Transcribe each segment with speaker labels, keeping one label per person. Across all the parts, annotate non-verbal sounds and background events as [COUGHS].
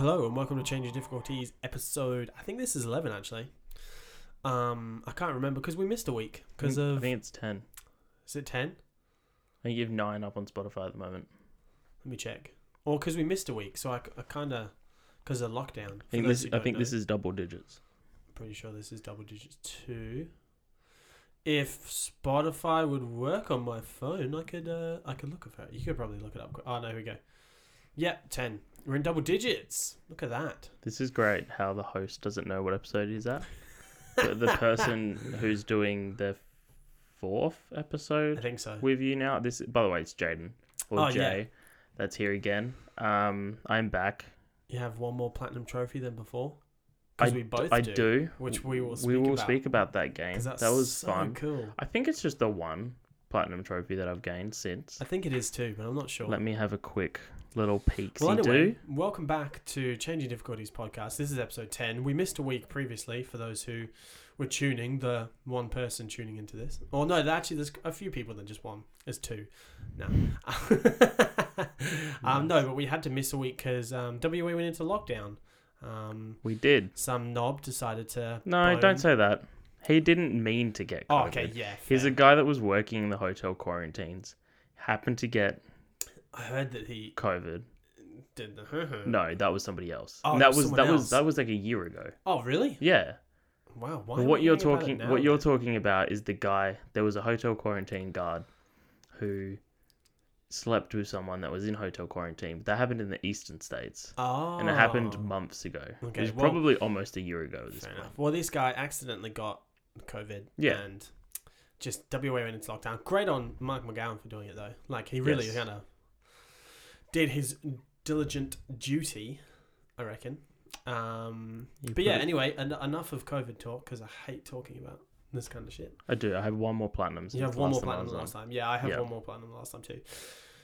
Speaker 1: welcome to Changing Difficulties episode. I think this is eleven actually. Um, I can't remember because we missed a week because
Speaker 2: Mm, I think- I
Speaker 1: of
Speaker 2: think it's ten.
Speaker 1: is it ten?
Speaker 2: I think you have nine up on Spotify at the moment.
Speaker 1: Let me check. Or because we missed a week, so I, kind of because of lockdown.
Speaker 2: I think this. I think this is double digits.
Speaker 1: pretty sure this is double digits two. If Spotify would work on my phone, I could uh, I could look at it. You could probably look it up. qu- Oh no, here we go. Yep, ten. We're in double digits. Look at that.
Speaker 2: This is great. How the host doesn't know what episode he's at, but
Speaker 1: [LAUGHS]
Speaker 2: the person who's doing the fourth
Speaker 1: I
Speaker 2: episode
Speaker 1: think so.
Speaker 2: with you now. This, by the way, it's Jaden or
Speaker 1: Oh, yeah.
Speaker 2: Jay. That's here again. Um, I'm back.
Speaker 1: You have one more platinum trophy than before.
Speaker 2: I
Speaker 1: Because we both
Speaker 2: I
Speaker 1: do,
Speaker 2: do.
Speaker 1: which we will speak
Speaker 2: We will
Speaker 1: about.
Speaker 2: speak about that game.
Speaker 1: 'Cause that's
Speaker 2: That was
Speaker 1: so
Speaker 2: fun.
Speaker 1: Cool.
Speaker 2: I think it's just the one platinum trophy that I've gained since.
Speaker 1: I think it is too, but I'm not sure.
Speaker 2: Let me have a quick little peek.
Speaker 1: Well, anyway, welcome back to Changing Difficulties podcast. This is episode 10. We missed a week previously for those who were tuning, the one person tuning into this. Or no, actually, there's a few people than just one. There's two. [LAUGHS] No. um, no, but we had to miss a week because um, WA went into lockdown. Um,
Speaker 2: we did.
Speaker 1: some knob decided to.
Speaker 2: No,
Speaker 1: bone-
Speaker 2: don't say that. He didn't mean to get
Speaker 1: Oh,
Speaker 2: COVID.
Speaker 1: okay, yeah.
Speaker 2: He's a
Speaker 1: fair.
Speaker 2: guy that was working in the hotel quarantines, happened to get
Speaker 1: I heard that he
Speaker 2: COVID.
Speaker 1: did the.
Speaker 2: No, that was somebody else.
Speaker 1: Oh,
Speaker 2: And
Speaker 1: that
Speaker 2: that
Speaker 1: was
Speaker 2: was
Speaker 1: someone
Speaker 2: that
Speaker 1: else.
Speaker 2: was that was like a year ago.
Speaker 1: Oh, really?
Speaker 2: Yeah.
Speaker 1: Wow. Why
Speaker 2: But
Speaker 1: am
Speaker 2: what
Speaker 1: I
Speaker 2: you're
Speaker 1: hearing about it
Speaker 2: talking
Speaker 1: now
Speaker 2: what you're
Speaker 1: then?
Speaker 2: talking about is the guy there was a hotel quarantine guard who slept with someone that was in hotel quarantine. But that happened in the eastern states.
Speaker 1: Oh.
Speaker 2: And it happened months ago.
Speaker 1: Okay,
Speaker 2: it was
Speaker 1: well-
Speaker 2: probably almost a year ago at this
Speaker 1: Fair
Speaker 2: point.
Speaker 1: enough. Well, this guy accidentally got COVID.
Speaker 2: Yeah.
Speaker 1: And just WA went into lockdown. Great on Mark McGowan for doing it though. Like he really
Speaker 2: Yes.
Speaker 1: kind of did his diligent duty, I reckon. Um,
Speaker 2: You
Speaker 1: but yeah.
Speaker 2: put it-
Speaker 1: Anyway, en- enough of COVID talk because I hate talking about this kind of shit.
Speaker 2: I do. I have one more platinum.
Speaker 1: you
Speaker 2: since
Speaker 1: have
Speaker 2: the
Speaker 1: one more
Speaker 2: last time I
Speaker 1: platinum
Speaker 2: was
Speaker 1: than
Speaker 2: on.
Speaker 1: last time. Yeah, I have
Speaker 2: Yeah.
Speaker 1: one more platinum than last time too.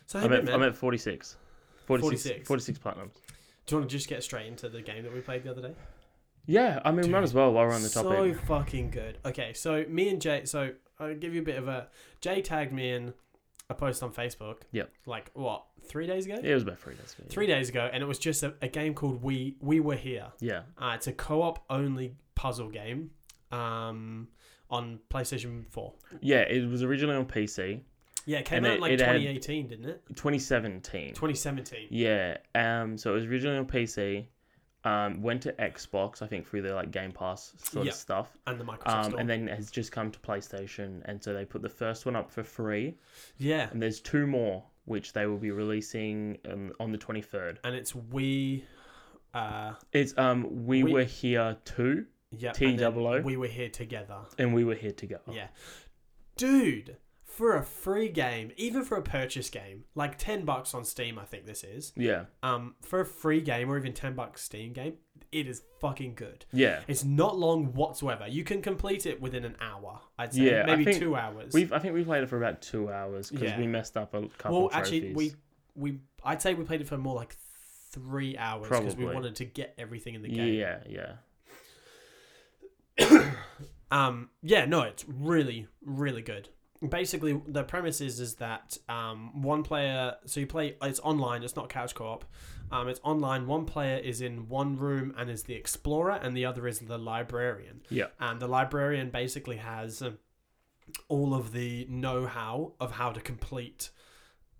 Speaker 1: So hey,
Speaker 2: I'm at,
Speaker 1: man,
Speaker 2: I'm at 46.
Speaker 1: 46.
Speaker 2: 46. 46 platinums.
Speaker 1: do you want to just get straight into the game that we played the other day?
Speaker 2: Yeah, I mean,
Speaker 1: Dude,
Speaker 2: might as well while we're on the
Speaker 1: so
Speaker 2: topic.
Speaker 1: fucking good. Okay, so me and Jay, so I'll give you a bit of a. Jay tagged me in a post on Facebook.
Speaker 2: Yep.
Speaker 1: Like what? Three days ago.
Speaker 2: Yeah, it was about three days ago. yeah.
Speaker 1: Three days ago, and it was just a, a game called We We Were Here.
Speaker 2: Yeah,
Speaker 1: Uh, it's a co-op only puzzle game, um, on PlayStation Four.
Speaker 2: yeah. It was originally on PC,
Speaker 1: Yeah, it came
Speaker 2: And
Speaker 1: out
Speaker 2: it-
Speaker 1: in like
Speaker 2: it had-
Speaker 1: 2018, didn't it?
Speaker 2: 2017.
Speaker 1: 2017.
Speaker 2: Yeah. Um. So it was originally on PC. Um. Went to Xbox, I think, through their like Game Pass sort
Speaker 1: Yeah.
Speaker 2: of stuff.
Speaker 1: And the Microsoft
Speaker 2: Um.
Speaker 1: Store.
Speaker 2: And then has just come to PlayStation, and so they put the first one up for free,
Speaker 1: yeah,
Speaker 2: and there's two more which they will be releasing um, on the 23rd.
Speaker 1: and it's We. Uh,
Speaker 2: It's um. We,
Speaker 1: We-
Speaker 2: were here too,
Speaker 1: yeah.
Speaker 2: T
Speaker 1: and then
Speaker 2: double O.
Speaker 1: We were here together.
Speaker 2: and we were here together.
Speaker 1: Yeah. Dude, for a free game, even for a purchase game, like 10 bucks on Steam, I think this is.
Speaker 2: Yeah.
Speaker 1: Um, for a free game or even 10 bucks Steam game, it is fucking good.
Speaker 2: Yeah.
Speaker 1: It's not long whatsoever. You can complete it within an hour, I'd say.
Speaker 2: Yeah, I
Speaker 1: Maybe
Speaker 2: think
Speaker 1: 2 hours.
Speaker 2: We've I think we played it for about two hours because
Speaker 1: Yeah.
Speaker 2: we messed up a couple.
Speaker 1: well,
Speaker 2: trophies.
Speaker 1: actually we we I'd say we played it for more like 3 hours because we
Speaker 2: Probably.
Speaker 1: wanted to get everything in the game.
Speaker 2: Yeah, yeah.
Speaker 1: Um, yeah, no, it's really, really good. Basically, the premise is is that um, one player. So you play. It's online. It's not couch co-op. Um, it's online. One player is in one room and is the explorer, and the other is the librarian.
Speaker 2: Yeah.
Speaker 1: And the librarian basically has um, all of the know-how of how to complete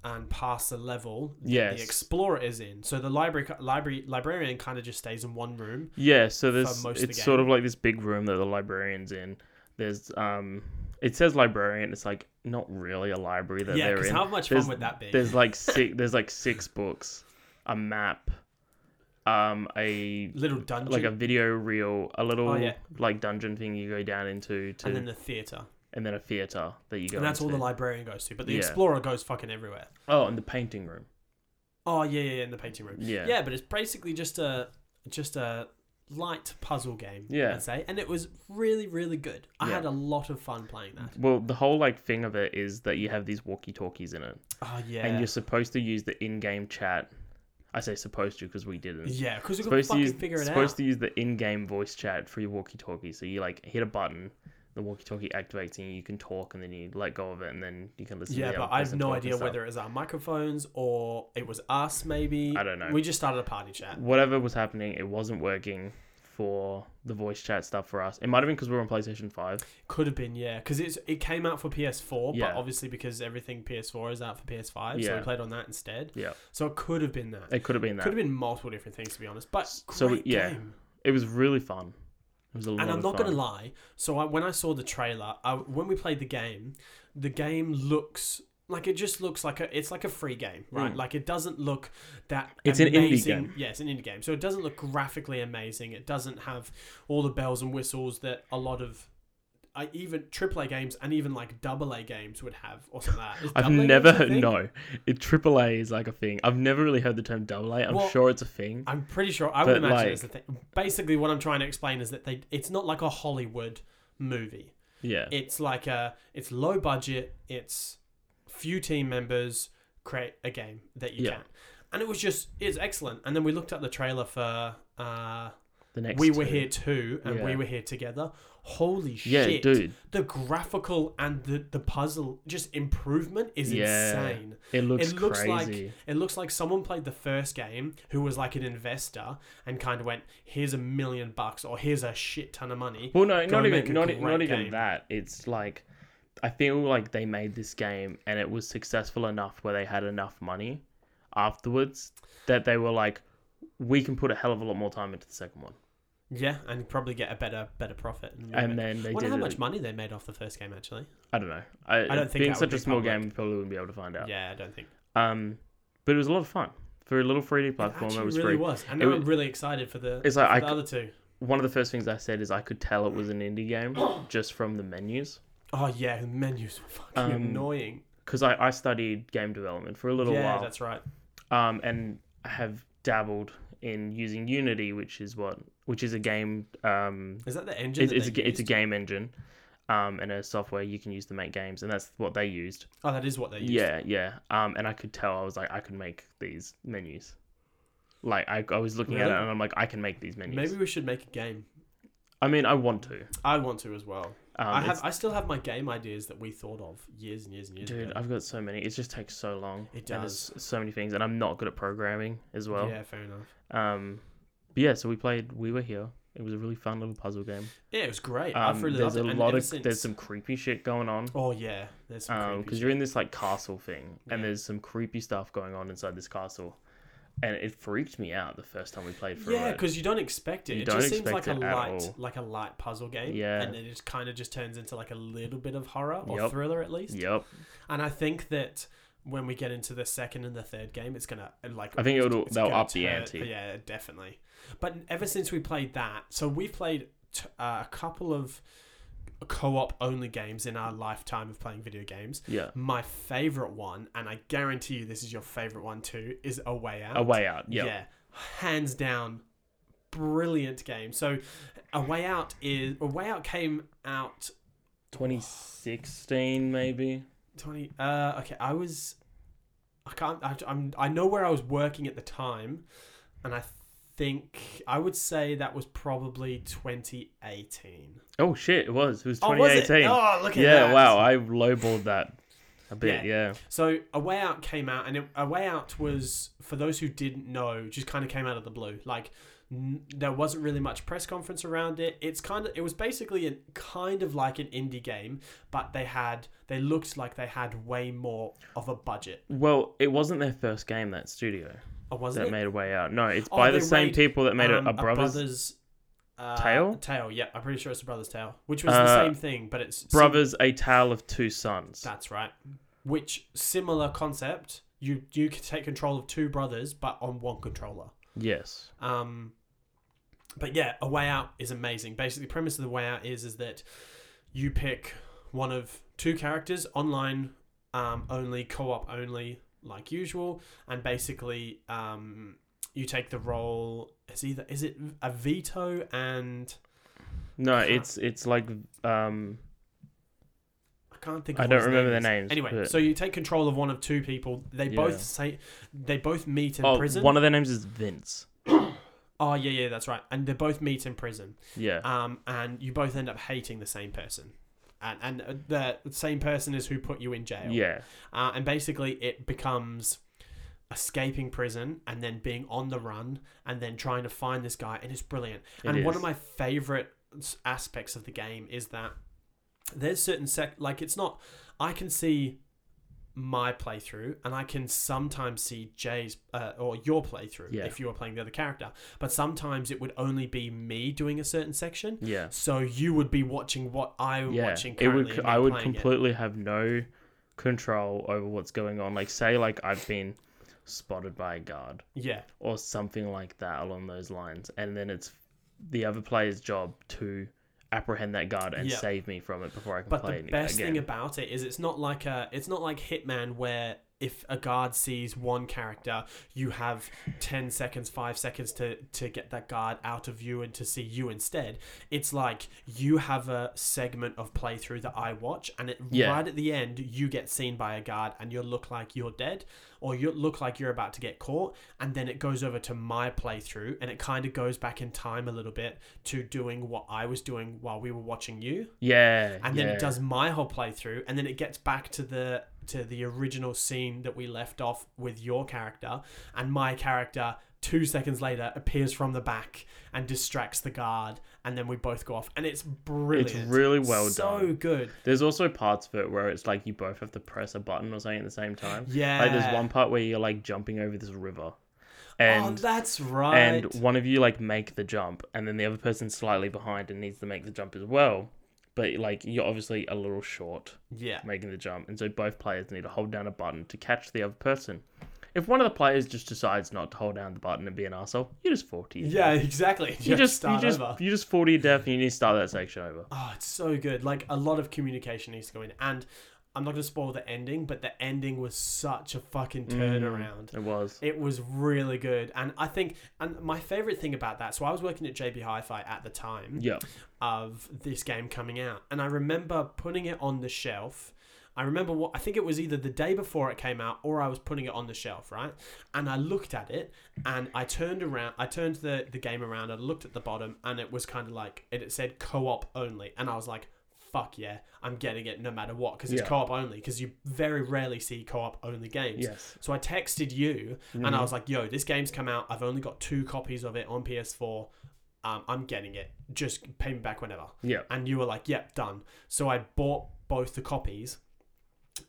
Speaker 1: and pass the level that
Speaker 2: Yes.
Speaker 1: the explorer is in. So the library library librarian kind of just stays in one room.
Speaker 2: yeah, so there's
Speaker 1: most of the
Speaker 2: it's
Speaker 1: game.
Speaker 2: sort of like this big room that the librarian's in. There's um it says librarian, it's like not really a library that
Speaker 1: yeah,
Speaker 2: they're
Speaker 1: because
Speaker 2: in.
Speaker 1: how much
Speaker 2: there's,
Speaker 1: fun would that be? [LAUGHS]
Speaker 2: There's like six there's like six books, a map, um a
Speaker 1: Little dungeon. Oh,
Speaker 2: like a video reel, a little
Speaker 1: yeah.
Speaker 2: like dungeon thing you go down into to
Speaker 1: and then the theater.
Speaker 2: a theater that you go
Speaker 1: And that's all
Speaker 2: into.
Speaker 1: the librarian goes to, but the
Speaker 2: Yeah.
Speaker 1: explorer goes fucking everywhere.
Speaker 2: Oh, and the painting room.
Speaker 1: Oh yeah, yeah, yeah, in the painting room.
Speaker 2: Yeah.
Speaker 1: yeah, but it's basically just a just a light puzzle game.
Speaker 2: Yeah.
Speaker 1: I'd say, and it was really, really good. I
Speaker 2: Yeah.
Speaker 1: had a lot of fun playing that.
Speaker 2: Well, the whole like thing of it is that you have these walkie-talkies in it,
Speaker 1: Oh yeah,
Speaker 2: and you're supposed to use the in-game chat. I say supposed to because we didn't.
Speaker 1: yeah, because we could
Speaker 2: supposed to
Speaker 1: fucking
Speaker 2: use
Speaker 1: figure it
Speaker 2: supposed
Speaker 1: out.
Speaker 2: to use the in-game voice chat for your walkie-talkie. So you like hit a button, the walkie-talkie activates and you can talk, and then you let go of it, and then you can listen.
Speaker 1: Yeah,
Speaker 2: to the um,
Speaker 1: but
Speaker 2: other
Speaker 1: I have
Speaker 2: person
Speaker 1: no
Speaker 2: talk
Speaker 1: idea
Speaker 2: and stuff.
Speaker 1: whether it was our microphones or it was us. Maybe
Speaker 2: I don't know.
Speaker 1: We just started a party chat.
Speaker 2: whatever was happening, it wasn't working for the voice chat stuff for us. It might have been because we were on PlayStation Five.
Speaker 1: Could have been yeah, because it's it came out for PS4,
Speaker 2: Yeah.
Speaker 1: but obviously because everything PS4 is out for PS5, so we
Speaker 2: Yeah.
Speaker 1: played on that instead.
Speaker 2: Yeah.
Speaker 1: So it could have been that.
Speaker 2: It could have been that.
Speaker 1: Could have been multiple different things to be honest. But great
Speaker 2: So, yeah,
Speaker 1: game.
Speaker 2: It was really fun. It was a lot
Speaker 1: And I'm
Speaker 2: of
Speaker 1: not
Speaker 2: fun.
Speaker 1: gonna lie. So I, when I saw the trailer, I, when we played the game, the game looks like it just looks like a it's like a free game, right?
Speaker 2: Mm.
Speaker 1: Like it doesn't look that
Speaker 2: It's an indie
Speaker 1: amazing-
Speaker 2: game.
Speaker 1: Yeah, it's an indie game. So it doesn't look graphically amazing. It doesn't have all the bells and whistles that a lot of I even AAA games and even like AA games would have or something like that. Is
Speaker 2: I've
Speaker 1: AA games
Speaker 2: never
Speaker 1: a
Speaker 2: heard
Speaker 1: thing?
Speaker 2: no. It triple A is like a thing. I've never really heard the term double A. I'm
Speaker 1: Well,
Speaker 2: sure it's a thing.
Speaker 1: I'm pretty sure. I would
Speaker 2: But,
Speaker 1: imagine it's the thing. Basically, what I'm trying to explain is that they it's not like a Hollywood movie.
Speaker 2: Yeah.
Speaker 1: it's like a it's low budget it's few team members create a game that you
Speaker 2: Yeah.
Speaker 1: can and it was just it's excellent and then we looked up the trailer for uh
Speaker 2: the next
Speaker 1: we were
Speaker 2: two.
Speaker 1: here too and we
Speaker 2: Yeah.
Speaker 1: were here together holy
Speaker 2: Yeah,
Speaker 1: shit
Speaker 2: dude.
Speaker 1: the graphical and the the puzzle just improvement is
Speaker 2: Yeah.
Speaker 1: insane
Speaker 2: It looks,
Speaker 1: it looks
Speaker 2: crazy.
Speaker 1: like it looks like someone played the first game who was like an investor and kind of went here's a million bucks or here's a shit ton of money
Speaker 2: well, no,
Speaker 1: Gonna
Speaker 2: not
Speaker 1: make a
Speaker 2: even not, e-
Speaker 1: great
Speaker 2: not even
Speaker 1: game.
Speaker 2: that. It's like I feel like they made this game and it was successful enough where they had enough money afterwards that they were like, we can put a hell of a lot more time into the second one.
Speaker 1: yeah and probably get a better better profit and,
Speaker 2: And then they
Speaker 1: wonder
Speaker 2: did
Speaker 1: how
Speaker 2: it.
Speaker 1: much money they made off the first game, actually.
Speaker 2: I don't know. I,
Speaker 1: don't think
Speaker 2: being
Speaker 1: that would
Speaker 2: such
Speaker 1: be
Speaker 2: a small
Speaker 1: public.
Speaker 2: game, we probably wouldn't be able to find
Speaker 1: Yeah,
Speaker 2: out.
Speaker 1: I don't think.
Speaker 2: Um, but it was a lot of fun for a little 3D
Speaker 1: It
Speaker 2: platform. It,
Speaker 1: actually
Speaker 2: was
Speaker 1: really
Speaker 2: free.
Speaker 1: was. And
Speaker 2: It
Speaker 1: now
Speaker 2: was-
Speaker 1: I'm really excited for the,
Speaker 2: It's like
Speaker 1: for
Speaker 2: I
Speaker 1: the
Speaker 2: c-
Speaker 1: other two.
Speaker 2: One of the first things I said is I could tell it was an
Speaker 1: [COUGHS]
Speaker 2: indie game just from the menus.
Speaker 1: Oh, yeah, the menus were [LAUGHS] fucking
Speaker 2: Um,
Speaker 1: annoying.
Speaker 2: because I, I studied game development for a little
Speaker 1: Yeah,
Speaker 2: while
Speaker 1: that's right.
Speaker 2: um, and I have dabbled in using Unity, which is what which is a game um,
Speaker 1: Is that the engine?
Speaker 2: it's,
Speaker 1: that
Speaker 2: it's, a,
Speaker 1: they
Speaker 2: ga- it's a
Speaker 1: used?
Speaker 2: game engine um, and a software you can use to make games, and that's what they used.
Speaker 1: Oh, that is what they used.
Speaker 2: Yeah, yeah. Um, and I could tell I was like I could make these menus. Like I, I was looking at
Speaker 1: Really?
Speaker 2: it and I'm like I can make these menus.
Speaker 1: Maybe we should make a game.
Speaker 2: I mean I want to. Um,
Speaker 1: I want to as well. I have.
Speaker 2: it's-
Speaker 1: I still have my game ideas that we thought of years and years and years
Speaker 2: dude.
Speaker 1: ago.
Speaker 2: I've got so many. It just takes so long.
Speaker 1: It
Speaker 2: and there's so many things, and I'm not good at programming as well.
Speaker 1: yeah, fair enough.
Speaker 2: Um, but yeah, so we played. We were here. It was a really fun little puzzle game.
Speaker 1: Yeah, it was great.
Speaker 2: Um,
Speaker 1: I've really
Speaker 2: there's
Speaker 1: loved
Speaker 2: a
Speaker 1: it. And
Speaker 2: lot
Speaker 1: ever
Speaker 2: of
Speaker 1: since-
Speaker 2: there's some creepy shit going on.
Speaker 1: Oh yeah, there's some
Speaker 2: Um,
Speaker 1: creepy
Speaker 2: because you're in this like castle thing, and
Speaker 1: Yeah.
Speaker 2: there's some creepy stuff going on inside this castle, and it freaked me out the first time we played through
Speaker 1: Yeah,
Speaker 2: it.
Speaker 1: because you don't expect it.
Speaker 2: You
Speaker 1: it
Speaker 2: don't
Speaker 1: just seems like
Speaker 2: expect
Speaker 1: a
Speaker 2: it at
Speaker 1: light,
Speaker 2: all.
Speaker 1: like a light puzzle game.
Speaker 2: Yeah.
Speaker 1: and it just kind of just turns into like a little bit of horror or
Speaker 2: Yup.
Speaker 1: thriller at least.
Speaker 2: Yep.
Speaker 1: And I think that when we get into the second and the third game, it's gonna uh, like
Speaker 2: I think it'll-
Speaker 1: it's
Speaker 2: they'll
Speaker 1: gonna
Speaker 2: up the ante.
Speaker 1: Yeah, definitely. But ever since we played that, so we've played t- uh, a couple of co-op only games in our lifetime of playing video games.
Speaker 2: Yeah.
Speaker 1: My favorite one, and I guarantee you this is your favorite one too, is A Way Out.
Speaker 2: A way out. Yep. Yeah.
Speaker 1: Yeah, hands down, brilliant game. So, A Way Out is A Way Out came out
Speaker 2: 2016 maybe.
Speaker 1: twenty. Uh, okay, I was, I can't. I, I'm. I know where I was working at the time, and I think I would say that was probably 2018.
Speaker 2: Oh shit! It was. It was
Speaker 1: Oh, was it?
Speaker 2: 2018.
Speaker 1: Oh, look at
Speaker 2: yeah.
Speaker 1: that.
Speaker 2: Wow. I lowballed that a bit. Yeah.
Speaker 1: So A Way Out came out, and it, A Way Out was for those who didn't know, just kind of came out of the blue. Like n- there wasn't really much press conference around it. It's kind of it was basically an kind of like an indie game, but they had they looked like they had way more of a budget.
Speaker 2: Well, it wasn't their first game. That studio.
Speaker 1: Or wasn't
Speaker 2: that
Speaker 1: it?
Speaker 2: made a way out. No, it's
Speaker 1: Oh,
Speaker 2: by
Speaker 1: they
Speaker 2: the same
Speaker 1: made,
Speaker 2: people that made
Speaker 1: Um,
Speaker 2: it a brothers
Speaker 1: uh,
Speaker 2: Tale?
Speaker 1: Tale. Yeah, I'm pretty sure it's a brother's tale, which was the
Speaker 2: Uh,
Speaker 1: same thing, but it's sim-
Speaker 2: brothers a tale of two sons.
Speaker 1: That's right. Which similar concept. You you can take control of two brothers, but on one controller.
Speaker 2: yes.
Speaker 1: Um, but yeah, a way out is amazing. Basically, the premise of the way out is is that you pick one of two characters, online um, only, co-op only, like usual, and basically um, you take the role. Is either is it a veto and
Speaker 2: No,
Speaker 1: Can't-
Speaker 2: it's it's like um
Speaker 1: I can't think. Of
Speaker 2: I
Speaker 1: what
Speaker 2: don't
Speaker 1: his
Speaker 2: remember
Speaker 1: name
Speaker 2: their
Speaker 1: is.
Speaker 2: names,
Speaker 1: Anyway,
Speaker 2: but-
Speaker 1: so you take control of one of two people. They
Speaker 2: Yeah.
Speaker 1: both say they both meet in
Speaker 2: oh,
Speaker 1: prison.
Speaker 2: one of their names is Vince.
Speaker 1: Oh yeah, yeah, that's right. And they both meet in prison.
Speaker 2: Yeah.
Speaker 1: Um, and you both end up hating the same person, and and the same person is who put you in jail.
Speaker 2: yeah.
Speaker 1: Uh, and basically, it becomes escaping prison and then being on the run and then trying to find this guy, and it's brilliant.
Speaker 2: It
Speaker 1: and one
Speaker 2: is.
Speaker 1: of my favorite s- aspects of the game is that there's certain sec like it's not. I can see my playthrough and I can sometimes see Jay's uh, or your playthrough
Speaker 2: Yeah.
Speaker 1: if you were playing the other character, but sometimes it would only be me doing a certain section.
Speaker 2: Yeah.
Speaker 1: So you would be watching what I'm
Speaker 2: Yeah.
Speaker 1: watching
Speaker 2: It
Speaker 1: currently.
Speaker 2: would.
Speaker 1: and me
Speaker 2: I would
Speaker 1: playing it.
Speaker 2: completely have no control over what's going on. Like, say, like I've been spotted by a guard
Speaker 1: Yeah,
Speaker 2: or something like that along those lines, and then it's the other player's job to apprehend that guard and
Speaker 1: Yeah.
Speaker 2: save me from it before I can
Speaker 1: But
Speaker 2: play
Speaker 1: the
Speaker 2: it
Speaker 1: best
Speaker 2: again.
Speaker 1: thing about it is it's not like a it's not like Hitman where if a guard sees one character, you have ten seconds, five seconds to to get that guard out of you and to see you instead. It's like you have a segment of playthrough that I watch, and it
Speaker 2: Yeah.
Speaker 1: right at the end you get seen by a guard and you look like you're dead, or you look like you're about to get caught, and then it goes over to my playthrough and it kind of goes back in time a little bit to doing what I was doing while we were watching you
Speaker 2: yeah.
Speaker 1: and then
Speaker 2: yeah.
Speaker 1: it does my whole playthrough and then it gets back to the to the original scene that we left off with your character and my character two seconds later appears from the back and distracts the guard and then we both go off and it's brilliant
Speaker 2: It's really well
Speaker 1: so
Speaker 2: done.
Speaker 1: good
Speaker 2: There's also parts of it where it's like you both have to press a button or something at the same time.
Speaker 1: yeah
Speaker 2: Like there's one part where you're like jumping over this river,
Speaker 1: oh
Speaker 2: and
Speaker 1: that's right
Speaker 2: and one of you like make the jump, and then the other person's slightly behind and needs to make the jump as well. But like you're obviously a little short
Speaker 1: yeah
Speaker 2: making the jump, and so both players need to hold down a button to catch the other person. If one of the players just decides not to hold down the button and be an asshole, you just fall to your
Speaker 1: yeah [LAUGHS]
Speaker 2: death.
Speaker 1: exactly have to
Speaker 2: You just you
Speaker 1: start
Speaker 2: just
Speaker 1: over.
Speaker 2: you just fall to your death, and you need to start that section over.
Speaker 1: Oh, it's so good. Like a lot of communication needs to go in, and I'm not gonna spoil the ending, but the ending was such a fucking
Speaker 2: Mm.
Speaker 1: turnaround.
Speaker 2: It was.
Speaker 1: It was really good, and I think, and my favorite thing about that. So I was working at JB Hi-Fi at the time
Speaker 2: Yeah.
Speaker 1: of this game coming out, and I remember putting it on the shelf. I remember what I think it was either the day before it came out or I was putting it on the shelf, right? And I looked at it and I turned around, I turned the, the game around, I looked at the bottom and it was kind of like, it, it said co op only. And I was like, fuck yeah, I'm getting it no matter what because it's
Speaker 2: Yeah.
Speaker 1: co op only because you very rarely see co op only games.
Speaker 2: Yes.
Speaker 1: So I texted you and
Speaker 2: Mm-hmm.
Speaker 1: I was like, yo, this game's come out. I've only got two copies of it on PS4. Um, I'm getting it. Just pay me back whenever.
Speaker 2: Yeah.
Speaker 1: And you were like, yep, done. So I bought both the copies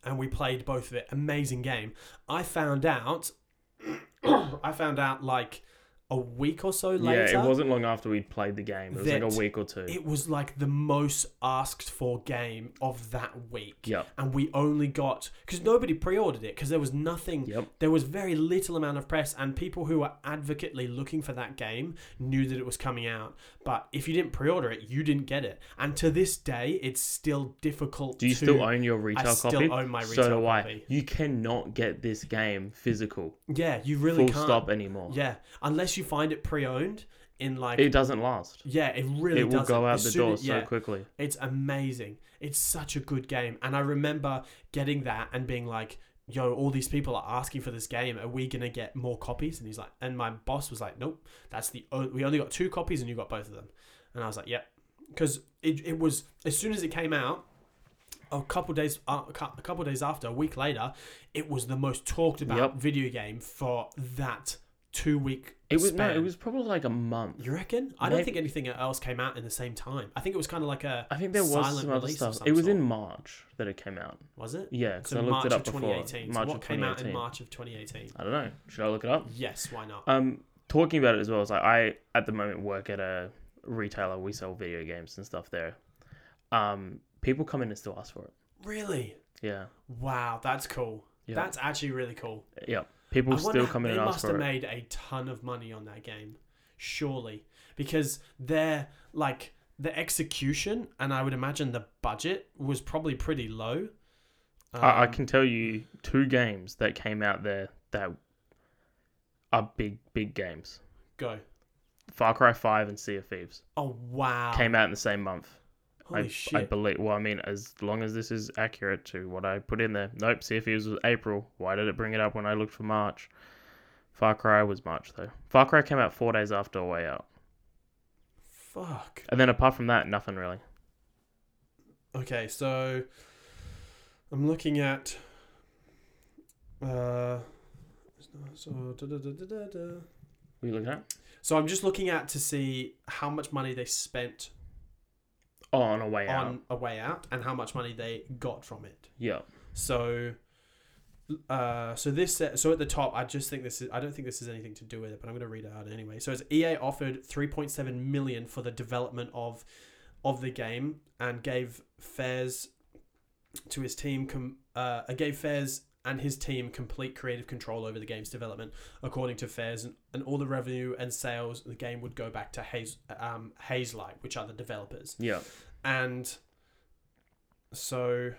Speaker 1: and we played both of it. Amazing game. I found out, [COUGHS] I found out like a week or so later.
Speaker 2: Yeah, it wasn't long after we'd played the game. It was like a
Speaker 1: that
Speaker 2: week or two.
Speaker 1: It was like the most asked for game of that week.
Speaker 2: Yeah.
Speaker 1: And we only got because nobody pre-ordered it because there was nothing.
Speaker 2: Yep.
Speaker 1: There was very little amount of press, and people who were advocately looking for that game knew that it was coming out. But if you didn't pre-order it, you didn't get it. And to this day, it's still difficult.
Speaker 2: Do you
Speaker 1: to,
Speaker 2: still own your retail
Speaker 1: still
Speaker 2: copy?
Speaker 1: own my
Speaker 2: so
Speaker 1: retail
Speaker 2: do I.
Speaker 1: copy.
Speaker 2: You cannot get this game physical,
Speaker 1: Yeah, you really
Speaker 2: full
Speaker 1: can't.
Speaker 2: stop anymore.
Speaker 1: Yeah, unless you find it pre-owned in like.
Speaker 2: It doesn't last.
Speaker 1: yeah, it really
Speaker 2: It will
Speaker 1: doesn't.
Speaker 2: go out
Speaker 1: As
Speaker 2: the
Speaker 1: soon
Speaker 2: door
Speaker 1: as- yeah.
Speaker 2: so quickly.
Speaker 1: It's amazing. It's such a good game. And I remember getting that and being like, yo, all these people are asking for this game. Are we going to get more copies? And he's like, and my boss was like, nope, that's the, o- we only got two copies and you got both of them. And I was like, yep. Because it, it was, as soon as it came out, a couple days, uh, a cou- a couple days after, a week later, it was the most talked about
Speaker 2: Yep.
Speaker 1: video game for that two week.
Speaker 2: It was
Speaker 1: span.
Speaker 2: no, it was probably like a month.
Speaker 1: You reckon? I don't
Speaker 2: Maybe-
Speaker 1: think anything else came out in the same time. I think it was kind of like a.
Speaker 2: I think there was
Speaker 1: silent
Speaker 2: some other
Speaker 1: release of
Speaker 2: stuff.
Speaker 1: some
Speaker 2: It was
Speaker 1: sort.
Speaker 2: in March that it came out.
Speaker 1: Was it?
Speaker 2: Yeah, because
Speaker 1: So
Speaker 2: I looked
Speaker 1: March
Speaker 2: it up
Speaker 1: of
Speaker 2: before.
Speaker 1: 2018.
Speaker 2: March
Speaker 1: so
Speaker 2: of
Speaker 1: what came out in
Speaker 2: 2018.
Speaker 1: March of 2018?
Speaker 2: I don't know. Should I look it up?
Speaker 1: Yes, why not?
Speaker 2: Um, talking about it as well, it's like I at the moment work at a retailer. We sell video games and stuff there. Um, people come in and still ask for it.
Speaker 1: Really?
Speaker 2: Yeah,
Speaker 1: Wow, that's cool.
Speaker 2: Yeah.
Speaker 1: That's actually really cool.
Speaker 2: yeah. People
Speaker 1: I wonder
Speaker 2: still
Speaker 1: how-
Speaker 2: come in
Speaker 1: they
Speaker 2: and ask
Speaker 1: must have
Speaker 2: for it.
Speaker 1: made a ton of money on that game, surely, because their like the execution and I would imagine the budget was probably pretty low.
Speaker 2: I, I
Speaker 1: Um,
Speaker 2: can tell you two games that came out there that are big, big games.
Speaker 1: go.
Speaker 2: Far Cry Five and Sea of Thieves
Speaker 1: Oh wow!
Speaker 2: came out in the same month.
Speaker 1: Holy
Speaker 2: I,
Speaker 1: shit!
Speaker 2: I believe. Well, I mean, as long as this is accurate to what I put in there. Nope. Sea of Thieves was April. Why did it bring it up when I looked for March? Far Cry was March though. Far Cry came out four days after A Way Out,
Speaker 1: Fuck.
Speaker 2: and then apart from that, nothing really.
Speaker 1: Okay, so I'm looking at. Uh, so, da, da, da, da, da, da.
Speaker 2: Were you looking at?
Speaker 1: so I'm just looking at to see how much money they spent
Speaker 2: Oh, on A Way Out.
Speaker 1: on A Way Out and how much money they got from it.
Speaker 2: Yeah.
Speaker 1: So, uh, so this so at the top, I just think this is I don't think this is anything to do with it, but I'm going to read it out anyway. So, it's EA offered 3.7 million for the development of of the game and gave Fairs to his team com- uh, gave Fairs and his team complete creative control over the game's development. According to Fairs, and, and all the revenue and sales of the game would go back to Haze um, Haze Light, which are the developers
Speaker 2: Yeah.
Speaker 1: and so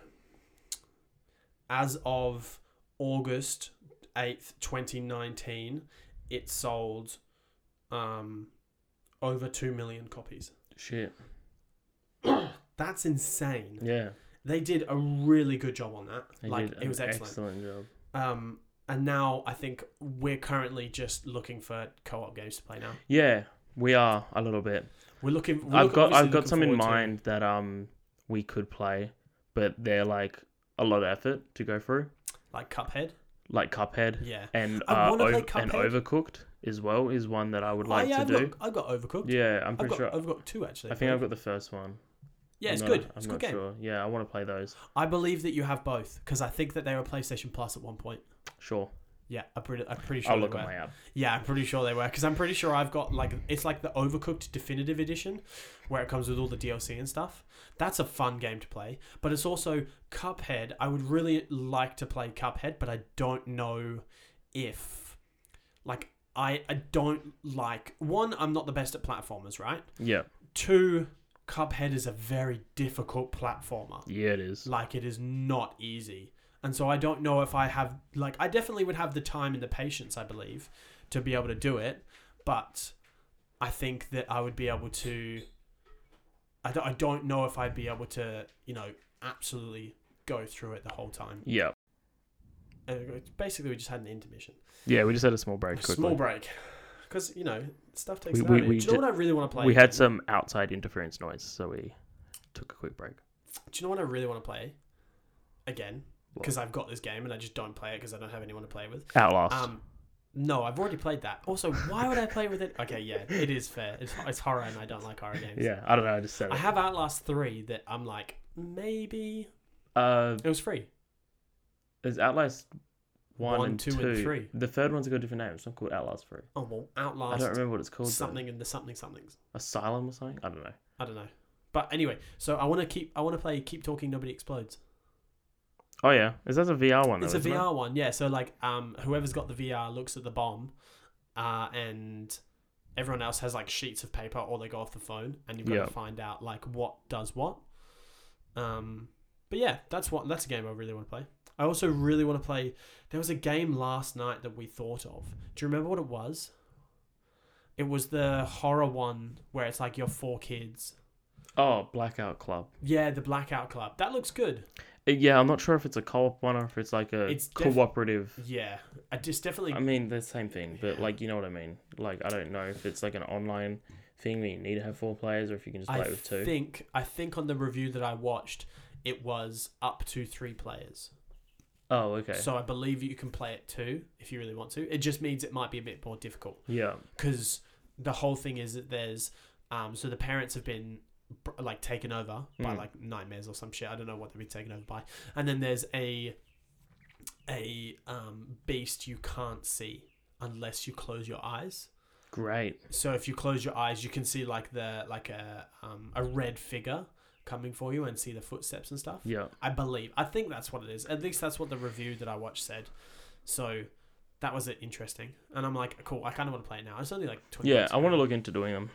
Speaker 1: as of August 8th 2019 it sold um over 2 million
Speaker 2: [COUGHS]
Speaker 1: copies
Speaker 2: Shit.
Speaker 1: that's insane
Speaker 2: Yeah.
Speaker 1: they did a really good job on that
Speaker 2: They
Speaker 1: like
Speaker 2: did
Speaker 1: it
Speaker 2: an
Speaker 1: was excellent
Speaker 2: excellent job.
Speaker 1: um and now i think we're currently just looking for co-op games to play now
Speaker 2: Yeah, we are a little bit.
Speaker 1: we're looking we're
Speaker 2: I've
Speaker 1: look-
Speaker 2: got
Speaker 1: obviously
Speaker 2: I've got
Speaker 1: looking
Speaker 2: some in
Speaker 1: forward to-
Speaker 2: mind that um we could play, but they're like a lot of effort to go through,
Speaker 1: like cuphead
Speaker 2: like Cuphead
Speaker 1: yeah
Speaker 2: and
Speaker 1: I
Speaker 2: uh,
Speaker 1: wanna
Speaker 2: ov-
Speaker 1: play
Speaker 2: and
Speaker 1: Cuphead.
Speaker 2: Overcooked as well is one that I would like
Speaker 1: oh, yeah,
Speaker 2: to
Speaker 1: I've
Speaker 2: do.
Speaker 1: got, I've got overcooked
Speaker 2: Yeah, I'm
Speaker 1: I've
Speaker 2: pretty
Speaker 1: got,
Speaker 2: sure.
Speaker 1: I've got two actually.
Speaker 2: I think I've got the first one.
Speaker 1: Yeah,
Speaker 2: I'm
Speaker 1: it's
Speaker 2: not-
Speaker 1: good.
Speaker 2: I'm
Speaker 1: It's a good
Speaker 2: not
Speaker 1: game.
Speaker 2: Sure. Yeah, I want to play those.
Speaker 1: I believe that you have both because I think that they were PlayStation Plus at one point.
Speaker 2: Sure.
Speaker 1: Yeah, I'm pretty. I'm pretty sure.
Speaker 2: I'll
Speaker 1: they
Speaker 2: look
Speaker 1: were.
Speaker 2: at my app.
Speaker 1: Yeah, I'm pretty sure they were because I'm pretty sure I've got like it's like the Overcooked Definitive Edition, where it comes with all the DLC and stuff. That's a fun game to play, but it's also Cuphead. I would really like to play Cuphead, but I don't know if like I I don't like one. I'm not the best at platformers, right?
Speaker 2: Yeah.
Speaker 1: Two, Cuphead is a very difficult platformer.
Speaker 2: Yeah, it is.
Speaker 1: like it is not easy and so i don't know if i have like i definitely would have the time and the patience i believe to be able to do it but i think that i would be able to i don't, I don't know if i'd be able to you know absolutely go through it the whole time
Speaker 2: Yeah.
Speaker 1: Uh, it's basically we just had an intermission
Speaker 2: Yeah, we just had a small break. Quickly.
Speaker 1: small break because you know stuff takes
Speaker 2: We-
Speaker 1: time
Speaker 2: we-
Speaker 1: do you
Speaker 2: we
Speaker 1: know
Speaker 2: ju-
Speaker 1: what i really want to play
Speaker 2: we had some outside interference noise, so we took a quick break.
Speaker 1: do you know what i really want to play again
Speaker 2: What?
Speaker 1: because i've got this game and i just don't play it because i don't have anyone to play it with
Speaker 2: Outlast.
Speaker 1: Um, no, I've already played that. Also, why would I play with it? Okay, yeah, it is fair. It's, it's horror, and I don't like horror games.
Speaker 2: [LAUGHS] yeah, I don't know. I just said
Speaker 1: I
Speaker 2: it.
Speaker 1: have Outlast three that I'm like maybe
Speaker 2: Uh,
Speaker 1: it was free.
Speaker 2: There's Outlast one,
Speaker 1: One,
Speaker 2: and
Speaker 1: two
Speaker 2: two,
Speaker 1: and three.
Speaker 2: The third one's got a different name. It's not called Outlast three.
Speaker 1: Oh well,
Speaker 2: I
Speaker 1: Outlast
Speaker 2: don't remember what it's called. though.
Speaker 1: something and the something somethings.
Speaker 2: Asylum or something. I don't know.
Speaker 1: I don't know. But anyway, so I want to keep. I want to play. Keep talking. Nobody explodes.
Speaker 2: Oh yeah, is that a VR one? Though,
Speaker 1: it's a
Speaker 2: isn't it?
Speaker 1: VR one, yeah. So like, um, whoever's got the VR looks at the bomb, uh, and everyone else has like sheets of paper or they go off the phone, and you've got
Speaker 2: Yeah.
Speaker 1: to find out like what does what. Um, but yeah, that's what that's a game I really want to play. I also really want to play. There was a game last night that we thought of. Do you remember what it was? It was the horror one where it's like your four kids.
Speaker 2: Oh, Blackout Club.
Speaker 1: Yeah, the Blackout Club. That looks good.
Speaker 2: Uh, Yeah, I'm not sure if it's a co-op one or if it's like a
Speaker 1: It's def-
Speaker 2: cooperative.
Speaker 1: Yeah, I just definitely
Speaker 2: I mean, they're the same thing, but like you know what I mean. Like I don't know if it's like an online thing where you need to have four players or if you can just play
Speaker 1: I
Speaker 2: with two.
Speaker 1: think I think on the review that I watched, it was up to three players.
Speaker 2: Oh, okay.
Speaker 1: So I believe you can play it two if you really want to. It just means it might be a bit more difficult
Speaker 2: yeah.
Speaker 1: because the whole thing is that there's, um, so the parents have been br- like taken over by
Speaker 2: Mm.
Speaker 1: like nightmares or some shit. I don't know what they've been taken over by. And then there's a, a um, beast you can't see unless you close your eyes
Speaker 2: Great.
Speaker 1: so if you close your eyes you can see like the like a um, a red figure coming for you and see the footsteps and stuff
Speaker 2: Yeah.
Speaker 1: i believe i think that's what it is at least that's what the review that i watched said so that was it interesting and i'm like cool i kind of want to play it now it's only like 20
Speaker 2: Yeah,
Speaker 1: minutes
Speaker 2: I want to
Speaker 1: away.
Speaker 2: look into doing them,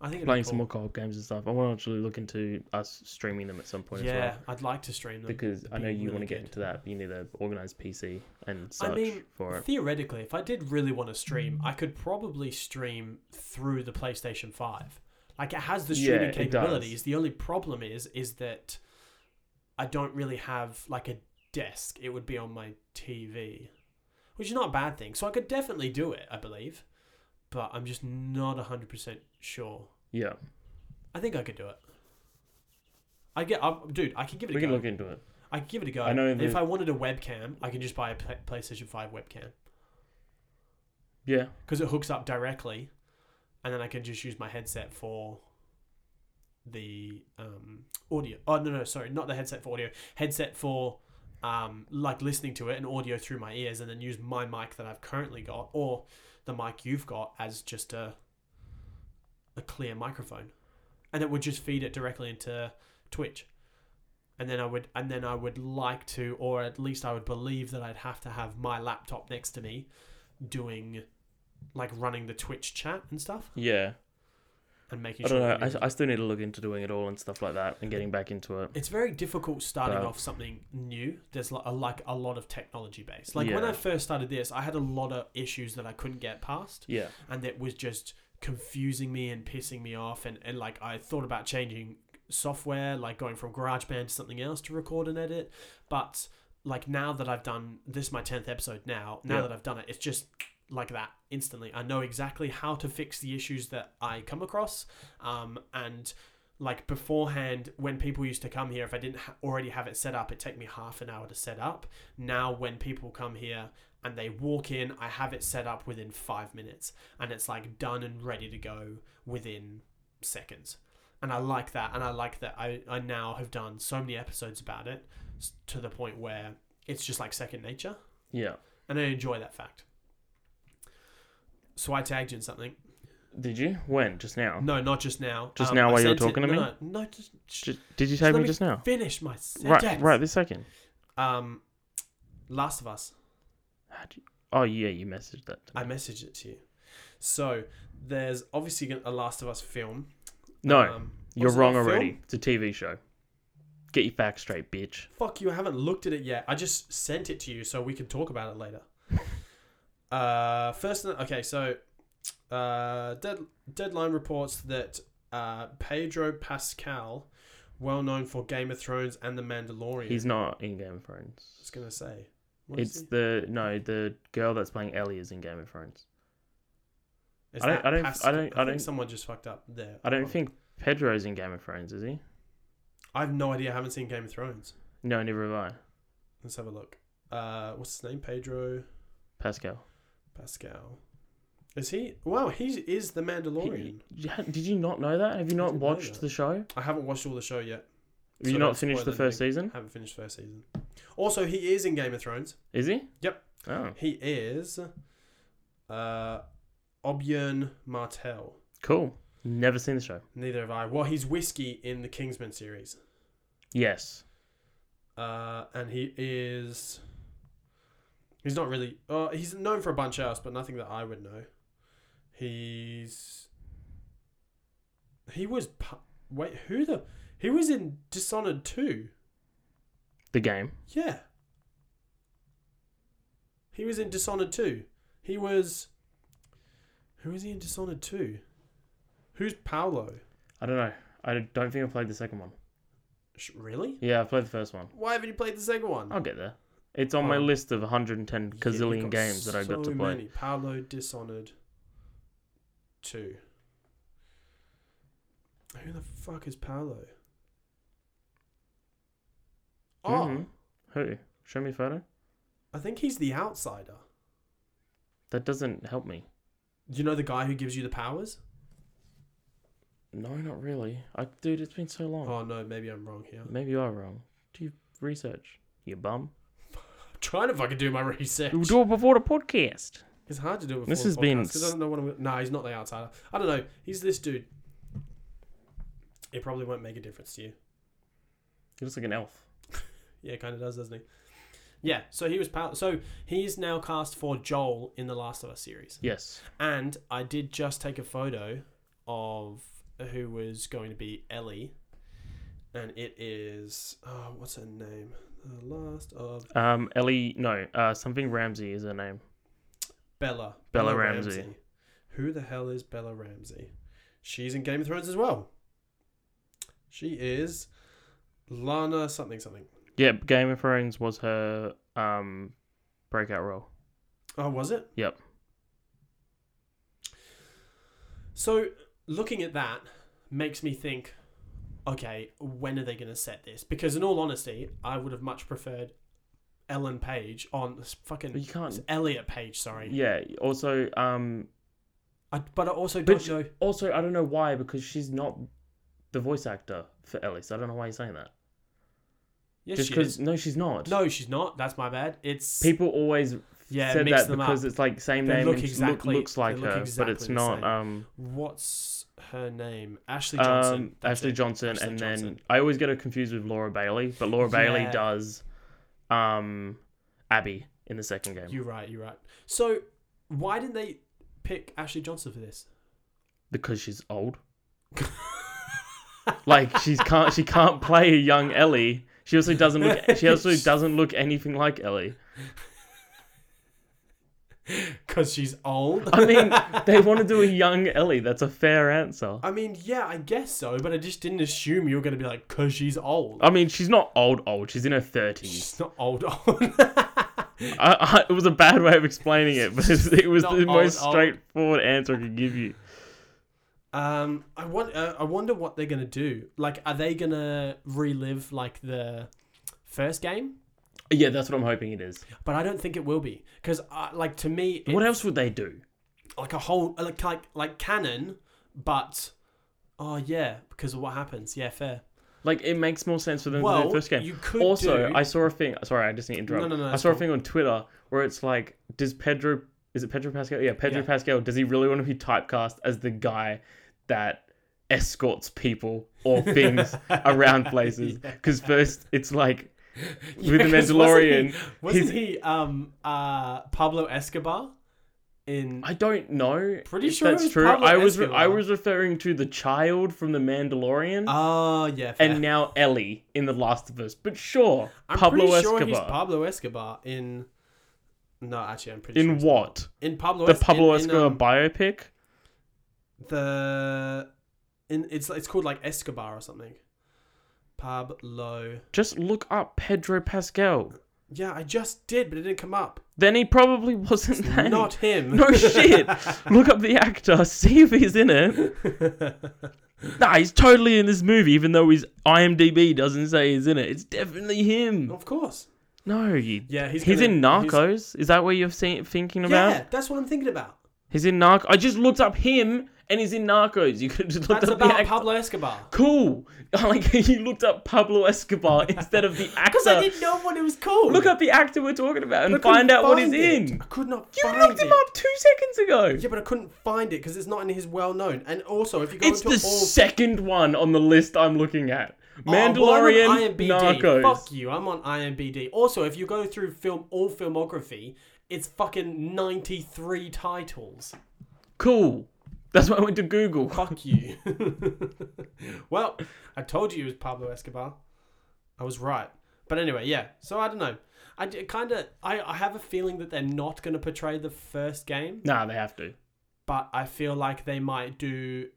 Speaker 1: i think it'd be
Speaker 2: playing some
Speaker 1: cool.
Speaker 2: more co-op games and stuff. I want to actually look into us streaming them at some point as
Speaker 1: yeah
Speaker 2: well.
Speaker 1: i'd like to stream them
Speaker 2: because I
Speaker 1: be
Speaker 2: know you want
Speaker 1: really
Speaker 2: to get
Speaker 1: good.
Speaker 2: into that. but You need to organize PC and
Speaker 1: I
Speaker 2: search
Speaker 1: mean,
Speaker 2: for it.
Speaker 1: theoretically if i did really want to stream i could probably stream through the playstation 5 like it has the streaming
Speaker 2: Yeah, it does.
Speaker 1: capabilities the only problem is is that i don't really have like a desk it would be on my tv which is not a bad thing. So I could definitely do it, I believe, but I'm just not 100% sure.
Speaker 2: Yeah,
Speaker 1: I think I could do it. I get, i dude. I could give it
Speaker 2: we
Speaker 1: a
Speaker 2: can
Speaker 1: go.
Speaker 2: look into it.
Speaker 1: I could give it a go.
Speaker 2: I know
Speaker 1: And if
Speaker 2: the-
Speaker 1: I wanted a webcam, I can just buy a Pla- PlayStation Five webcam
Speaker 2: Yeah,
Speaker 1: because it hooks up directly, and then I can just use my headset for the um, audio. Oh no, no, sorry, not the headset for audio. Headset for um, like listening to it and audio through my ears, and then use my mic that I've currently got or the mic you've got as just a a clear microphone, and it would just feed it directly into Twitch. And then I would, and then I would like to, or at least I would believe that I'd have to have my laptop next to me, doing, like running the Twitch chat and stuff,
Speaker 2: yeah.
Speaker 1: and making
Speaker 2: I
Speaker 1: sure.
Speaker 2: don't know.
Speaker 1: that
Speaker 2: I, I still need to look into doing it all and stuff like that and getting back into it.
Speaker 1: It's very difficult starting
Speaker 2: But-
Speaker 1: off something new. There's like a, like a lot of technology based. Like when
Speaker 2: Yeah.
Speaker 1: I first started this, I had a lot of issues that I couldn't get past,
Speaker 2: Yeah,
Speaker 1: and it was just confusing me and pissing me off. And, and like I thought about changing software, like going from GarageBand to something else to record and edit. But like now that I've done this, is my tenth episode now. Now
Speaker 2: Yeah.
Speaker 1: that I've done it, it's just like that instantly. I know exactly how to fix the issues that I come across. Um, and like beforehand, when people used to come here, if I didn't ha- already have it set up, it'd take me half an hour to set up. Now, when people come here and they walk in, I have it set up within five minutes and it's like done and ready to go within seconds. And I like that. And I like that I, I now have done so many episodes about it s- to the point where it's just like second nature
Speaker 2: yeah.
Speaker 1: and I enjoy that fact. So I tagged you in something.
Speaker 2: Did you? When? Just now?
Speaker 1: No, not just now.
Speaker 2: Oh.
Speaker 1: Um,
Speaker 2: Just now
Speaker 1: I
Speaker 2: while you were
Speaker 1: sent
Speaker 2: talking
Speaker 1: it,
Speaker 2: to me?
Speaker 1: No, no, no, just, just
Speaker 2: Ju- did you
Speaker 1: let
Speaker 2: tag me
Speaker 1: me
Speaker 2: just now?
Speaker 1: finish my
Speaker 2: Right,
Speaker 1: sentence.
Speaker 2: right. This second.
Speaker 1: Um, Last of Us.
Speaker 2: How'd you- Oh yeah, you messaged that. to
Speaker 1: I
Speaker 2: me.
Speaker 1: messaged it to you. So there's obviously gonna- a Last of Us film.
Speaker 2: no,
Speaker 1: Um,
Speaker 2: you're
Speaker 1: was it a
Speaker 2: wrong
Speaker 1: film?
Speaker 2: already. It's a TV show. Get your facts straight, bitch.
Speaker 1: Fuck you, I haven't looked at it yet. I just sent it to you so we can talk about it
Speaker 2: [LAUGHS]
Speaker 1: later. uh, first, okay, so uh, Dead, Deadline reports that uh, Pedro Pascal, well known for Game of Thrones and The Mandalorian,
Speaker 2: He's not in Game of Thrones.
Speaker 1: I was gonna say, what is
Speaker 2: It's
Speaker 1: he?
Speaker 2: the no, the girl that's playing Ellie is in Game of Thrones.
Speaker 1: Is
Speaker 2: I don't-
Speaker 1: that
Speaker 2: I don't- I don't- I
Speaker 1: think
Speaker 2: don't-
Speaker 1: Someone just fucked up there.
Speaker 2: I don't think Pedro's in Game of Thrones, is he?
Speaker 1: I have no idea. I haven't seen Game of Thrones.
Speaker 2: No, never have I.
Speaker 1: Let's have a look. Uh, what's his name? Pedro
Speaker 2: Pascal.
Speaker 1: Pascal. Is he? Wow, he is the
Speaker 2: He-
Speaker 1: Mandalorian.
Speaker 2: Yeah, did you not know that? Have you not
Speaker 1: didn't know
Speaker 2: watched
Speaker 1: that.
Speaker 2: the show?
Speaker 1: I haven't watched all the show yet.
Speaker 2: Have you
Speaker 1: So
Speaker 2: not
Speaker 1: don't
Speaker 2: finished
Speaker 1: spoil
Speaker 2: the first
Speaker 1: anything.
Speaker 2: season?
Speaker 1: Haven't finished first season. Also, he is in Game of Thrones.
Speaker 2: Is he?
Speaker 1: Yep.
Speaker 2: Oh,
Speaker 1: He is uh Obion Martell.
Speaker 2: cool. Never seen the show.
Speaker 1: Neither have I. Well, he's Whiskey in the Kingsman series.
Speaker 2: Yes.
Speaker 1: Uh and he is he's not really uh he's known for a bunch else, but nothing that I would know. He's he was pu- wait, who the he was in Dishonored 2.
Speaker 2: The game.
Speaker 1: Yeah. He was in Dishonored 2. He was. Who was he in Dishonored 2? Who's Paolo?
Speaker 2: I don't know. I don't think I played the second one.
Speaker 1: Sh- Really?
Speaker 2: Yeah, I played the first one.
Speaker 1: Why haven't you played the second one?
Speaker 2: I'll get there. It's on my
Speaker 1: Oh.
Speaker 2: list of 110
Speaker 1: Yeah,
Speaker 2: gazillion
Speaker 1: you've got
Speaker 2: games that I got
Speaker 1: so
Speaker 2: to play.
Speaker 1: Many. Paolo Dishonored 2. Who the fuck is Paolo? Oh,
Speaker 2: Mhm. Who? Show me a photo.
Speaker 1: I think he's the outsider.
Speaker 2: That doesn't help me.
Speaker 1: You know the guy who gives you the powers?
Speaker 2: No, not really. I, dude, it's been so long.
Speaker 1: Oh no, maybe I'm wrong here.
Speaker 2: Maybe you are wrong. Do you research? You bum.
Speaker 1: trying to fucking do my [LAUGHS] research.
Speaker 2: You do it before the podcast.
Speaker 1: It's hard to do. Before
Speaker 2: This
Speaker 1: the
Speaker 2: has been
Speaker 1: podcast, 'cause I don't know what I'm. No, he's not the outsider. I don't know. He's this dude. It probably won't make a difference to you.
Speaker 2: He looks like an elf.
Speaker 1: Yeah, kind of does, doesn't he? Yeah. So he was. Pal- so he is now cast for Joel in the Last of Us series.
Speaker 2: Yes.
Speaker 1: And I did just take a photo of who was going to be Ellie, and it is oh, what's her name? The Last of
Speaker 2: Um, Ellie. No. Uh, something Ramsey is her name.
Speaker 1: Bella.
Speaker 2: Bella Ramsey.
Speaker 1: Who the hell is Bella Ramsey? She's in Game of Thrones as well. She is Lana something something.
Speaker 2: Yeah. Game of Thrones was her um breakout role.
Speaker 1: Oh, was it?
Speaker 2: Yep.
Speaker 1: So looking at that makes me think, okay, when are they going to set this? Because in all honesty, I would have much preferred Ellen Page on this
Speaker 2: But
Speaker 1: fucking
Speaker 2: you can't.
Speaker 1: it's Elliot Page. Sorry,
Speaker 2: Yeah. Also, um,
Speaker 1: I, but I also
Speaker 2: But
Speaker 1: don't know.
Speaker 2: also I don't know why because she's not the voice actor for Ellie. So I don't know why you're saying that.
Speaker 1: Yes,
Speaker 2: Just
Speaker 1: she
Speaker 2: because
Speaker 1: is.
Speaker 2: no, she's not.
Speaker 1: No, she's not. That's my bad. It's
Speaker 2: People always
Speaker 1: yeah,
Speaker 2: said
Speaker 1: mix
Speaker 2: that
Speaker 1: them
Speaker 2: because
Speaker 1: up.
Speaker 2: it's like same
Speaker 1: They
Speaker 2: name
Speaker 1: look
Speaker 2: and just
Speaker 1: exactly-
Speaker 2: look, looks
Speaker 1: they
Speaker 2: like
Speaker 1: look
Speaker 2: her,
Speaker 1: exactly
Speaker 2: but it's
Speaker 1: the
Speaker 2: not.
Speaker 1: same.
Speaker 2: Um,
Speaker 1: What's her name? Ashley Johnson.
Speaker 2: um,
Speaker 1: That's
Speaker 2: Ashley
Speaker 1: it.
Speaker 2: Johnson,
Speaker 1: Ashley
Speaker 2: and then
Speaker 1: Johnson.
Speaker 2: I always get her confused with Laura Bailey, but Laura Bailey
Speaker 1: Yeah.
Speaker 2: does, um, Abby in the second game.
Speaker 1: You're right. You're right. So why didn't they pick Ashley Johnson for this? [LAUGHS]
Speaker 2: because she's old. like
Speaker 1: [LAUGHS]
Speaker 2: she's can't she can't play a young Ellie. She also doesn't look
Speaker 1: [LAUGHS]
Speaker 2: she also doesn't look anything like Ellie.
Speaker 1: Because she's old.
Speaker 2: I mean, they want to do a young Ellie. That's a fair answer.
Speaker 1: I mean, yeah, I guess so, but I just didn't assume you were going to be like, because she's old.
Speaker 2: I mean, she's not old old. She's in her 30s.
Speaker 1: She's not old, old.
Speaker 2: I, I, it was a bad way of explaining it, but it was
Speaker 1: Not
Speaker 2: the
Speaker 1: old,
Speaker 2: most
Speaker 1: old.
Speaker 2: straightforward answer I could give you.
Speaker 1: [LAUGHS] um, I, want, uh, I wonder what they're going to do. Like, are they going to relive, like, the first game?
Speaker 2: Yeah, that's what I'm hoping it is.
Speaker 1: But I don't think it will be. Because, uh, like, to me, it's
Speaker 2: What else would they do?
Speaker 1: like a whole, uh, like, like, like canon, but, oh, yeah, because of what happens. Yeah, fair.
Speaker 2: Like it makes more sense for them to do
Speaker 1: Well,
Speaker 2: the first game.
Speaker 1: you could
Speaker 2: also,
Speaker 1: do-
Speaker 2: I saw a thing. Sorry, I just need to interrupt.
Speaker 1: No, no, no,
Speaker 2: I
Speaker 1: that's
Speaker 2: saw a
Speaker 1: cool.
Speaker 2: thing on Twitter where it's like, does Pedro? Is it Pedro Pascal? Yeah, Pedro
Speaker 1: Yeah.
Speaker 2: Pascal. Does he really want to be typecast as the guy that escorts people
Speaker 1: [LAUGHS]
Speaker 2: or things around places? Because first, it's like [LAUGHS] with the
Speaker 1: 'cause wasn't he-
Speaker 2: Mandalorian,
Speaker 1: Wasn't he um uh Pablo Escobar in
Speaker 2: I don't know.
Speaker 1: Pretty
Speaker 2: if
Speaker 1: sure it
Speaker 2: that's
Speaker 1: was
Speaker 2: true.
Speaker 1: Pablo
Speaker 2: I was re- I
Speaker 1: Escobar.
Speaker 2: was referring to the child from the Mandalorian.
Speaker 1: Oh yeah, fair.
Speaker 2: and now Ellie in The Last of Us, but sure,
Speaker 1: I'm
Speaker 2: Pablo
Speaker 1: pretty
Speaker 2: Escobar.
Speaker 1: sure he's Pablo Escobar in No, actually I'm pretty
Speaker 2: in
Speaker 1: sure
Speaker 2: what?
Speaker 1: in Pablo
Speaker 2: the
Speaker 1: Es- in-
Speaker 2: Pablo
Speaker 1: in,
Speaker 2: Escobar
Speaker 1: um,
Speaker 2: biopic.
Speaker 1: the in it's it's called like Escobar or something. Pablo
Speaker 2: Just look up Pedro Pascal.
Speaker 1: Yeah, I just did, but it didn't come up.
Speaker 2: Then he probably wasn't that.
Speaker 1: Not him.
Speaker 2: [LAUGHS] No
Speaker 1: [LAUGHS]
Speaker 2: shit. look up the actor. [LAUGHS] See if he's in it. Nah, he's totally in this movie, even though his IMDb doesn't say he's in it. It's definitely [LAUGHS] him.
Speaker 1: of course.
Speaker 2: No, you.
Speaker 1: Yeah, he's
Speaker 2: He's,
Speaker 1: gonna-
Speaker 2: in Narcos. Is that what you're se- thinking about?
Speaker 1: Yeah, that's what I'm thinking about.
Speaker 2: He's in Narcos. I just looked up him, and he's in Narcos. You could have just looked
Speaker 1: That's
Speaker 2: up the
Speaker 1: about
Speaker 2: actor.
Speaker 1: Pablo
Speaker 2: [LAUGHS]
Speaker 1: Escobar.
Speaker 2: cool. Like you looked up Pablo Escobar
Speaker 1: [LAUGHS]
Speaker 2: instead of the
Speaker 1: Because I
Speaker 2: actor.
Speaker 1: didn't know what it was called.
Speaker 2: Look up the actor we're talking about and
Speaker 1: I couldn't
Speaker 2: find out what he's
Speaker 1: find it.
Speaker 2: in.
Speaker 1: I could not
Speaker 2: You
Speaker 1: find
Speaker 2: looked
Speaker 1: it.
Speaker 2: him up two seconds ago.
Speaker 1: Yeah, but I couldn't find it because it's not in his well known. And also, if you go
Speaker 2: it's the
Speaker 1: into all
Speaker 2: second one on the list I'm looking at.
Speaker 1: Oh, well, I'm on
Speaker 2: Mandalorian,
Speaker 1: IMDb.
Speaker 2: Narcos.
Speaker 1: Fuck you, I'm on IMDb. Also, if you go through film all filmography, it's fucking ninety three titles.
Speaker 2: Cool. That's why I went to Google.
Speaker 1: Fuck you. [LAUGHS] well, I told you it was Pablo Escobar. I was right. But anyway, yeah. So I don't know. I kind of I, I have a feeling that they're not going to portray the first game.
Speaker 2: [LAUGHS] Nah, they have to.
Speaker 1: but I feel like they might do.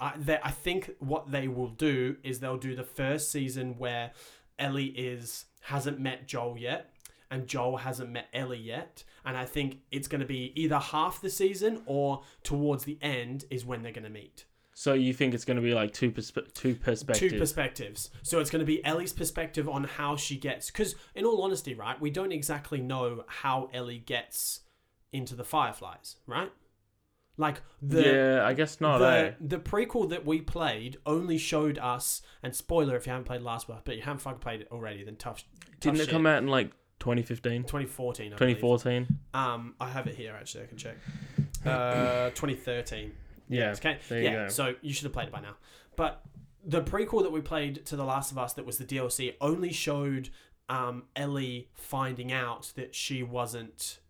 Speaker 1: I they, I think what they will do is they'll do the first season where Ellie is hasn't met Joel yet, and Joel hasn't met Ellie yet, and I think it's going to be either half the season or towards the end is when they're going to meet.
Speaker 2: So you think it's going to be like two perspe- two perspectives?
Speaker 1: Two perspectives. So it's going to be Ellie's perspective on how she gets. Because, in all honesty, right, we don't exactly know how Ellie gets into the Fireflies, right? Like, the,
Speaker 2: yeah, I guess not. eh?
Speaker 1: the, the prequel that we played only showed us, and spoiler if you haven't played Last One, but you haven't fucking played it already, then tough. tough
Speaker 2: Didn't
Speaker 1: shit.
Speaker 2: it come out in like 2015,
Speaker 1: 2014? 2014.
Speaker 2: 2014?
Speaker 1: Um, I have it here actually. I can check. Uh, 2013.
Speaker 2: Yeah.
Speaker 1: Okay.
Speaker 2: There you
Speaker 1: yeah.
Speaker 2: go.
Speaker 1: So you should have played it by now. But the prequel that we played to The Last of Us, that was the DLC, only showed um, Ellie finding out that she wasn't,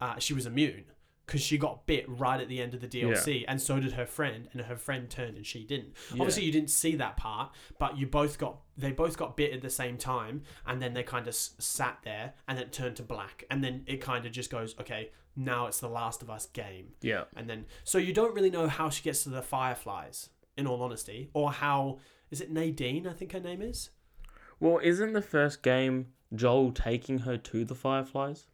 Speaker 1: uh, she was immune because she got bit right at the end of the DLC, and so did her friend, and her friend turned and she didn't. Obviously, you didn't see that part, but you both got they both got bit at the same time, and then they kind of s- sat there, and then it turned to black, and then it kind of just goes, okay, now it's The Last of Us game
Speaker 2: Yeah.
Speaker 1: and then so you don't really know how she gets to the fireflies in all honesty or how is it nadine i think her name is
Speaker 2: Well, isn't the first game Joel taking her to the Fireflies?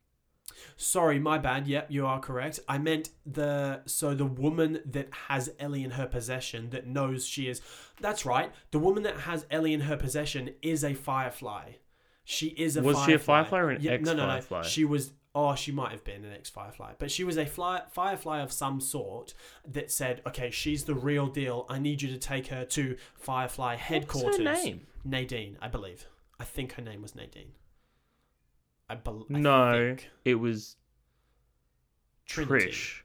Speaker 1: Sorry, my bad. Yep, you are correct. I meant the so the woman that has Ellie in her possession that knows she is. That's right. The woman that has Ellie in her possession is a Firefly. She is a
Speaker 2: Was
Speaker 1: firefly.
Speaker 2: she a Firefly or an
Speaker 1: no, no, no.
Speaker 2: ex-Firefly?
Speaker 1: She was. Oh, she might have been an ex Firefly, but she was a fly, Firefly of some sort that said, "Okay, she's the real deal. I need you to take her to Firefly
Speaker 2: What's
Speaker 1: headquarters."
Speaker 2: her name?
Speaker 1: Nadine, I believe. I think her name was Nadine. I believe.
Speaker 2: No, it was Trish.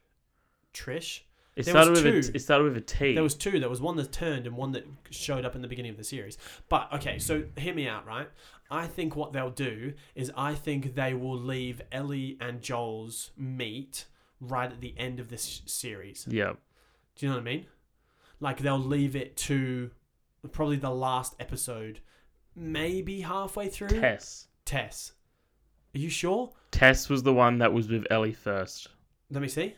Speaker 1: Trish.
Speaker 2: It
Speaker 1: There
Speaker 2: started
Speaker 1: was
Speaker 2: with a,
Speaker 1: two.
Speaker 2: it started with a T.
Speaker 1: There was two. There was one that turned and one that showed up in the beginning of the series. But okay, so hear me out, right? I think what they'll do is I think they will leave Ellie and Joel's meet right at the end of this series.
Speaker 2: yeah.
Speaker 1: Do you know what I mean? Like they'll leave it to probably the last episode, maybe halfway through.
Speaker 2: Tess.
Speaker 1: Tess. Are you sure?
Speaker 2: Tess was the one that was with Ellie first.
Speaker 1: Let me see.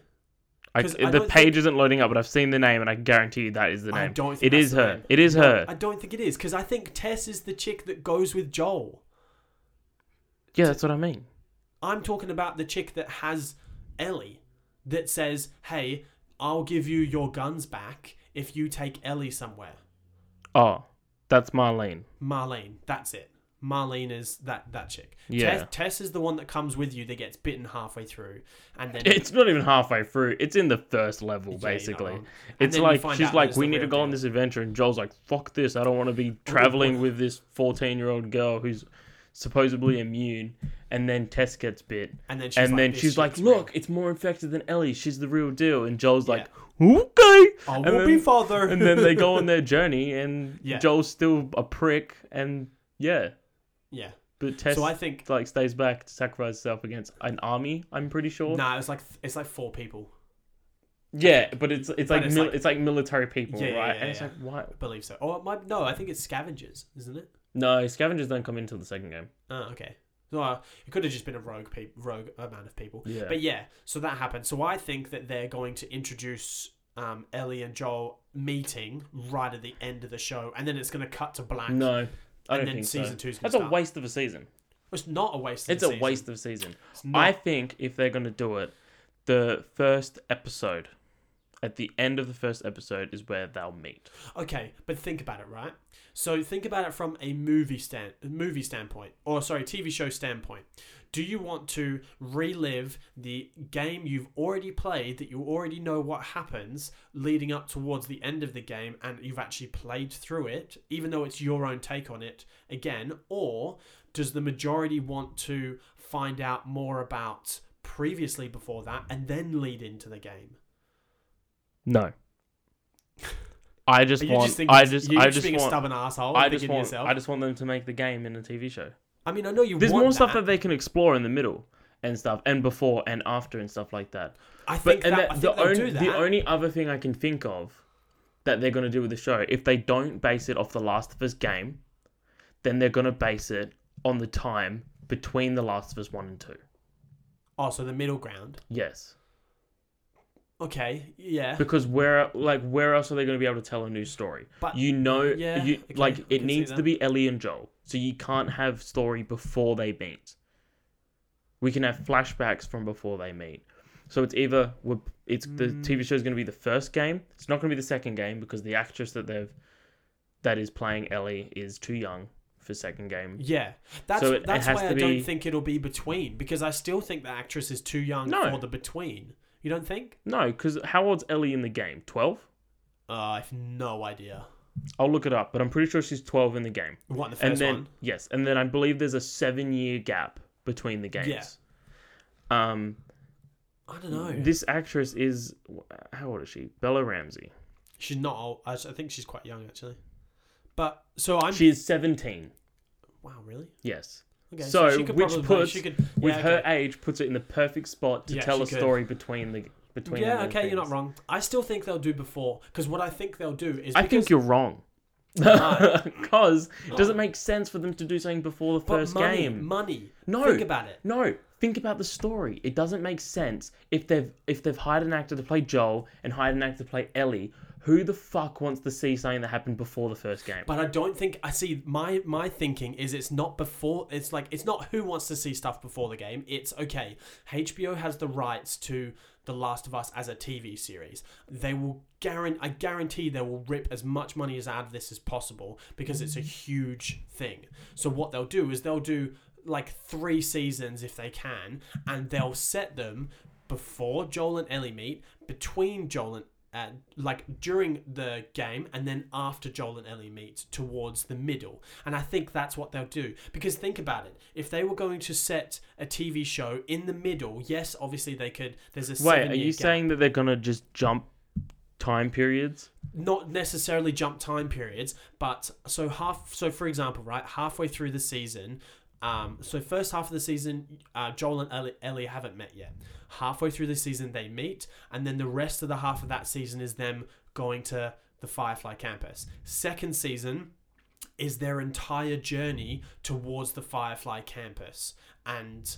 Speaker 2: I,
Speaker 1: 'Cause I
Speaker 2: the
Speaker 1: don't
Speaker 2: page
Speaker 1: think-
Speaker 2: isn't loading up, but I've seen the name, and I guarantee you that is the
Speaker 1: I
Speaker 2: name.
Speaker 1: don't think
Speaker 2: It
Speaker 1: that's
Speaker 2: is
Speaker 1: the
Speaker 2: her.
Speaker 1: name.
Speaker 2: It is her.
Speaker 1: I don't think it is because I think Tess is the chick that goes with Joel.
Speaker 2: Yeah, that's what I mean.
Speaker 1: I'm talking about the chick that has Ellie that says, "Hey, I'll give you your guns back if you take Ellie somewhere."
Speaker 2: Oh, that's Marlene.
Speaker 1: Marlene, that's it. Marlene is that that chick.
Speaker 2: Yeah.
Speaker 1: Tess, Tess is the one that comes with you that gets bitten halfway through, and then
Speaker 2: [LAUGHS] It's not even halfway through. It's in the first level,
Speaker 1: Yeah, you're not
Speaker 2: basically.
Speaker 1: wrong. And
Speaker 2: It's
Speaker 1: then you
Speaker 2: like
Speaker 1: find
Speaker 2: she's
Speaker 1: out
Speaker 2: like,
Speaker 1: there's
Speaker 2: we
Speaker 1: the
Speaker 2: need to
Speaker 1: real
Speaker 2: go on
Speaker 1: deal."
Speaker 2: this adventure, and Joel's like, fuck this. I don't want to be traveling with this fourteen-year-old girl who's supposedly immune. And then Tess gets bit,
Speaker 1: and then she's
Speaker 2: and
Speaker 1: like,
Speaker 2: then
Speaker 1: "This
Speaker 2: she's like,
Speaker 1: shit's real."
Speaker 2: look, it's more infected than Ellie. She's the real deal. And Joel's
Speaker 1: Yeah.
Speaker 2: like, okay.
Speaker 1: "I
Speaker 2: and
Speaker 1: will
Speaker 2: then-
Speaker 1: be father,"
Speaker 2: um, and then
Speaker 1: [LAUGHS]
Speaker 2: they go on their journey, and
Speaker 1: Yeah.
Speaker 2: Joel's still a prick, and yeah,
Speaker 1: yeah.
Speaker 2: but Tess
Speaker 1: So I think
Speaker 2: like stays back to sacrifice herself against an army. I'm pretty sure.
Speaker 1: nah, it's like it's like four people.
Speaker 2: Yeah, but it's it's like
Speaker 1: it's
Speaker 2: mil-
Speaker 1: like-
Speaker 2: it's like military people,
Speaker 1: Yeah, yeah,
Speaker 2: right?
Speaker 1: yeah,
Speaker 2: and it's
Speaker 1: yeah.
Speaker 2: like why?
Speaker 1: I believe so. Or it might no, I think it's scavengers, isn't it?
Speaker 2: No, scavengers don't come in until the second game.
Speaker 1: Oh, okay. Well, it could have just been a rogue peop rogue amount of people.
Speaker 2: Yeah,
Speaker 1: But yeah, so that happened. So I think that they're going to introduce um, Ellie and Joel meeting right at the end of the show, and then it's going to cut to black.
Speaker 2: no, I
Speaker 1: and
Speaker 2: don't
Speaker 1: then
Speaker 2: think
Speaker 1: season
Speaker 2: so.
Speaker 1: two's gonna
Speaker 2: That's a
Speaker 1: start.
Speaker 2: waste of a season.
Speaker 1: It's not a waste. Of
Speaker 2: It's
Speaker 1: the
Speaker 2: a
Speaker 1: season.
Speaker 2: waste of a season.
Speaker 1: It's not.
Speaker 2: I think if they're gonna do it, the first episode, at the end of the first episode, is where they'll meet.
Speaker 1: Okay, but think about it, right? So think about it from a movie stand movie standpoint, or sorry, TV show standpoint. Do you want to relive the game you've already played that you already know what happens leading up towards the end of the game and you've actually played through it, even though it's your own take on it again, or does the majority want to find out more about previously before that and then lead into the game?
Speaker 2: No. I just
Speaker 1: Are you
Speaker 2: want.
Speaker 1: just thinking,
Speaker 2: I just.
Speaker 1: you're
Speaker 2: I
Speaker 1: just
Speaker 2: just
Speaker 1: being a
Speaker 2: want.
Speaker 1: stubborn asshole.
Speaker 2: I
Speaker 1: and
Speaker 2: just
Speaker 1: thinking to
Speaker 2: want.
Speaker 1: yourself,
Speaker 2: I just want them to make the game in a TV show.
Speaker 1: I mean, I know you.
Speaker 2: There's
Speaker 1: want
Speaker 2: more stuff
Speaker 1: that.
Speaker 2: that they can explore in the middle and stuff, and before and after and stuff like that.
Speaker 1: I
Speaker 2: But
Speaker 1: think
Speaker 2: and
Speaker 1: that,
Speaker 2: that-
Speaker 1: I
Speaker 2: the
Speaker 1: think they'll
Speaker 2: only
Speaker 1: do that.
Speaker 2: the only other thing I can think of that they're gonna do with the show, if they don't base it off the Last of Us game, then they're gonna base it on the time between the Last of Us one and two.
Speaker 1: oh, so the middle ground.
Speaker 2: Yes,
Speaker 1: Okay, yeah.
Speaker 2: [LAUGHS] because where like where else are they gonna be able to tell a new story?
Speaker 1: But
Speaker 2: you know,
Speaker 1: yeah,
Speaker 2: you
Speaker 1: okay,
Speaker 2: like
Speaker 1: I can
Speaker 2: it
Speaker 1: see
Speaker 2: needs to
Speaker 1: that.
Speaker 2: be Ellie and Joel, so you can't have story before they meet. We can have flashbacks from before they meet. So it's either we're, it's the
Speaker 1: Mm.
Speaker 2: TV show is going to be the first game. It's not going to be the second game because the actress that they've that is playing Ellie is too young for second game.
Speaker 1: yeah, that's
Speaker 2: So it- it
Speaker 1: that's
Speaker 2: has
Speaker 1: why
Speaker 2: to
Speaker 1: I
Speaker 2: be-
Speaker 1: don't think it'll be between because I still think the actress is too young
Speaker 2: No.
Speaker 1: for the between. You don't think?
Speaker 2: No, because how old's Ellie in the game? Twelve.
Speaker 1: Uh, I have no idea.
Speaker 2: I'll look it up, but I'm pretty sure she's twelve in the game.
Speaker 1: What in the
Speaker 2: and
Speaker 1: first
Speaker 2: then
Speaker 1: one?
Speaker 2: yes, and then I believe there's a seven year gap between the games.
Speaker 1: Yeah.
Speaker 2: Um,
Speaker 1: I don't know.
Speaker 2: this actress is how old is she? Bella Ramsey.
Speaker 1: she's not old. I, s- I think she's quite young actually. But so I'm.
Speaker 2: She is seventeen.
Speaker 1: wow, really?
Speaker 2: Yes.
Speaker 1: Okay.
Speaker 2: So, which
Speaker 1: probably-
Speaker 2: puts
Speaker 1: she could,
Speaker 2: With
Speaker 1: yeah,
Speaker 2: her
Speaker 1: okay.
Speaker 2: age, puts it in the perfect spot to
Speaker 1: Yeah,
Speaker 2: tell
Speaker 1: she
Speaker 2: a
Speaker 1: could.
Speaker 2: story between the between. the
Speaker 1: Yeah,
Speaker 2: main
Speaker 1: okay, you're not
Speaker 2: things.
Speaker 1: wrong. I still think they'll do before because what I think they'll do is
Speaker 2: I
Speaker 1: because-
Speaker 2: think you're wrong.
Speaker 1: No.
Speaker 2: [LAUGHS] Because it
Speaker 1: No.
Speaker 2: doesn't make sense for them to do something before the
Speaker 1: but
Speaker 2: first
Speaker 1: money,
Speaker 2: game.
Speaker 1: Money.
Speaker 2: No.
Speaker 1: Think about it.
Speaker 2: No, think about the story. It doesn't make sense if they've if they've hired an actor to play Joel and hired an actor to play Ellie, Who the fuck wants to see something that happened before the first game?
Speaker 1: But I don't think I see my my thinking is it's not before it's like it's not who wants to see stuff before the game. It's okay. HBO has the rights to The Last of Us as a TV series. They will guarantee I guarantee they will rip as much money as out of this as possible because it's a huge thing. So what they'll do is they'll do like three seasons if they can, and they'll set them before Joel and Ellie meet, between Joel and uh, like during the game and then after Joel and Ellie meet towards the middle. And I think that's what they'll do. Because think about it. If they were going to set a TV show in the middle, yes, obviously they could. There's a
Speaker 2: Wait,
Speaker 1: seven
Speaker 2: are
Speaker 1: year
Speaker 2: you
Speaker 1: gap.
Speaker 2: saying that they're gonna just jump time periods?
Speaker 1: not necessarily jump time periods, but so half. So for example, right, halfway through the season, um, so first half of the season, uh, Joel and Ellie, Ellie haven't met yet. Halfway through the season, they meet, and then the rest of the half of that season is them going to the Firefly campus. Second season is their entire journey towards the Firefly campus, and.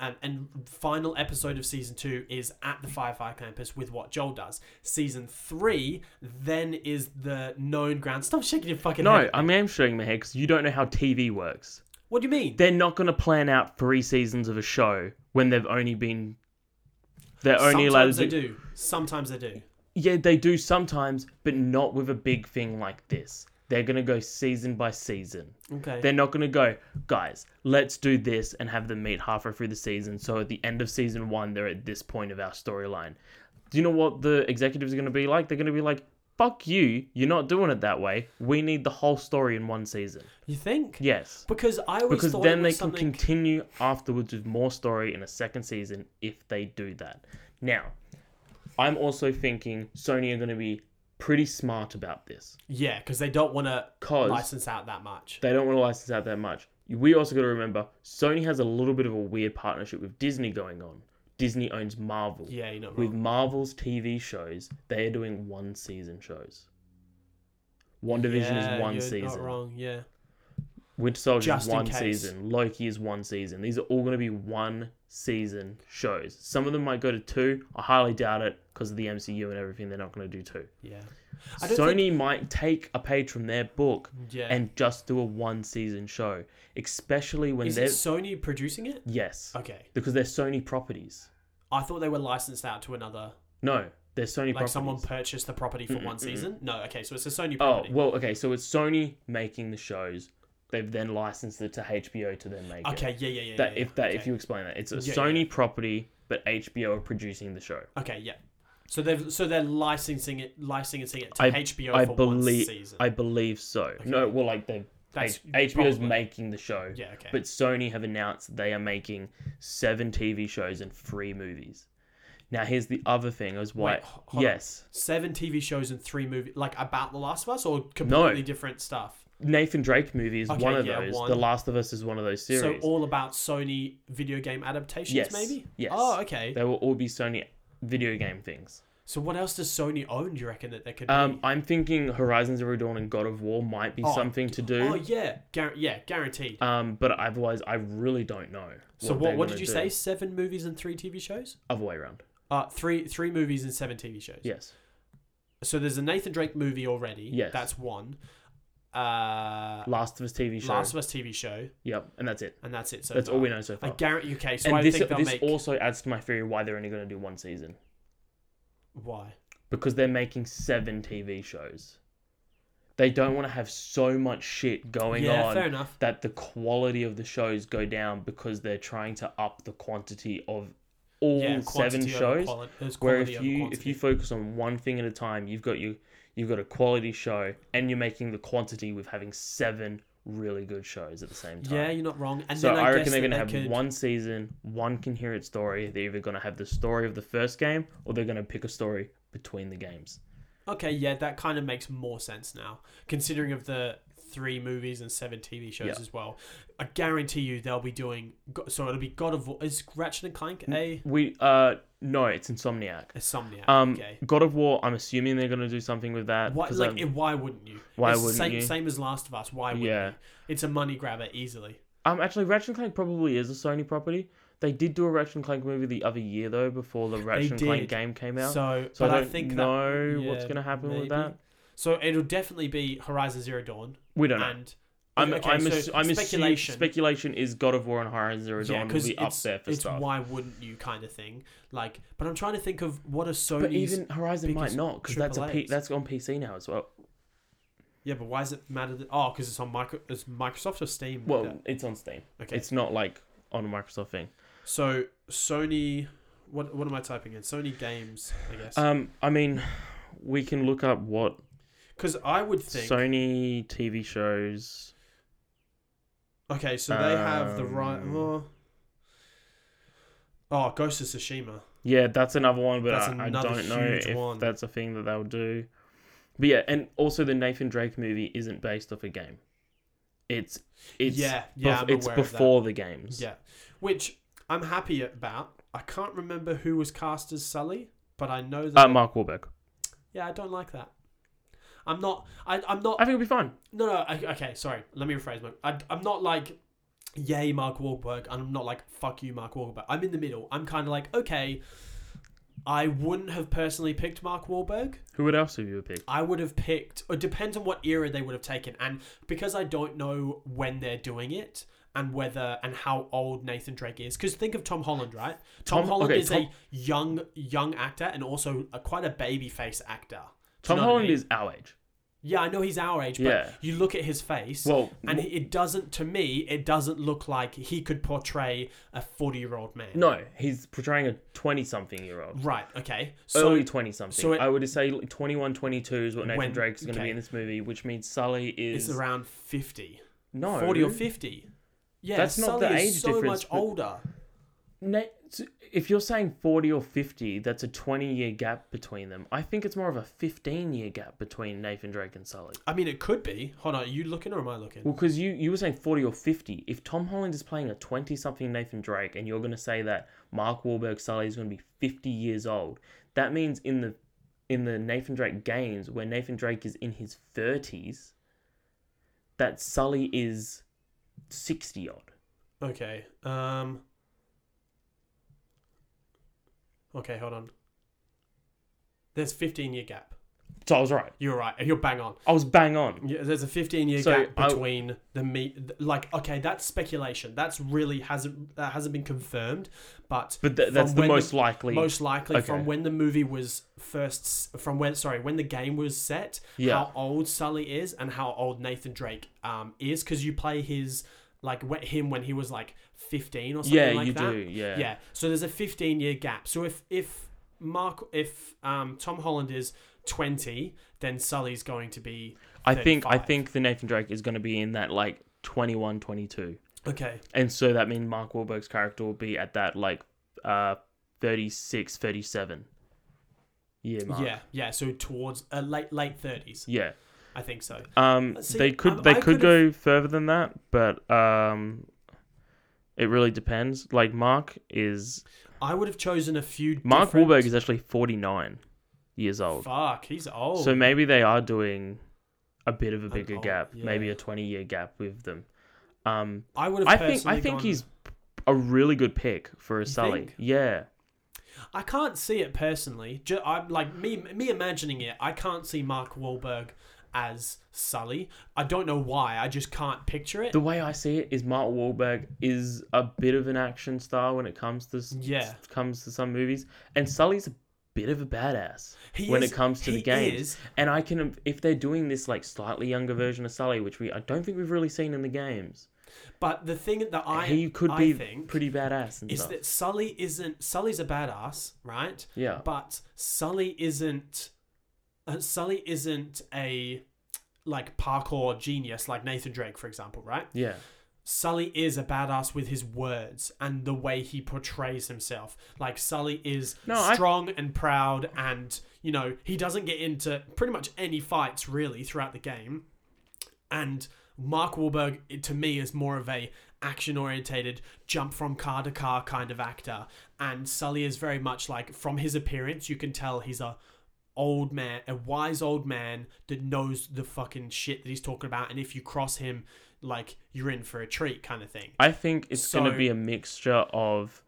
Speaker 1: And, and final episode of season two is at the Firefly campus with what Joel does. Season three then is the known ground. Stop shaking your fucking
Speaker 2: No,
Speaker 1: head.
Speaker 2: I mean, I'm showing my head because you don't know how TV works.
Speaker 1: What do you mean?
Speaker 2: They're not gonna plan out three seasons of a show when they've only been. They're only allowed
Speaker 1: Sometimes
Speaker 2: to
Speaker 1: they
Speaker 2: do
Speaker 1: do. Sometimes they do.
Speaker 2: Yeah, they do sometimes, but not with a big thing like this. They're going to go season by season.
Speaker 1: Okay.
Speaker 2: They're not going to go, guys, let's do this and have them meet halfway through the season. So at the end of season one, they're at this point of our storyline. Do you know what the executives are going to be like? They're going to be like, fuck you. You're not doing it that way. We need the whole story in one season.
Speaker 1: you think?
Speaker 2: Yes.
Speaker 1: Because I always
Speaker 2: Because
Speaker 1: thought
Speaker 2: then
Speaker 1: it
Speaker 2: they
Speaker 1: was
Speaker 2: can
Speaker 1: something.
Speaker 2: continue afterwards with more story in a second season if they do that. Now, I'm also thinking Sony are going to be pretty smart about this
Speaker 1: yeah, because they don't want to
Speaker 2: because
Speaker 1: license out that much.
Speaker 2: they don't want to license out that much. We also got to remember Sony has a little bit of a weird partnership with Disney going on. Disney owns Marvel.
Speaker 1: yeah, you know.
Speaker 2: With Marvel's TV shows, they are doing one season shows. WandaVision
Speaker 1: yeah,
Speaker 2: is one
Speaker 1: you're
Speaker 2: season.
Speaker 1: Not wrong. Yeah.
Speaker 2: Winter Soldier is
Speaker 1: Just in
Speaker 2: one
Speaker 1: case.
Speaker 2: season. Loki is one season. These are all going to be one season shows. Some of them might go to two. I highly doubt it because of the MCU and everything. They're not going to do two.
Speaker 1: Yeah. I don't
Speaker 2: Sony might take a page from their book
Speaker 1: Yeah.
Speaker 2: and just do a one season show, especially when
Speaker 1: is
Speaker 2: they're
Speaker 1: it Oh. Sony producing it?
Speaker 2: yes,
Speaker 1: Okay.
Speaker 2: because they're Sony properties.
Speaker 1: I thought they were licensed out to another.
Speaker 2: No, they're Sony
Speaker 1: Like
Speaker 2: properties.
Speaker 1: someone purchased the property for one season. No. Okay, so it's a Sony
Speaker 2: oh
Speaker 1: property.
Speaker 2: well, okay. So it's Sony making the shows. They've then licensed it to HBO to then make it.
Speaker 1: okay. Yeah. Yeah. Yeah.
Speaker 2: that
Speaker 1: yeah,
Speaker 2: if that
Speaker 1: okay.
Speaker 2: if you explain that it's a
Speaker 1: Yeah,
Speaker 2: sony property but hbo are producing the show
Speaker 1: Okay. Yeah. So they've so they're licensing it licensing it to
Speaker 2: I-
Speaker 1: HBO
Speaker 2: i
Speaker 1: for one
Speaker 2: believe
Speaker 1: season.
Speaker 2: i believe so no well like they
Speaker 1: That's
Speaker 2: H- hbo's
Speaker 1: probably-
Speaker 2: making the show
Speaker 1: yeah. Okay.
Speaker 2: but sony have announced they are making seven tv shows and three movies now here's the other thing is why
Speaker 1: Wait, ho- hold on.
Speaker 2: yes
Speaker 1: seven TV shows and three movies, like about The Last of Us, or completely different stuff.
Speaker 2: nathan drake movie is
Speaker 1: Okay,
Speaker 2: one of
Speaker 1: yeah,
Speaker 2: those
Speaker 1: one.
Speaker 2: the last of us is one of those series
Speaker 1: So all about Sony video game adaptations,
Speaker 2: Yes,
Speaker 1: maybe.
Speaker 2: yes.
Speaker 1: Oh, okay.
Speaker 2: they will all be sony video game things
Speaker 1: So what else does Sony own? Do you reckon that they could?
Speaker 2: um,
Speaker 1: be?
Speaker 2: i'm thinking horizon zero dawn and god of war might be
Speaker 1: Oh,
Speaker 2: something to do
Speaker 1: Oh yeah, Guar- yeah, guaranteed.
Speaker 2: Um, but otherwise, I really don't know.
Speaker 1: so what?
Speaker 2: they're
Speaker 1: What
Speaker 2: gonna
Speaker 1: did you
Speaker 2: do.
Speaker 1: say? Seven movies and three TV shows.
Speaker 2: Other way around.
Speaker 1: Uh, three three movies and seven TV shows.
Speaker 2: Yes.
Speaker 1: So there's a Nathan Drake movie already.
Speaker 2: Yes.
Speaker 1: That's one. Uh,
Speaker 2: Last of Us TV show.
Speaker 1: Last of Us TV show,
Speaker 2: Yep. And that's it.
Speaker 1: and that's it. So
Speaker 2: That's all
Speaker 1: far.
Speaker 2: we know so
Speaker 1: I
Speaker 2: far.
Speaker 1: guarantee. Okay, so I
Speaker 2: and this
Speaker 1: think they'll
Speaker 2: this
Speaker 1: make
Speaker 2: also adds to my theory why they're only going to do one season
Speaker 1: why.
Speaker 2: because they're making seven TV shows. They don't want to have so much shit going
Speaker 1: Yeah,
Speaker 2: on
Speaker 1: fair enough.
Speaker 2: that the quality of the shows go down because they're trying to up the quantity of all
Speaker 1: yeah,
Speaker 2: seven
Speaker 1: quantity over
Speaker 2: shows.
Speaker 1: quali- there's
Speaker 2: Where
Speaker 1: quality
Speaker 2: if
Speaker 1: over
Speaker 2: you if
Speaker 1: quantity.
Speaker 2: you focus on one thing at a time, you've got you you've got a quality show, and you're making the quantity with having seven really good shows at the same time.
Speaker 1: yeah, you're not wrong. And
Speaker 2: So
Speaker 1: then
Speaker 2: I,
Speaker 1: I,
Speaker 2: reckon
Speaker 1: guess
Speaker 2: they're
Speaker 1: that
Speaker 2: going
Speaker 1: they
Speaker 2: to have
Speaker 1: could,
Speaker 2: one season, one coherent story. They're either going to have the story of the first game, or they're going to pick a story between the games.
Speaker 1: Okay, yeah, that kind of makes more sense now, considering of the three movies and seven TV shows
Speaker 2: Yeah.
Speaker 1: as well. I guarantee you they'll be doing. go- So it'll be God of War. Is Ratchet and Clank
Speaker 2: Hmm.
Speaker 1: a
Speaker 2: We uh no, it's Insomniac.
Speaker 1: Insomniac?
Speaker 2: Um,
Speaker 1: okay.
Speaker 2: God of War. I'm assuming they're going to do something with that.
Speaker 1: Why,
Speaker 2: 'cause,
Speaker 1: like,
Speaker 2: um,
Speaker 1: it- why wouldn't you?
Speaker 2: why
Speaker 1: It's
Speaker 2: wouldn't
Speaker 1: same,
Speaker 2: you?
Speaker 1: Same as Last of Us. Why wouldn't
Speaker 2: Yeah.
Speaker 1: you? It's a money grabber easily.
Speaker 2: Um, actually, Ratchet and Clank probably is a Sony property. They did do a Ratchet and Clank movie the other year though, before the Ratchet and Clank
Speaker 1: did.
Speaker 2: game came out. So,
Speaker 1: So,
Speaker 2: I
Speaker 1: but
Speaker 2: don't
Speaker 1: I, think that,
Speaker 2: know what's
Speaker 1: yeah,
Speaker 2: gonna happen
Speaker 1: maybe.
Speaker 2: with that.
Speaker 1: so it'll definitely be Horizon Zero Dawn
Speaker 2: We don't know.
Speaker 1: and
Speaker 2: I'm,
Speaker 1: okay,
Speaker 2: I'm,
Speaker 1: so
Speaker 2: ass- I'm
Speaker 1: speculation.
Speaker 2: speculation. speculation is God of War and Horizon Zero
Speaker 1: yeah,
Speaker 2: Dawn will
Speaker 1: because
Speaker 2: be up
Speaker 1: it's,
Speaker 2: there for
Speaker 1: it's
Speaker 2: stuff.
Speaker 1: why wouldn't you kind of thing. Like, but I'm trying to think of what are Sony's.
Speaker 2: But even Horizon might
Speaker 1: biggest
Speaker 2: not because that's a
Speaker 1: triple
Speaker 2: P-
Speaker 1: A's.
Speaker 2: that's on PC now as well.
Speaker 1: yeah, but why does it matter? That, oh, because it's on micro. It's Microsoft or Steam.
Speaker 2: Well,
Speaker 1: Yeah.
Speaker 2: it's on Steam.
Speaker 1: okay.
Speaker 2: It's not like on a Microsoft thing.
Speaker 1: so Sony. What what am I typing in? Sony games, I guess.
Speaker 2: Um, I mean, we can look up what
Speaker 1: Because I would think.
Speaker 2: Sony TV shows.
Speaker 1: okay, so they have the right.
Speaker 2: um,
Speaker 1: Oh, oh, Ghost of Tsushima.
Speaker 2: Yeah, that's another one, but
Speaker 1: That's
Speaker 2: I, I
Speaker 1: another
Speaker 2: don't know
Speaker 1: huge
Speaker 2: if
Speaker 1: one.
Speaker 2: that's a thing that they'll do. But yeah, and also the Nathan Drake movie isn't based off a game. It's it's
Speaker 1: yeah, yeah,
Speaker 2: bef-
Speaker 1: I'm
Speaker 2: it's
Speaker 1: aware of that.
Speaker 2: before the games.
Speaker 1: Yeah, which I'm happy about. I can't remember who was cast as Sully, but I know that.
Speaker 2: Uh, Mark Wahlberg.
Speaker 1: yeah, I don't like that. I'm not. I, I'm not.
Speaker 2: I think it'll be fine.
Speaker 1: No, no. I, okay, sorry. Let me rephrase. My, I, I'm not like, yay, Mark Wahlberg. and I'm not like, fuck you, Mark Wahlberg. I'm in the middle. I'm kind of like, okay. I wouldn't have personally picked Mark Wahlberg.
Speaker 2: Who would else have you picked?
Speaker 1: I would have picked. It depends on what era they would have taken, and because I don't know when they're doing it and whether and how old Nathan Drake is. Because think of Tom Holland, right? Tom,
Speaker 2: Tom-
Speaker 1: Holland
Speaker 2: okay,
Speaker 1: is a
Speaker 2: Tom-
Speaker 1: young young actor and also a, quite a baby face actor. Do you
Speaker 2: Tom
Speaker 1: know what I
Speaker 2: Holland
Speaker 1: mean?
Speaker 2: is our age.
Speaker 1: Yeah, I know he's our age, but
Speaker 2: Yeah.
Speaker 1: you look at his face.
Speaker 2: Well,
Speaker 1: and it doesn't, to me, it doesn't look like he could portray a 40 year old man.
Speaker 2: no, he's portraying a 20 something year old.
Speaker 1: Right, okay. So,
Speaker 2: Early 20 something.
Speaker 1: so it-
Speaker 2: I would say like 21, 22 is what Nathan
Speaker 1: When-
Speaker 2: Drake's going to
Speaker 1: okay.
Speaker 2: be in this movie, which means Sully
Speaker 1: it's
Speaker 2: is.
Speaker 1: around 50.
Speaker 2: no.
Speaker 1: 40 or 50. Yeah,
Speaker 2: That's not
Speaker 1: Sully
Speaker 2: the
Speaker 1: is
Speaker 2: age
Speaker 1: so
Speaker 2: difference,
Speaker 1: much
Speaker 2: but-
Speaker 1: older.
Speaker 2: Na- so if you're saying 40 or 50, that's a 20 year gap between them. I think it's more of a 15 year gap between Nathan Drake and Sully.
Speaker 1: I mean, it could be. Hold on, are you looking or am I looking?
Speaker 2: Well, because you, you were saying 40 or 50. If Tom Holland is playing a 20 something Nathan Drake and you're going to say that Mark Wahlberg Sully is going to be 50 years old, that means in the in the Nathan Drake games where Nathan Drake is in his 30s, that Sully is 60 odd.
Speaker 1: Okay. Um. Okay, hold on. There's 15 year gap.
Speaker 2: So I was right.
Speaker 1: You're right. You're bang on.
Speaker 2: I was bang on.
Speaker 1: Yeah, there's a 15 year
Speaker 2: So,
Speaker 1: gap
Speaker 2: I-
Speaker 1: between the meet. Like, okay, that's speculation. That's really hasn't that hasn't been confirmed, but
Speaker 2: But th-
Speaker 1: from
Speaker 2: that's the
Speaker 1: when
Speaker 2: most likely.
Speaker 1: most likely from
Speaker 2: Okay.
Speaker 1: when the movie was first s- from when sorry when the game was set
Speaker 2: Yeah.
Speaker 1: how old sully is and how old nathan drake um is because you play his like wet him when he was like 15 or something
Speaker 2: yeah,
Speaker 1: like
Speaker 2: you
Speaker 1: that
Speaker 2: do. Yeah.
Speaker 1: yeah so there's a 15 year gap so if if mark if um tom holland is 20 then sully's going to be
Speaker 2: I think I
Speaker 1: 35.
Speaker 2: think the Nathan Drake is going to be in that like 21, 22.
Speaker 1: okay
Speaker 2: And so that means Mark Wahlberg's character will be at that like uh 36, 37 year mark.
Speaker 1: yeah yeah so towards uh, late late 30s
Speaker 2: Yeah.
Speaker 1: i think so
Speaker 2: Um
Speaker 1: See,
Speaker 2: they could
Speaker 1: um,
Speaker 2: they
Speaker 1: I
Speaker 2: could go further than that, but um it really depends. Like Mark is
Speaker 1: i would have chosen a few
Speaker 2: Mark
Speaker 1: different-
Speaker 2: Wahlberg is actually 49 years old.
Speaker 1: fuck he's old
Speaker 2: So maybe they are doing a bit of a bigger
Speaker 1: Oh. old-
Speaker 2: gap, maybe
Speaker 1: yeah.
Speaker 2: a 20 year gap with them. Um
Speaker 1: I would have.
Speaker 2: I think I
Speaker 1: personally
Speaker 2: think
Speaker 1: gone-
Speaker 2: he's a really good pick for a Sully.
Speaker 1: think?
Speaker 2: Yeah.
Speaker 1: I can't see it personally. Ju- I'm like me. Me imagining it. I can't see Mark Wahlberg as Sully. I don't know why. I just can't picture it.
Speaker 2: The way I see it is Mark Wahlberg is a bit of an action star when it comes to s-
Speaker 1: Yeah.
Speaker 2: comes to some movies, and Sully's a bit of a badass
Speaker 1: He
Speaker 2: when
Speaker 1: is-
Speaker 2: it comes to the
Speaker 1: he
Speaker 2: games.
Speaker 1: is-
Speaker 2: And I can if they're doing this like slightly younger version of Sully, which we I don't think we've really seen in the games,
Speaker 1: but the thing that I
Speaker 2: he could
Speaker 1: I
Speaker 2: be
Speaker 1: think
Speaker 2: pretty badass and
Speaker 1: is
Speaker 2: stuff.
Speaker 1: that Sully isn't. Sully's a badass, right?
Speaker 2: yeah,
Speaker 1: But Sully isn't. Uh, Sully isn't a like parkour genius like Nathan Drake, for example, right?
Speaker 2: yeah,
Speaker 1: Sully is a badass with his words and the way he portrays himself. Like Sully is
Speaker 2: No, I-
Speaker 1: strong and proud and you know, he doesn't get into pretty much any fights really throughout the game. And Mark Wahlberg it- to me is more of a action orientated jump from car to car kind of actor and Sully is very much like from his appearance you can tell he's a old man, a wise old man that knows the fucking shit that he's talking about. And if you cross him, like you're in for a treat, kind of thing.
Speaker 2: I think it's
Speaker 1: So- [COUGHS]
Speaker 2: gonna be a mixture of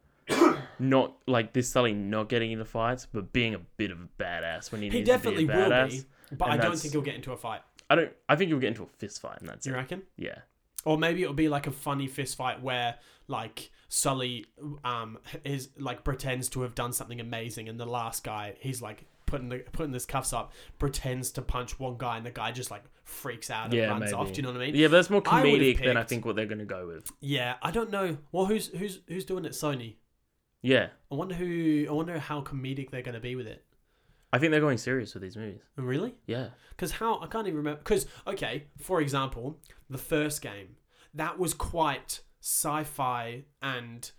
Speaker 2: not like this Sully not getting into fights, but being a bit of a badass when he,
Speaker 1: He
Speaker 2: needs
Speaker 1: definitely
Speaker 2: to be a
Speaker 1: will
Speaker 2: badass.
Speaker 1: be, but
Speaker 2: and
Speaker 1: I don't
Speaker 2: that's-
Speaker 1: think he'll get into a fight.
Speaker 2: I don't. I think you'll get into a fist fight, and that's
Speaker 1: Do you
Speaker 2: it.
Speaker 1: reckon?
Speaker 2: Yeah,
Speaker 1: Or maybe it'll be like a funny fist fight where like Sully um is like pretends to have done something amazing, and the last guy he's like putting the putting his cuffs up, pretends to punch one guy, and the guy just like freaks out and
Speaker 2: Yeah,
Speaker 1: runs off.
Speaker 2: maybe.
Speaker 1: Do you know what I mean?
Speaker 2: yeah, but that's more
Speaker 1: I would've
Speaker 2: comedic than I
Speaker 1: picked-
Speaker 2: think what they're gonna go with.
Speaker 1: Yeah, I don't know. Well, who's who's who's doing it? Sony.
Speaker 2: Yeah,
Speaker 1: I wonder who. I wonder how comedic they're going to be with it.
Speaker 2: I think they're going serious with these movies.
Speaker 1: Really?
Speaker 2: Yeah,
Speaker 1: Because how I can't even remember. Because okay, for example, the first game that was quite sci-fi and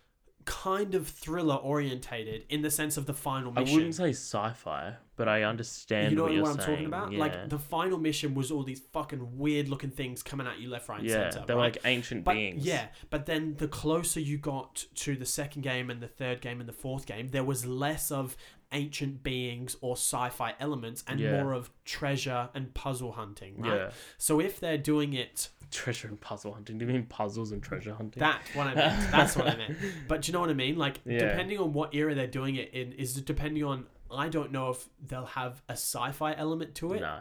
Speaker 1: kind of thriller orientated in the sense of the final
Speaker 2: I
Speaker 1: mission.
Speaker 2: wouldn't say sci-fi, but I understand
Speaker 1: you know
Speaker 2: what
Speaker 1: what,
Speaker 2: you're
Speaker 1: I'm
Speaker 2: saying.
Speaker 1: talking about?
Speaker 2: Yeah.
Speaker 1: Like the final mission was all these fucking weird looking things coming at you left, right, and
Speaker 2: yeah,
Speaker 1: center.
Speaker 2: they're
Speaker 1: right?
Speaker 2: like ancient
Speaker 1: But
Speaker 2: beings.
Speaker 1: yeah, but then the closer you got to the second game and the third game and the fourth game, there was less of ancient beings or sci-fi elements and
Speaker 2: Yeah.
Speaker 1: more of treasure and puzzle hunting, right?
Speaker 2: yeah.
Speaker 1: So if they're doing it
Speaker 2: Treasure and puzzle hunting. Do you mean puzzles and treasure hunting?
Speaker 1: that what I meant, that's what I
Speaker 2: [LAUGHS]
Speaker 1: meant. But do you know what I mean? Like
Speaker 2: Yeah.
Speaker 1: depending on what era they're doing it in is depending on I don't know if they'll have a sci-fi element to it
Speaker 2: no.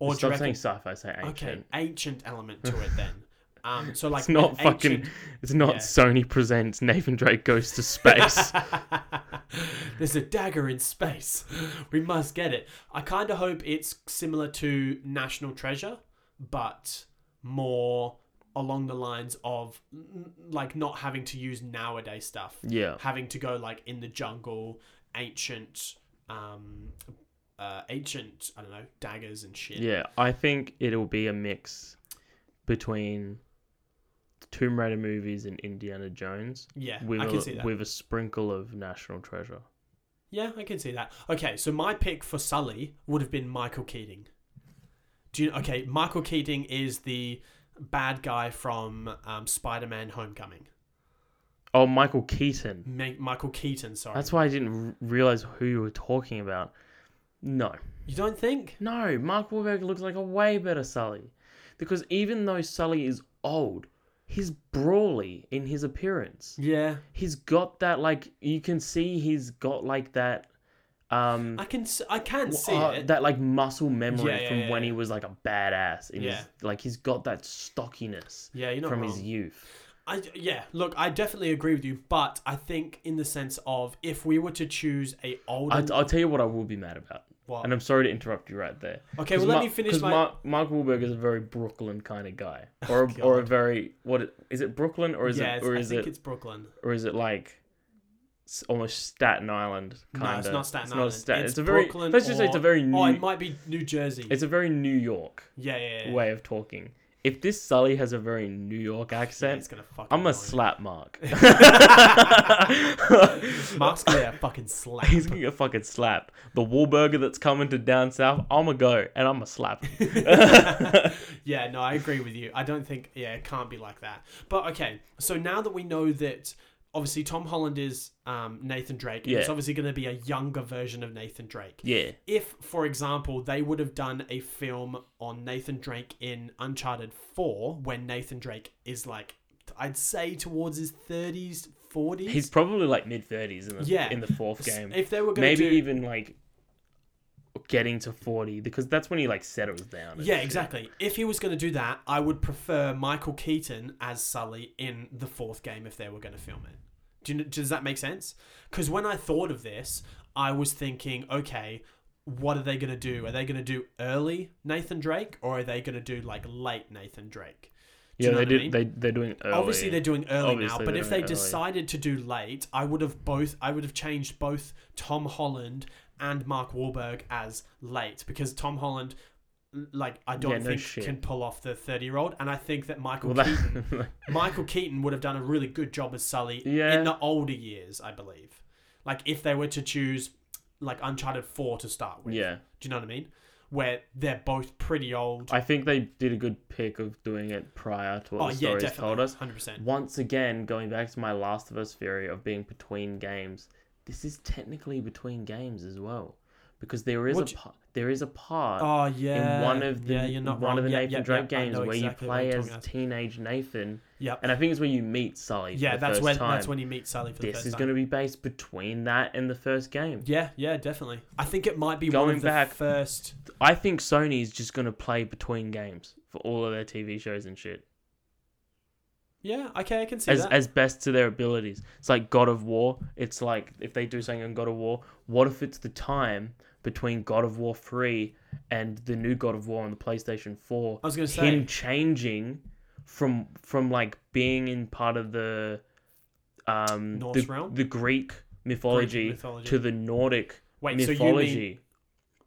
Speaker 1: or do you
Speaker 2: Stop
Speaker 1: reckon-
Speaker 2: saying sci-fi. Say ancient.
Speaker 1: okay, ancient element to it
Speaker 2: [LAUGHS]
Speaker 1: then. Um, so like
Speaker 2: It's not
Speaker 1: an
Speaker 2: fucking.
Speaker 1: ancient-
Speaker 2: It's not
Speaker 1: yeah.
Speaker 2: Sony presents Nathan Drake goes
Speaker 1: [LAUGHS]
Speaker 2: to space.
Speaker 1: There's a dagger in space. We must get it. I kind of hope it's similar to National Treasure, but more along the lines of n- like not having to use nowadays stuff,
Speaker 2: yeah.
Speaker 1: having to go like in the jungle, ancient, um, uh, ancient. I don't know daggers and shit.
Speaker 2: Yeah, I think it'll be a mix between the Tomb Raider movies and Indiana Jones
Speaker 1: yeah
Speaker 2: with
Speaker 1: I can
Speaker 2: a,
Speaker 1: see that.
Speaker 2: with a sprinkle of National Treasure.
Speaker 1: Yeah, I can see that. Okay, so my pick for Sully would have been Michael Keating. Do you okay? Michael Keating is the bad guy from um, Spider-Man: Homecoming.
Speaker 2: Oh, Michael Keaton.
Speaker 1: Ma- Michael Keaton, sorry.
Speaker 2: That's why I didn't r- realize who you were talking about. No,
Speaker 1: you don't think?
Speaker 2: no, Mark Wahlberg looks like a way better Sully, because even though Sully is old, he's brawly in his appearance.
Speaker 1: Yeah,
Speaker 2: He's got that like you can see he's got like that. Um,
Speaker 1: I can. s- I can see
Speaker 2: uh,
Speaker 1: it.
Speaker 2: that like muscle memory
Speaker 1: Yeah, yeah,
Speaker 2: from
Speaker 1: yeah,
Speaker 2: when
Speaker 1: yeah.
Speaker 2: he was like a badass. In
Speaker 1: Yeah.
Speaker 2: his, like he's got that stockiness
Speaker 1: yeah, you're not
Speaker 2: from
Speaker 1: wrong.
Speaker 2: his youth.
Speaker 1: I, yeah, look, I definitely agree with you, but I think in the sense of if we were to choose a older,
Speaker 2: I, I'll tell you what I will be mad about,
Speaker 1: What?
Speaker 2: and I'm sorry to interrupt you right there.
Speaker 1: okay, well, let me finish
Speaker 2: Because
Speaker 1: my. Oh,
Speaker 2: Mark, Mark Wahlberg is a very Brooklyn kind of guy, or a, or a very what is it Brooklyn or is
Speaker 1: yeah,
Speaker 2: it
Speaker 1: it's-
Speaker 2: or
Speaker 1: I
Speaker 2: is
Speaker 1: think
Speaker 2: it
Speaker 1: it's Brooklyn.
Speaker 2: or is it like s- almost Staten Island kind
Speaker 1: No,
Speaker 2: of?
Speaker 1: it's not Staten
Speaker 2: it's
Speaker 1: Island.
Speaker 2: Not Staten. It's,
Speaker 1: It's,
Speaker 2: a very
Speaker 1: Brooklyn
Speaker 2: let's just say it's a
Speaker 1: or-
Speaker 2: very new.
Speaker 1: Oh, it might be New Jersey.
Speaker 2: it's a very New York
Speaker 1: yeah, yeah, yeah.
Speaker 2: way of talking. If this Sully has a very New York
Speaker 1: Yeah,
Speaker 2: accent,
Speaker 1: it's gonna fucking.
Speaker 2: I'm gonna
Speaker 1: annoy me. [LAUGHS]
Speaker 2: slap Mark. [LAUGHS]
Speaker 1: Mark's gonna get a fucking slap.
Speaker 2: He's gonna [LAUGHS] get fucking slapped. The Wahlburger that's coming to down south, I'ma go and
Speaker 1: [LAUGHS]
Speaker 2: I'ma slap him.
Speaker 1: [LAUGHS] yeah, no, I agree with you. I don't think. Yeah, it can't be like that. But okay, so now that we know that. Obviously, Tom Holland is um, Nathan Drake. and It's
Speaker 2: Yeah.
Speaker 1: obviously going to be a younger version of Nathan Drake.
Speaker 2: Yeah.
Speaker 1: If, for example, they would have done a film on Nathan Drake in Uncharted 4, when Nathan Drake is like, I'd say towards his 30s, 40s.
Speaker 2: He's probably like mid thirties in the
Speaker 1: Yeah.
Speaker 2: in the fourth game.
Speaker 1: If they were going
Speaker 2: Maybe
Speaker 1: to do,
Speaker 2: even like getting to forty because that's when he like settles down. and
Speaker 1: Yeah,
Speaker 2: shit.
Speaker 1: exactly. If he was going to do that, I would prefer Michael Keaton as Sully in the fourth game if they were going to film it. Do you, does that make sense? Because when I thought of this, I was thinking, okay, what are they going to do? Are they going to do early Nathan Drake or are they going to do like late Nathan Drake? Do
Speaker 2: Yeah,
Speaker 1: you know
Speaker 2: they
Speaker 1: what I
Speaker 2: did.
Speaker 1: mean?
Speaker 2: They they're doing early.
Speaker 1: Obviously, they're doing early
Speaker 2: Obviously,
Speaker 1: now, but
Speaker 2: they're
Speaker 1: if they
Speaker 2: doing early.
Speaker 1: decided to do late, I would have both. I would have changed both Tom Holland and Mark Wahlberg as late because Tom Holland, l- like, I don't
Speaker 2: Yeah, no
Speaker 1: think
Speaker 2: shit.
Speaker 1: can pull off the thirty-year-old, and I think that Michael
Speaker 2: [LAUGHS] Well, that-
Speaker 1: Keaton,
Speaker 2: [LAUGHS]
Speaker 1: Michael Keaton would have done a really good job as Sully
Speaker 2: Yeah.
Speaker 1: in the older years, I believe. Like, if they were to choose, like, Uncharted Four to start with,
Speaker 2: yeah,
Speaker 1: do you know what I mean? Where they're both pretty old.
Speaker 2: I think they did a good pick of doing it prior to what
Speaker 1: oh
Speaker 2: the
Speaker 1: yeah,
Speaker 2: stories
Speaker 1: definitely,
Speaker 2: told us.
Speaker 1: hundred percent.
Speaker 2: once again going back to my last of us theory of being between games this is technically between games as well because there is
Speaker 1: What
Speaker 2: a
Speaker 1: you-
Speaker 2: part, there is a part
Speaker 1: Oh yeah.
Speaker 2: in one of the
Speaker 1: yeah, you're not
Speaker 2: one
Speaker 1: wrong.
Speaker 2: of the
Speaker 1: Yeah,
Speaker 2: Nathan
Speaker 1: yeah,
Speaker 2: Drake
Speaker 1: yeah, I
Speaker 2: games
Speaker 1: know
Speaker 2: where
Speaker 1: exactly
Speaker 2: you
Speaker 1: what
Speaker 2: play
Speaker 1: you're
Speaker 2: as
Speaker 1: talking about.
Speaker 2: teenage Nathan
Speaker 1: Yep.
Speaker 2: And I think it's when you meet Sully. for
Speaker 1: Yeah,
Speaker 2: the
Speaker 1: that's
Speaker 2: first
Speaker 1: when
Speaker 2: time.
Speaker 1: that's when you meet Sally for the
Speaker 2: this
Speaker 1: first
Speaker 2: is
Speaker 1: time.
Speaker 2: going to be based between that and the first game.
Speaker 1: Yeah, yeah, definitely. I think it might be one
Speaker 2: Going
Speaker 1: of the
Speaker 2: back-
Speaker 1: first.
Speaker 2: I think Sony's just going to play between games for all of their TV shows and shit.
Speaker 1: Yeah, okay, I can see
Speaker 2: As,
Speaker 1: that.
Speaker 2: as best to their abilities. It's like God of War. It's like if they do something in God of War, what if it's the time between God of War 3 and the new God of War on the PlayStation 4?
Speaker 1: I was gonna say.
Speaker 2: him changing from from like being in part of the um
Speaker 1: Norse
Speaker 2: the,
Speaker 1: realm?
Speaker 2: the Greek mythology,
Speaker 1: mythology.
Speaker 2: to the Nordic
Speaker 1: Wait, so you mean-
Speaker 2: mythology,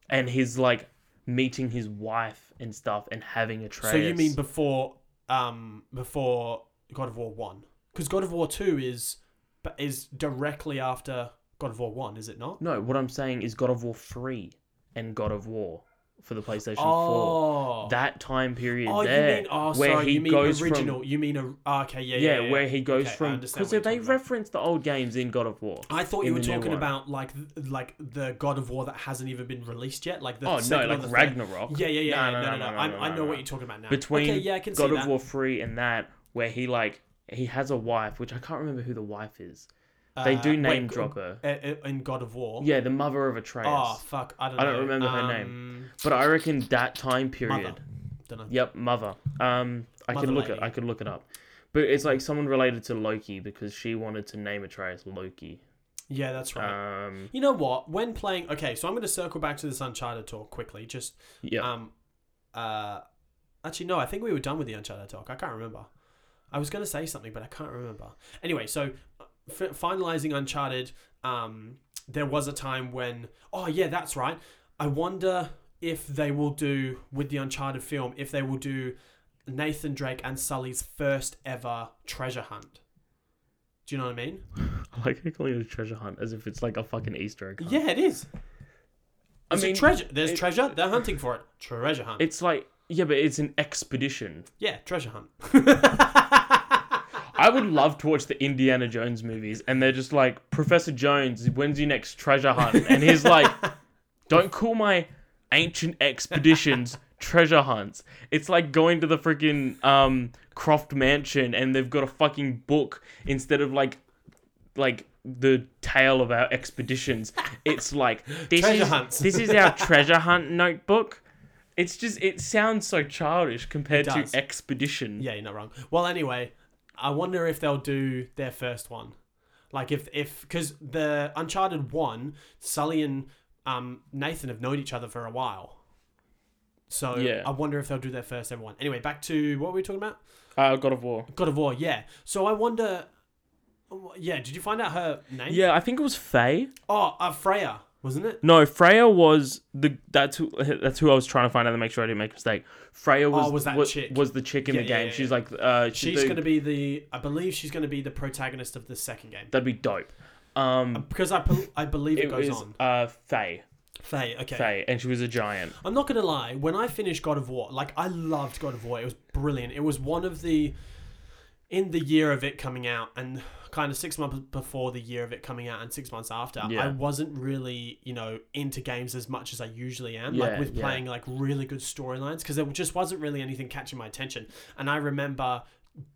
Speaker 2: and his like meeting his wife and stuff and having Atreus.
Speaker 1: So you mean before, um, before God of War one? Because God of War two is, but is directly after God of War one, is it not?
Speaker 2: no? What I'm saying is God of War three and God of War for the PlayStation four.
Speaker 1: Oh,
Speaker 2: That time period
Speaker 1: oh,
Speaker 2: there,
Speaker 1: you mean oh,
Speaker 2: where
Speaker 1: sorry,
Speaker 2: he
Speaker 1: you mean
Speaker 2: goes from-
Speaker 1: original? you mean a, ah, okay, yeah, yeah,
Speaker 2: yeah, where he goes
Speaker 1: Okay, I
Speaker 2: from
Speaker 1: understand
Speaker 2: because
Speaker 1: what you're
Speaker 2: they
Speaker 1: talking about.
Speaker 2: reference the old games in God of War.
Speaker 1: I thought you
Speaker 2: in
Speaker 1: were
Speaker 2: the new
Speaker 1: talking
Speaker 2: one.
Speaker 1: about like th- like the God of War that hasn't even been released yet, like the
Speaker 2: Oh no,
Speaker 1: second or
Speaker 2: like
Speaker 1: the third-
Speaker 2: Ragnarok.
Speaker 1: Yeah, yeah, yeah. yeah, No,
Speaker 2: No, no,
Speaker 1: no, no.
Speaker 2: no, no,
Speaker 1: I
Speaker 2: no,
Speaker 1: I know
Speaker 2: no,
Speaker 1: what
Speaker 2: no.
Speaker 1: you're talking about now.
Speaker 2: between
Speaker 1: okay, yeah, I can
Speaker 2: God
Speaker 1: see
Speaker 2: of
Speaker 1: that.
Speaker 2: War three and that, where he like he has a wife, which I can't remember who the wife is. They
Speaker 1: Uh,
Speaker 2: do
Speaker 1: wait,
Speaker 2: name
Speaker 1: g-
Speaker 2: drop her.
Speaker 1: uh, uh, in God of War.
Speaker 2: Yeah, the mother of Atreus.
Speaker 1: Oh fuck, I don't.
Speaker 2: I
Speaker 1: know.
Speaker 2: don't remember her name.
Speaker 1: Um,
Speaker 2: But I reckon that time period.
Speaker 1: Mother. Don't know.
Speaker 2: Yep, mother. Um, I
Speaker 1: Mother
Speaker 2: could look
Speaker 1: lady.
Speaker 2: it. I could look it up. But it's like someone related to Loki because she wanted to name Atreus Loki.
Speaker 1: Yeah, that's right.
Speaker 2: Um,
Speaker 1: you know what? When playing, okay, so I'm going to circle back to this Uncharted talk quickly. Just
Speaker 2: yeah.
Speaker 1: um, uh, actually no, I think we were done with the Uncharted talk. I can't remember. I was going to say something, but I can't remember. Anyway, so uh, f- finalizing Uncharted, um, there was a time when oh yeah, that's right. I wonder if they will do with the Uncharted film if they will do Nathan Drake and Sully's first ever treasure hunt. Do you know what I mean?
Speaker 2: I [LAUGHS] like her calling it a treasure hunt as if it's like a fucking Easter egg. hunt.
Speaker 1: Yeah, it is.
Speaker 2: I
Speaker 1: It's a
Speaker 2: mean,
Speaker 1: treasure. There's
Speaker 2: it-
Speaker 1: treasure. They're hunting for it. Treasure hunt.
Speaker 2: It's like yeah, but it's an expedition.
Speaker 1: yeah, treasure hunt.
Speaker 2: I would love to watch the Indiana Jones movies, and they're just like, Professor Jones, when's your next treasure hunt? And
Speaker 1: [LAUGHS]
Speaker 2: he's like, Don't call my ancient expeditions treasure hunts. It's like going to the freaking um, Croft Mansion, and they've got a fucking book instead of like, like the tale of our expeditions. It's
Speaker 1: [LAUGHS]
Speaker 2: like this
Speaker 1: Treasure
Speaker 2: is
Speaker 1: hunts.
Speaker 2: this
Speaker 1: [LAUGHS]
Speaker 2: is our treasure hunt notebook. It's just it sounds so childish compared to
Speaker 1: does.
Speaker 2: expedition.
Speaker 1: yeah, you're not wrong. Well, anyway, I wonder if they'll do their first one. Like if if because the Uncharted one, Sully and um, Nathan have known each other for a while. So
Speaker 2: Yeah.
Speaker 1: I wonder if they'll do their first ever one. Anyway, back to what were we talking about?
Speaker 2: Uh, God of War.
Speaker 1: God of War. Yeah. So I wonder. Yeah. Did you find out her name?
Speaker 2: Yeah, I think it was Faye.
Speaker 1: Oh, uh, Freya, wasn't it?
Speaker 2: No, Freya was the that's who that's who I was trying to find out to make sure I didn't make a mistake. Freya was
Speaker 1: Oh, was that
Speaker 2: wa-
Speaker 1: chick.
Speaker 2: was the chick in
Speaker 1: Yeah,
Speaker 2: the
Speaker 1: yeah,
Speaker 2: game.
Speaker 1: yeah,
Speaker 2: she's
Speaker 1: yeah.
Speaker 2: like uh she's,
Speaker 1: She's
Speaker 2: the-
Speaker 1: going to be the, I believe she's going to be the protagonist of the second game
Speaker 2: that'd be dope. Um
Speaker 1: because I, bel I believe it,
Speaker 2: it
Speaker 1: goes
Speaker 2: was
Speaker 1: on.
Speaker 2: uh Faye.
Speaker 1: Faye, okay.
Speaker 2: Faye and she was a giant.
Speaker 1: I'm not gonna lie. When I finished God of War, like I loved God of War. It was brilliant. It was one of the in the year of it coming out, and kind of six months before the year of it coming out, and six months after,
Speaker 2: Yeah.
Speaker 1: I wasn't really you know into games as much as I usually am.
Speaker 2: Yeah,
Speaker 1: like with
Speaker 2: yeah.
Speaker 1: playing like really good storylines, because there just wasn't really anything catching my attention. And I remember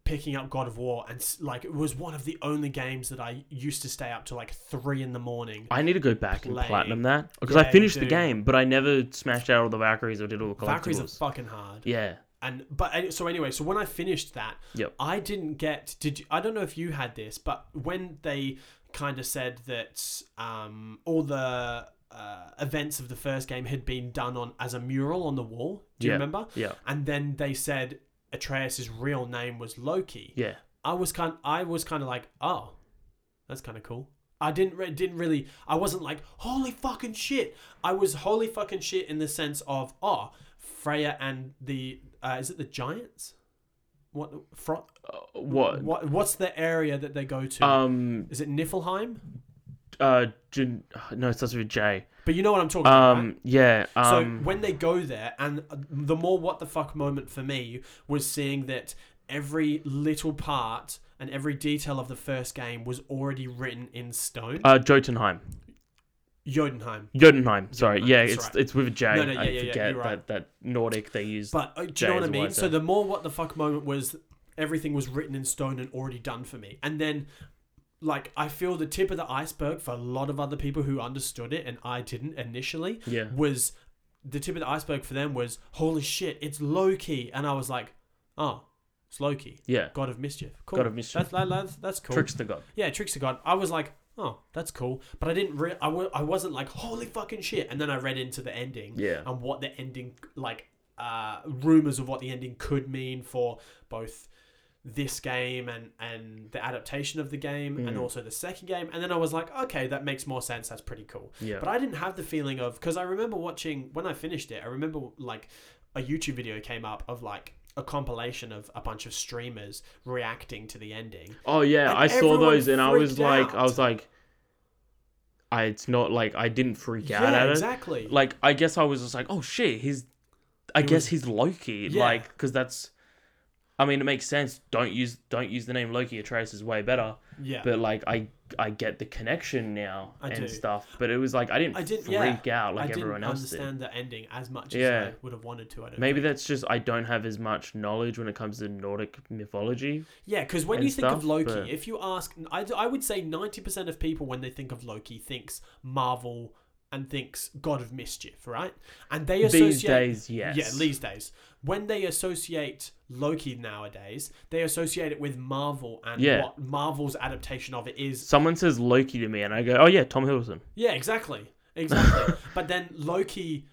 Speaker 1: picking up God of War, and s- like it was one of the only games that I used to stay up to like three in the morning.
Speaker 2: I need to go back and
Speaker 1: Play.
Speaker 2: platinum that because
Speaker 1: Yeah,
Speaker 2: I
Speaker 1: you
Speaker 2: finished the
Speaker 1: do.
Speaker 2: game, but I never smashed out all the Valkyries or did all the collectibles.
Speaker 1: Valkyries are fucking hard.
Speaker 2: yeah,
Speaker 1: and but any- so anyway so when i finished that
Speaker 2: Yep.
Speaker 1: i didn't get did you, i don't know if you had this but when they kind of said that um all the uh, events of the first game had been done on as a mural on the wall do you
Speaker 2: Yeah.
Speaker 1: remember
Speaker 2: yeah,
Speaker 1: and then they said atreus's real name was loki
Speaker 2: yeah.
Speaker 1: i was kind i was kind of like oh that's kind of cool I didn't re- didn't really I wasn't like holy fucking shit. I was holy fucking shit in the sense of oh Freya and the uh, is it the giants? What fro-
Speaker 2: Uh, what?
Speaker 1: what what's the area that they go to?
Speaker 2: Um.
Speaker 1: is it Niflheim?
Speaker 2: Uh. Jin, [SIGHS] no, it starts with J.
Speaker 1: But you know what I'm talking about. right?
Speaker 2: Um. Yeah.
Speaker 1: So
Speaker 2: Um.
Speaker 1: when they go there, and the more what the fuck moment for me was seeing that every little part and every detail of the first game was already written in stone.
Speaker 2: uh. Jotunheim.
Speaker 1: Jotunheim.
Speaker 2: Jotunheim, sorry,
Speaker 1: Jotunheim,
Speaker 2: yeah,
Speaker 1: that's
Speaker 2: it's
Speaker 1: right.
Speaker 2: it's with a J. I
Speaker 1: No, no, yeah, yeah, yeah,
Speaker 2: forget
Speaker 1: you're right.
Speaker 2: that that Nordic they use.
Speaker 1: But uh, do you
Speaker 2: Jay
Speaker 1: know what I
Speaker 2: is a
Speaker 1: mean?
Speaker 2: writer.
Speaker 1: So the more what the fuck moment was everything was written in stone and already done for me. And then, like, I feel the tip of the iceberg for a lot of other people who understood it and I didn't initially
Speaker 2: Yeah.
Speaker 1: was the tip of the iceberg for them was holy shit, it's Loki, and I was like, oh, it's Loki,
Speaker 2: Yeah.
Speaker 1: God of Mischief, cool,
Speaker 2: God of Mischief.
Speaker 1: That's, that, that's, that's cool.
Speaker 2: Trickster God.
Speaker 1: Yeah, Trickster God. I was like, oh, that's cool, but I didn't. Re- I w- I wasn't like, holy fucking shit. And then I read into the ending
Speaker 2: Yeah.
Speaker 1: and what the ending like uh rumors of what the ending could mean for both this game and and the adaptation of the game and
Speaker 2: Mm.
Speaker 1: also the second game and then i was like okay that makes more sense that's pretty cool
Speaker 2: Yeah.
Speaker 1: but i didn't have the feeling of because i remember watching when i finished it i remember like a youtube video came up of like a compilation of a bunch of streamers reacting to the ending
Speaker 2: Oh yeah,
Speaker 1: And
Speaker 2: I saw
Speaker 1: everyone
Speaker 2: those and I was
Speaker 1: freaked
Speaker 2: like
Speaker 1: out.
Speaker 2: I was like I it's not like I didn't freak out
Speaker 1: yeah
Speaker 2: at it.
Speaker 1: exactly
Speaker 2: Like I guess I was just like, "Oh shit, he's I
Speaker 1: He
Speaker 2: guess
Speaker 1: was-
Speaker 2: he's Loki."
Speaker 1: Yeah.
Speaker 2: Like cuz that's I mean, it makes sense. Don't use don't use the name Loki. Atreus is way better.
Speaker 1: yeah
Speaker 2: But like I I get the connection now
Speaker 1: I
Speaker 2: and
Speaker 1: do.
Speaker 2: stuff. But it was like I didn't,
Speaker 1: I didn't- yeah.
Speaker 2: freak out like
Speaker 1: i didn't
Speaker 2: everyone else did.
Speaker 1: understand the ending as much as
Speaker 2: Yeah.
Speaker 1: i would have wanted to i don't
Speaker 2: Maybe
Speaker 1: think.
Speaker 2: that's just I don't have as much knowledge when it comes to Nordic mythology.
Speaker 1: Yeah, because when
Speaker 2: and
Speaker 1: you think
Speaker 2: stuff,
Speaker 1: of Loki,
Speaker 2: but-
Speaker 1: if you ask, I, I would say 90% of people, when they think of Loki, thinks Marvel and thinks God of Mischief, right? And they associate.
Speaker 2: These days, yes.
Speaker 1: Yeah, these days. When they associate Loki nowadays, they associate it with Marvel and
Speaker 2: Yeah.
Speaker 1: what Marvel's adaptation of it is.
Speaker 2: Someone says Loki to me, and I go, "Oh yeah, Tom Hiddleston."
Speaker 1: Yeah, exactly. Exactly.
Speaker 2: [LAUGHS]
Speaker 1: but then Loki.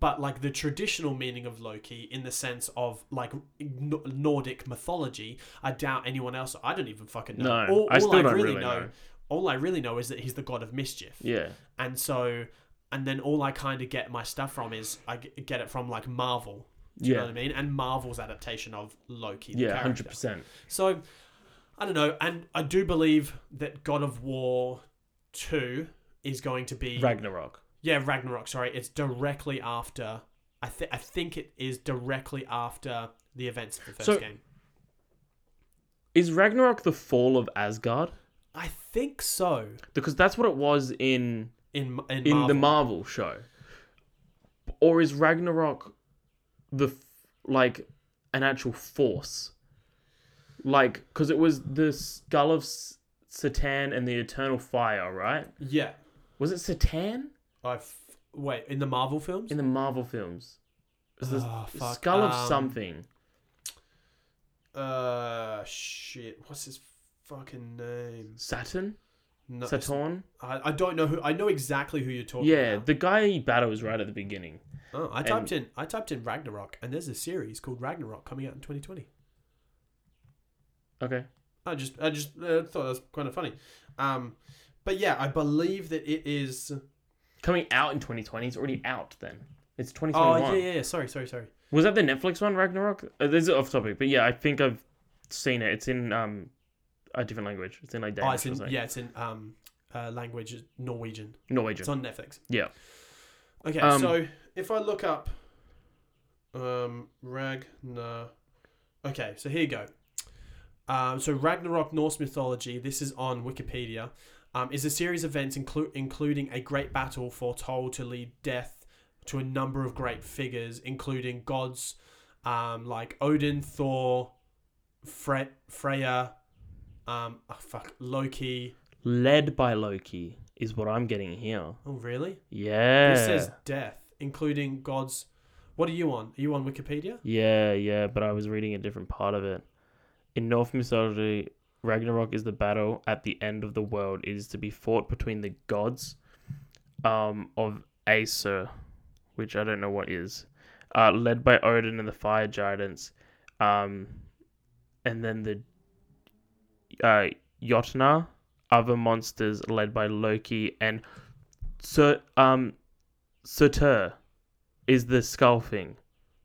Speaker 1: But like the traditional meaning of Loki, in the sense of like N- Nordic mythology, I doubt anyone else. I don't even fucking know.
Speaker 2: No, I still don't really know.
Speaker 1: all I really know is that he's the god of mischief.
Speaker 2: Yeah,
Speaker 1: And so, and then all I kind of get my stuff from is I g- get it from like Marvel. Do you know
Speaker 2: Yeah.
Speaker 1: what I mean? And Marvel's adaptation of Loki. the
Speaker 2: yeah,
Speaker 1: character.
Speaker 2: hundred percent.
Speaker 1: So, I don't know. And I do believe that God of War 2 is going to be.
Speaker 2: Ragnarok.
Speaker 1: yeah, Ragnarok, sorry. It's directly after. I, th- I think it is directly after the events of the first
Speaker 2: So-
Speaker 1: game.
Speaker 2: Is Ragnarok the fall of Asgard?
Speaker 1: I think so.
Speaker 2: Because that's what it was in
Speaker 1: In, in,
Speaker 2: in the
Speaker 1: Marvel.
Speaker 2: Marvel show. Or is Ragnarok the f- like an actual force? Like, because it was the skull of S- Satan and the Eternal Fire, right?
Speaker 1: yeah.
Speaker 2: Was it Satan
Speaker 1: I've wait in the Marvel films.
Speaker 2: in the Marvel films? It was the
Speaker 1: Oh, fuck.
Speaker 2: skull of
Speaker 1: Um,
Speaker 2: something.
Speaker 1: uh, shit. What's his fucking name?
Speaker 2: Saturn?
Speaker 1: No, it's-
Speaker 2: Saturn?
Speaker 1: I, I don't know who. I know exactly who you're talking
Speaker 2: Yeah,
Speaker 1: about.
Speaker 2: the guy he battles right at the beginning.
Speaker 1: Oh, I typed in I typed in Ragnarok, and there's a series called Ragnarok coming out in 2020.
Speaker 2: Okay.
Speaker 1: I just I just uh, thought that was kind of funny. Um, but yeah, I believe that it is.
Speaker 2: Coming out in 2020. It's already out then. It's
Speaker 1: Oh
Speaker 2: 2021.
Speaker 1: yeah, yeah, yeah. Sorry, sorry, sorry.
Speaker 2: Was that the Netflix one, Ragnarok? Uh, this is off topic, but yeah, I think I've seen it. It's in um a different language. It's in like Danish
Speaker 1: oh, it's
Speaker 2: or
Speaker 1: in
Speaker 2: something.
Speaker 1: yeah, it's in um, uh, language Norwegian.
Speaker 2: Norwegian.
Speaker 1: It's on Netflix.
Speaker 2: Yeah.
Speaker 1: Okay,
Speaker 2: Um,
Speaker 1: so if I look up um Ragnar Okay, so here you go. Um, so Ragnarok Norse mythology, this is on Wikipedia, um, is a series of events inclu- including a great battle foretold to lead death to a number of great figures, including gods um, like Odin, Thor, Fre- Freya, um, oh, fuck, Loki.
Speaker 2: Led by Loki is what I'm getting here.
Speaker 1: Oh, really?
Speaker 2: Yeah.
Speaker 1: It says death, including God's. What are you on? Are you on Wikipedia?
Speaker 2: Yeah, yeah, but I was reading a different part of it. In Norse mythology, Ragnarok is the battle at the end of the world. It is to be fought between the gods um, of Aesir, which I don't know what is, uh, led by Odin and the fire giants, um, and then the uh, Jotnar, other monsters led by Loki and Sur- um, Surtur is the skull thing.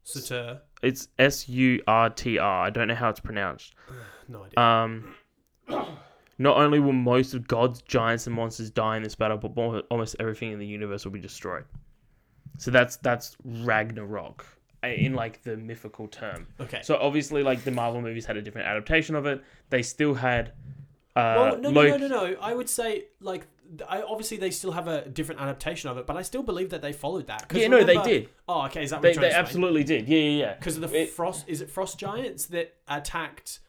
Speaker 1: Satyr.
Speaker 2: It's S U R T R. I don't know how it's pronounced.
Speaker 1: No idea.
Speaker 2: Um, not only will most of God's giants and monsters die in this battle, but more, almost everything in the universe will be destroyed. So that's that's Ragnarok uh, in like the mythical term.
Speaker 1: okay.
Speaker 2: Uh, So obviously, like the Marvel movies had a different adaptation of it. They still had uh,
Speaker 1: well, no,
Speaker 2: Loki.
Speaker 1: no, no, no, no. I would say like th- I obviously they still have a different adaptation of it, but I still believe that they followed that. 'Cause
Speaker 2: Yeah, no, they
Speaker 1: remember-
Speaker 2: did.
Speaker 1: Oh, okay. Is that what
Speaker 2: They,
Speaker 1: you're
Speaker 2: they absolutely did. Yeah, yeah, yeah.
Speaker 1: Because of the
Speaker 2: It-
Speaker 1: frost, is it frost giants that attacked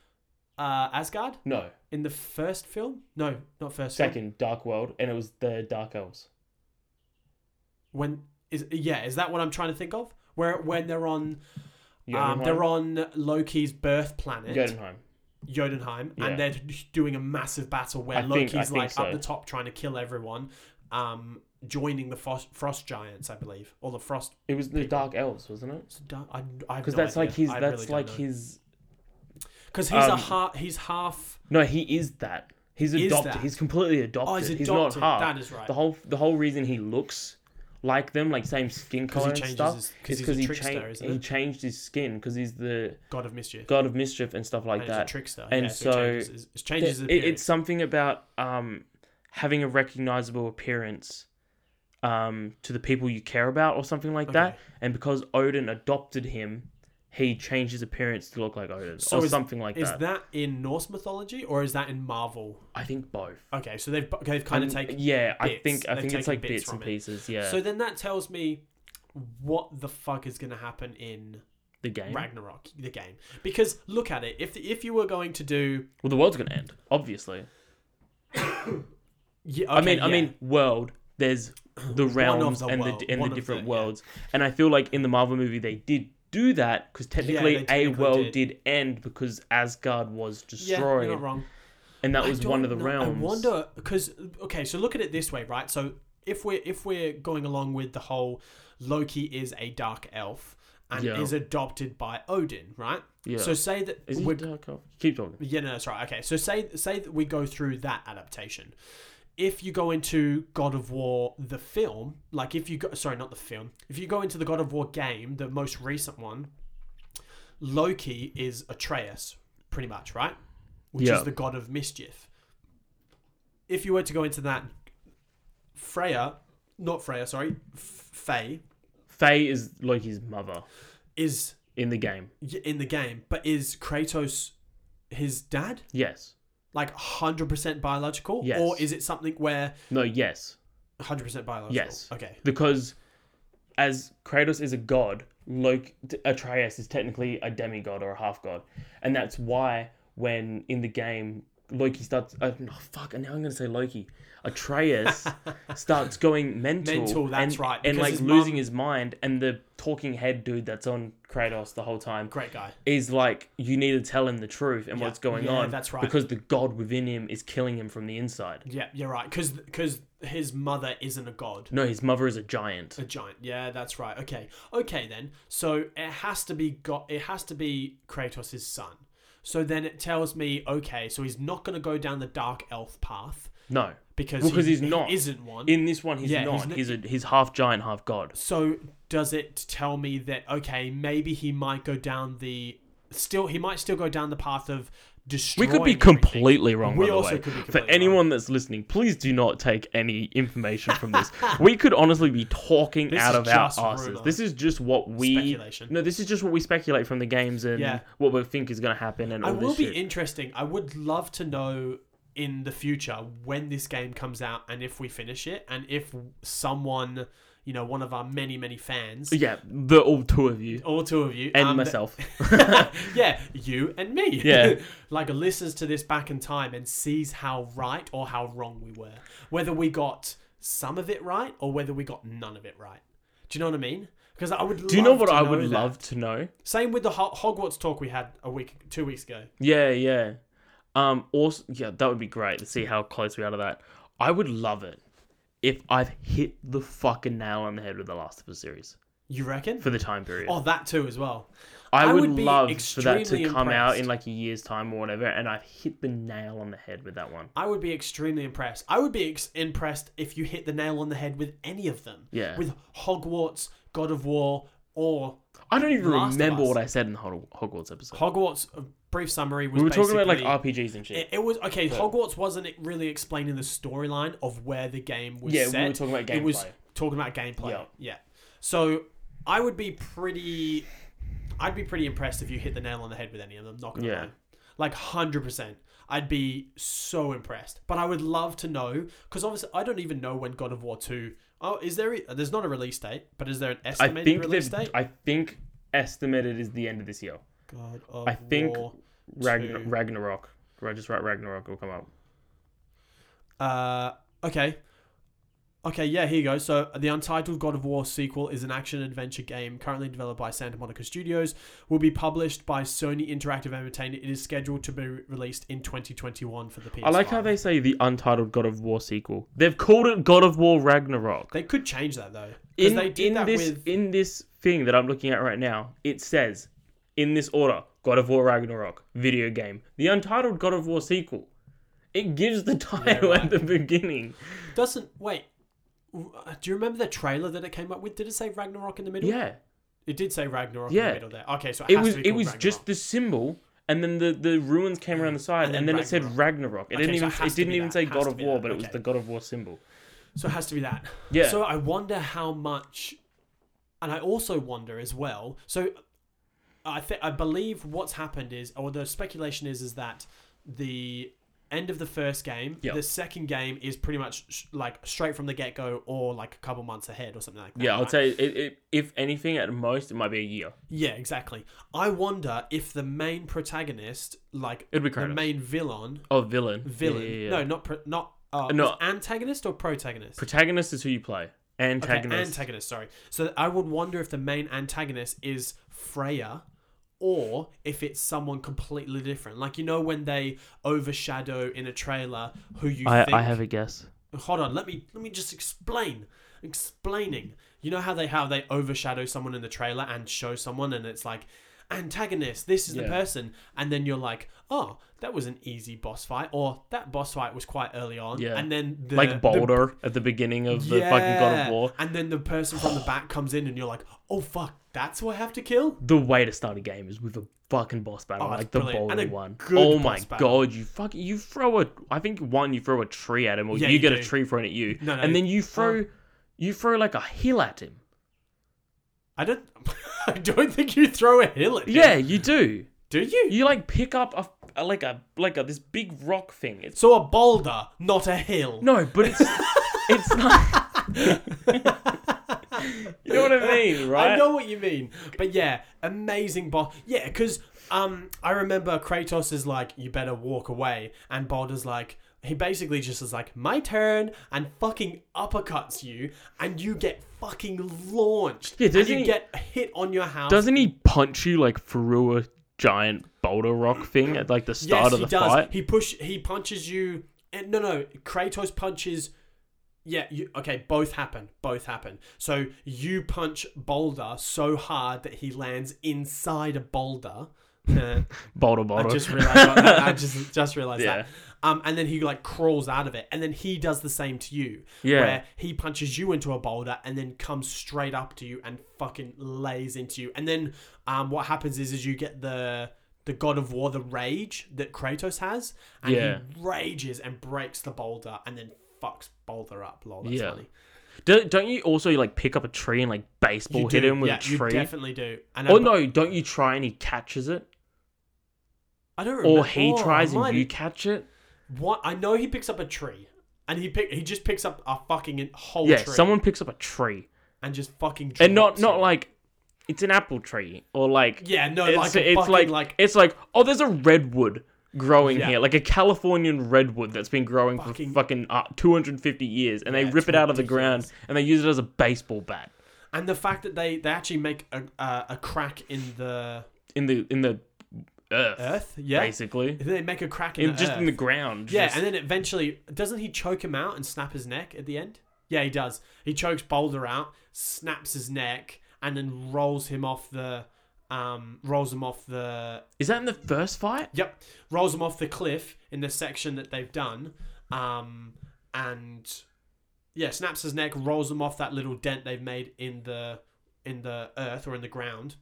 Speaker 1: uh, Asgard
Speaker 2: No,
Speaker 1: in the first film? No, not first. Film.
Speaker 2: second Dark World, and it was the Dark Elves.
Speaker 1: When is yeah? Is that what I'm trying to think of? Where when they're on,
Speaker 2: You
Speaker 1: um, they're on Loki's birth planet,
Speaker 2: Jotunheim.
Speaker 1: Jotunheim,
Speaker 2: Yeah.
Speaker 1: and they're doing a massive battle where
Speaker 2: I think-
Speaker 1: Loki's
Speaker 2: I think
Speaker 1: like
Speaker 2: so.
Speaker 1: up the top trying to kill everyone, um, joining the frost, frost giants, I believe, or the frost.
Speaker 2: It was the Dark Elves, wasn't it? Because
Speaker 1: Because
Speaker 2: that's like his. That's like his.
Speaker 1: Because he's a
Speaker 2: um,
Speaker 1: half. He's half.
Speaker 2: No, he is that. He's
Speaker 1: Is
Speaker 2: adopted.
Speaker 1: that?
Speaker 2: He's completely adopted.
Speaker 1: Oh, he's
Speaker 2: he's,
Speaker 1: adopted.
Speaker 2: not half.
Speaker 1: That is right.
Speaker 2: The whole the whole reason he looks like them, like same skin
Speaker 1: he
Speaker 2: color and
Speaker 1: changes
Speaker 2: stuff,
Speaker 1: his- 'cause
Speaker 2: is
Speaker 1: he's
Speaker 2: because
Speaker 1: a
Speaker 2: he
Speaker 1: trickster,
Speaker 2: changed
Speaker 1: isn't
Speaker 2: he
Speaker 1: it?
Speaker 2: changed his skin because he's the
Speaker 1: God of mischief.
Speaker 2: god of mischief and stuff like
Speaker 1: and
Speaker 2: that.
Speaker 1: It's a trickster.
Speaker 2: And
Speaker 1: yeah,
Speaker 2: so
Speaker 1: it changes, his- it changes his
Speaker 2: It- it-
Speaker 1: appearance.
Speaker 2: it's something about um, having a recognizable appearance um, to the people you care about, or something like that.
Speaker 1: Okay.
Speaker 2: And because Odin adopted him, he changed his appearance to look like Odin,
Speaker 1: So
Speaker 2: or
Speaker 1: is-
Speaker 2: something like
Speaker 1: Is
Speaker 2: that.
Speaker 1: that in Norse mythology or is that in Marvel?
Speaker 2: I think both.
Speaker 1: Okay, so they've okay, they've kind of
Speaker 2: Um,
Speaker 1: taken.
Speaker 2: yeah. I
Speaker 1: bits.
Speaker 2: think I
Speaker 1: They've
Speaker 2: think it's
Speaker 1: taken
Speaker 2: like
Speaker 1: bits
Speaker 2: bits and
Speaker 1: from it.
Speaker 2: pieces. Yeah,
Speaker 1: So then that tells me what the fuck is going to happen in
Speaker 2: the game.
Speaker 1: Ragnarok, the game. Because look at it. If if you were going to do,
Speaker 2: Well, the world's gonna end, obviously.
Speaker 1: yeah,
Speaker 2: I mean,
Speaker 1: okay,
Speaker 2: I
Speaker 1: yeah.
Speaker 2: mean, world.
Speaker 1: [CLEARS THROAT]
Speaker 2: There's the realms
Speaker 1: the
Speaker 2: and
Speaker 1: world-
Speaker 2: the and
Speaker 1: one
Speaker 2: the
Speaker 1: of
Speaker 2: different
Speaker 1: the- yeah.
Speaker 2: worlds, and I feel like in the Marvel movie they did do that because technically,
Speaker 1: technically
Speaker 2: a world
Speaker 1: did.
Speaker 2: did. end because Asgard was
Speaker 1: yeah, you're
Speaker 2: destroyed,
Speaker 1: not wrong.
Speaker 2: and that
Speaker 1: I
Speaker 2: was one of the
Speaker 1: don't know.
Speaker 2: realms.
Speaker 1: I wonder because okay, so look at it this way, right? So if we're if we're going along with the whole Loki is a dark elf and
Speaker 2: Yeah.
Speaker 1: is adopted by Odin, right?
Speaker 2: Yeah.
Speaker 1: So say that
Speaker 2: Is he
Speaker 1: we're
Speaker 2: Dark Elf? Keep talking.
Speaker 1: yeah, no, that's right. Okay, so say say that we go through that adaptation. If you go into God of War the film, like if you go, sorry, not the film. If you go into the God of War game, the most recent one, Loki is Atreus, pretty much, right? Which
Speaker 2: Yeah.
Speaker 1: is the god of mischief. If you were to go into that, Freya, not Freya, sorry, F- Faye
Speaker 2: Faye is Loki's mother
Speaker 1: is
Speaker 2: in the game.
Speaker 1: y- in the game, but is Kratos his dad?
Speaker 2: Yes.
Speaker 1: like 100% biological
Speaker 2: Yes.
Speaker 1: or is it something where
Speaker 2: No. Yes.
Speaker 1: 100% biological
Speaker 2: Yes.
Speaker 1: okay
Speaker 2: Because as Kratos is a god, Loki Atreus is technically a demigod or a half god, and that's why when in the game Loki starts, uh, oh, fuck, and now I'm gonna say Loki,
Speaker 1: [LAUGHS]
Speaker 2: Atreus starts going mental,
Speaker 1: Mental, that's
Speaker 2: and,
Speaker 1: right,
Speaker 2: and
Speaker 1: because
Speaker 2: like
Speaker 1: his
Speaker 2: losing
Speaker 1: mum-
Speaker 2: his mind, and the talking head dude that's on Kratos the whole time
Speaker 1: great guy
Speaker 2: is like, you need to tell him the truth and
Speaker 1: Yeah,
Speaker 2: what's going
Speaker 1: yeah,
Speaker 2: on,
Speaker 1: that's right.
Speaker 2: because the god within him is killing him from the inside.
Speaker 1: yeah you're right because his mother isn't a god
Speaker 2: No, his mother is a giant.
Speaker 1: a giant yeah that's right okay okay then so it has to be got it has to be kratos' son so then it tells me okay so he's not going to go down the dark elf path
Speaker 2: No,
Speaker 1: because
Speaker 2: Because
Speaker 1: he-
Speaker 2: he's
Speaker 1: he
Speaker 2: not.
Speaker 1: isn't one
Speaker 2: in this one he's
Speaker 1: Yeah,
Speaker 2: not.
Speaker 1: he's n-
Speaker 2: He's, a he's half giant, half god.
Speaker 1: So does it tell me that okay, maybe he might go down the still he might still go down the path of
Speaker 2: We
Speaker 1: destroying.
Speaker 2: could be
Speaker 1: everything?
Speaker 2: completely wrong.
Speaker 1: We
Speaker 2: by the
Speaker 1: also
Speaker 2: way.
Speaker 1: could be
Speaker 2: For
Speaker 1: completely
Speaker 2: anyone that's listening, please do not take any information from
Speaker 1: [LAUGHS]
Speaker 2: this. we could honestly be talking
Speaker 1: This
Speaker 2: out
Speaker 1: is
Speaker 2: of our
Speaker 1: just
Speaker 2: asses.
Speaker 1: rumour.
Speaker 2: This is just what we
Speaker 1: Speculation.
Speaker 2: No, this is just what we speculate from the games and
Speaker 1: Yeah.
Speaker 2: what we think is going to happen and all
Speaker 1: I will
Speaker 2: this
Speaker 1: be
Speaker 2: shit.
Speaker 1: interesting. I would love to know in the future when this game comes out and if we finish it and if someone, you know, one of our many many fans,
Speaker 2: yeah, the all two of you
Speaker 1: all two of you,
Speaker 2: and
Speaker 1: um,
Speaker 2: myself.
Speaker 1: [LAUGHS] yeah, you and me.
Speaker 2: Yeah.
Speaker 1: [LAUGHS] like listens to this back in time and sees how right or how wrong we were. Whether we got some of it right or whether we got none of it right. Do you know what I mean? Because I would.
Speaker 2: do you know
Speaker 1: love
Speaker 2: what
Speaker 1: to
Speaker 2: I would
Speaker 1: that.
Speaker 2: love to know?
Speaker 1: Same with the Ho- Hogwarts talk we had a week, two weeks ago.
Speaker 2: Yeah, yeah. Um also yeah, that would be great to see how close we are to that. I would love it if I've hit the fucking nail on the head with the Last of Us series
Speaker 1: You reckon?
Speaker 2: for the time period.
Speaker 1: Oh, that too as well.
Speaker 2: I,
Speaker 1: I
Speaker 2: would,
Speaker 1: would be
Speaker 2: love for that to
Speaker 1: extremely
Speaker 2: come out in
Speaker 1: impressed.
Speaker 2: like a year's time or whatever, and I've hit the nail on the head with that one.
Speaker 1: I would be extremely impressed. I would be ex- impressed if you hit the nail on the head with any of them.
Speaker 2: Yeah.
Speaker 1: With Hogwarts, God of War, or
Speaker 2: I don't even
Speaker 1: Last of
Speaker 2: remember
Speaker 1: Us.
Speaker 2: what I said in the Hog- Hogwarts episode.
Speaker 1: Hogwarts. A brief summary was
Speaker 2: we were talking about like
Speaker 1: basically-
Speaker 2: RPGs and shit.
Speaker 1: It, it was okay. Hogwarts wasn't really explaining the storyline of where the game was
Speaker 2: yeah,
Speaker 1: set.
Speaker 2: we were talking about gameplay.
Speaker 1: It was talking about gameplay.
Speaker 2: Yeah.
Speaker 1: yeah. So I would be pretty. I'd be pretty impressed if you hit the nail on the head with any of them. Not gonna
Speaker 2: Yeah.
Speaker 1: lie, like hundred percent. I'd be so impressed. But I would love to know because obviously I don't even know when God of War two. Oh, is there? a- There's not a release date, but is there an
Speaker 2: I
Speaker 1: estimated
Speaker 2: think
Speaker 1: release
Speaker 2: they've-
Speaker 1: date?
Speaker 2: I think estimated is the end of this year.
Speaker 1: God of
Speaker 2: I think
Speaker 1: War
Speaker 2: Ragn-
Speaker 1: Two.
Speaker 2: Ragnarok. Ra- Just write Ragnarok, it'll come up.
Speaker 1: Uh, okay. Okay, yeah, here you go. So, the Untitled God of War sequel is an action adventure game currently developed by Santa Monica Studios. Will be published by Sony Interactive Entertainment. It is scheduled to be released in 2021 for the PS5.
Speaker 2: I like how they say the untitled God of War sequel. They've called it God of War Ragnarok.
Speaker 1: They could change that though. Because
Speaker 2: In,
Speaker 1: they did
Speaker 2: in
Speaker 1: that
Speaker 2: this
Speaker 1: with
Speaker 2: in this thing that I'm looking at right now, it says in this order God of War Ragnarok video game, the untitled God of War sequel. It gives the title
Speaker 1: right.
Speaker 2: at the beginning.
Speaker 1: doesn't wait. w- uh, Do you remember the trailer that it came up with? Did it say Ragnarok in the middle?
Speaker 2: Yeah,
Speaker 1: It did say Ragnarok in
Speaker 2: Yeah.
Speaker 1: the middle there. Okay, so it,
Speaker 2: it
Speaker 1: has
Speaker 2: was
Speaker 1: to be
Speaker 2: it
Speaker 1: called
Speaker 2: was
Speaker 1: Ragnarok.
Speaker 2: just the symbol, and then the, the ruins came around the side, and
Speaker 1: And
Speaker 2: then,
Speaker 1: then
Speaker 2: it said Ragnarok. It
Speaker 1: Okay,
Speaker 2: didn't
Speaker 1: so
Speaker 2: even
Speaker 1: it has
Speaker 2: it
Speaker 1: to
Speaker 2: didn't
Speaker 1: be
Speaker 2: even
Speaker 1: that.
Speaker 2: say
Speaker 1: Has
Speaker 2: God
Speaker 1: to
Speaker 2: of
Speaker 1: be
Speaker 2: War,
Speaker 1: that.
Speaker 2: but it was
Speaker 1: Okay.
Speaker 2: the God of War symbol.
Speaker 1: so it has to be that.
Speaker 2: Yeah.
Speaker 1: So I wonder how much, and I also wonder as well. So I think I believe what's happened is, or the speculation is, is that the end of the first game,
Speaker 2: Yeah.
Speaker 1: the second game is pretty much sh- like straight from the get go, or like a couple months ahead, or something like that.
Speaker 2: yeah, I'd
Speaker 1: right?
Speaker 2: say it, it, if anything, at most it might be a year.
Speaker 1: Yeah, exactly. I wonder if the main protagonist, like
Speaker 2: It'd be
Speaker 1: the
Speaker 2: Kratos.
Speaker 1: main villain,
Speaker 2: Oh, villain.
Speaker 1: villain.
Speaker 2: Yeah, yeah, yeah.
Speaker 1: No, not pro- not uh,
Speaker 2: No.
Speaker 1: is antagonist or protagonist.
Speaker 2: Protagonist is who you play.
Speaker 1: Okay,
Speaker 2: Antagonist.
Speaker 1: antagonist. Sorry. So I would wonder if the main antagonist is Freya, or if it's someone completely different. Like you know when they overshadow in a trailer who you think.
Speaker 2: a guess.
Speaker 1: Hold on. Let me let me just explain. Explaining. You know how they how they overshadow someone in the trailer and show someone, and it's like antagonist. This is the
Speaker 2: Yeah.
Speaker 1: person, and then you're like, oh, that was an easy boss fight, or that boss fight was quite early on,
Speaker 2: Yeah.
Speaker 1: and then the,
Speaker 2: Like
Speaker 1: the
Speaker 2: Boulder at the beginning of the fucking God of War.
Speaker 1: and then the person from the back comes in, and you're like, "Oh fuck, that's who I have to kill."
Speaker 2: The way to start a game is with a fucking boss battle,
Speaker 1: Oh,
Speaker 2: like
Speaker 1: it's
Speaker 2: the
Speaker 1: brilliant.
Speaker 2: Boulder
Speaker 1: And a
Speaker 2: one.
Speaker 1: good
Speaker 2: Oh my
Speaker 1: boss battle.
Speaker 2: god, you fucking you throw a I think one you throw a tree at him or
Speaker 1: Yeah,
Speaker 2: you
Speaker 1: you
Speaker 2: get a
Speaker 1: do.
Speaker 2: tree thrown at you.
Speaker 1: No, no,
Speaker 2: and then you throw you throw like a hill at him.
Speaker 1: I don't, [LAUGHS] I don't think you throw a hill at him.
Speaker 2: Yeah, you do.
Speaker 1: do you?
Speaker 2: You like pick up a, a like a like a this big rock thing. It's
Speaker 1: So a boulder, not a hill. [LAUGHS]
Speaker 2: No, but it's it's not. you know what I mean, right?
Speaker 1: I know what you mean, but yeah, amazing boss. Yeah, because um, I remember Kratos is like, "You better walk away," and Baldur's like. He basically just is like, my turn, and fucking uppercuts you, and you get fucking launched.
Speaker 2: Yeah,
Speaker 1: and
Speaker 2: doesn't
Speaker 1: you
Speaker 2: he-
Speaker 1: get hit on your house.
Speaker 2: Doesn't he punch you like through a giant boulder rock thing at like the start of the fight?
Speaker 1: He push. He punches you. And no, no. Kratos punches. Yeah. You, okay. Both happen. Both happen. So you punch Boulder so hard that he lands inside a boulder. [LAUGHS] Uh,
Speaker 2: Boulder,
Speaker 1: I
Speaker 2: boulder.
Speaker 1: just realized. That,
Speaker 2: [LAUGHS]
Speaker 1: I just just realized
Speaker 2: Yeah.
Speaker 1: that. Um, and then he like crawls out of it, and then he does the same to you.
Speaker 2: Yeah.
Speaker 1: Where he punches you into a boulder, and then comes straight up to you and fucking lays into you. And then, um, what happens is is you get the the God of War, the rage that Kratos has, and
Speaker 2: Yeah.
Speaker 1: he rages and breaks the boulder, and then fucks Boulder up. Lol, that's
Speaker 2: Yeah.
Speaker 1: funny.
Speaker 2: Do, don't you also like pick up a tree and like baseball
Speaker 1: You
Speaker 2: hit
Speaker 1: do,
Speaker 2: him with
Speaker 1: yeah,
Speaker 2: a tree?
Speaker 1: You definitely do. And um,
Speaker 2: or
Speaker 1: I,
Speaker 2: no, don't you try and he catches it?
Speaker 1: I don't remember.
Speaker 2: Or he
Speaker 1: Oh, I
Speaker 2: tries and
Speaker 1: might-
Speaker 2: you catch it?
Speaker 1: What I know, he picks up a tree, and he pick he just picks up a fucking whole
Speaker 2: Yeah,
Speaker 1: tree.
Speaker 2: someone picks up a tree.
Speaker 1: and just fucking drops
Speaker 2: And not
Speaker 1: it.
Speaker 2: not like it's an apple tree or like
Speaker 1: yeah no
Speaker 2: it's,
Speaker 1: like a
Speaker 2: it's
Speaker 1: fucking,
Speaker 2: like,
Speaker 1: like,
Speaker 2: it's like oh there's a redwood growing
Speaker 1: Yeah.
Speaker 2: here like a californian redwood that's been growing
Speaker 1: Fucking-
Speaker 2: for fucking uh, 250 years and they
Speaker 1: Yeah,
Speaker 2: rip
Speaker 1: it's
Speaker 2: it out of the ground
Speaker 1: ridiculous.
Speaker 2: and they use it as a baseball bat
Speaker 1: and the fact that they they actually make a uh, a crack in the
Speaker 2: in the in the earth,
Speaker 1: earth yeah
Speaker 2: basically
Speaker 1: they make a crack in,
Speaker 2: in,
Speaker 1: the
Speaker 2: just in the
Speaker 1: earth.
Speaker 2: ground
Speaker 1: yeah
Speaker 2: just-
Speaker 1: and then eventually doesn't he choke him out and snap his neck at the end yeah he does he chokes Boulder out snaps his neck and then rolls him off the um rolls him off the
Speaker 2: is that in the first fight
Speaker 1: Yep, rolls them off the cliff in the section that they've done, um, and yeah, snaps his neck, rolls them off that little dent they've made in the in the earth or in the ground,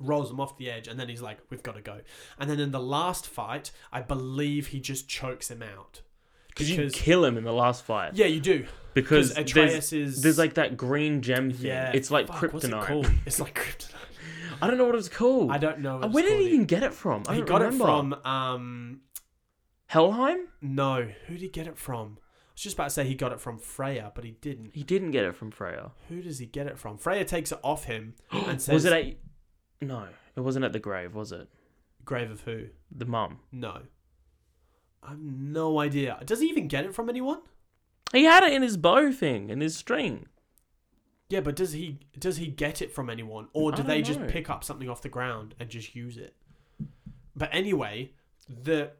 Speaker 1: rolls them off the edge, and then he's like, "We've got to go." And then in the last fight, I believe he just chokes him out
Speaker 2: because you kill him in the last fight
Speaker 1: yeah, you do
Speaker 2: because
Speaker 1: because
Speaker 2: there's,
Speaker 1: Atreus is
Speaker 2: there's like that green gem thing
Speaker 1: yeah,
Speaker 2: it's like
Speaker 1: fuck, what's it
Speaker 2: kryptonite
Speaker 1: called? it's like kryptonite.
Speaker 2: i don't know what it's called
Speaker 1: I don't know. what it's
Speaker 2: where Uh, did
Speaker 1: called
Speaker 2: he even get it from I
Speaker 1: either. He
Speaker 2: don't
Speaker 1: got
Speaker 2: remember.
Speaker 1: it from um,
Speaker 2: helheim
Speaker 1: No, who did he get it from? I was just about to say he got it from Freya, but he didn't.
Speaker 2: he didn't get it from freya
Speaker 1: Who does he get it
Speaker 2: [GASPS]
Speaker 1: from? Freya takes it off him and says,
Speaker 2: was it at? No, it wasn't at the grave, was it?
Speaker 1: Grave of who?
Speaker 2: The mum.
Speaker 1: No. I've no idea. Does he even get it from anyone?
Speaker 2: He had it in his bow thing, in his string.
Speaker 1: Yeah, but does he does he get it from anyone, or do
Speaker 2: I
Speaker 1: they
Speaker 2: don't
Speaker 1: just
Speaker 2: know.
Speaker 1: pick up something off the ground and just use it? But anyway, the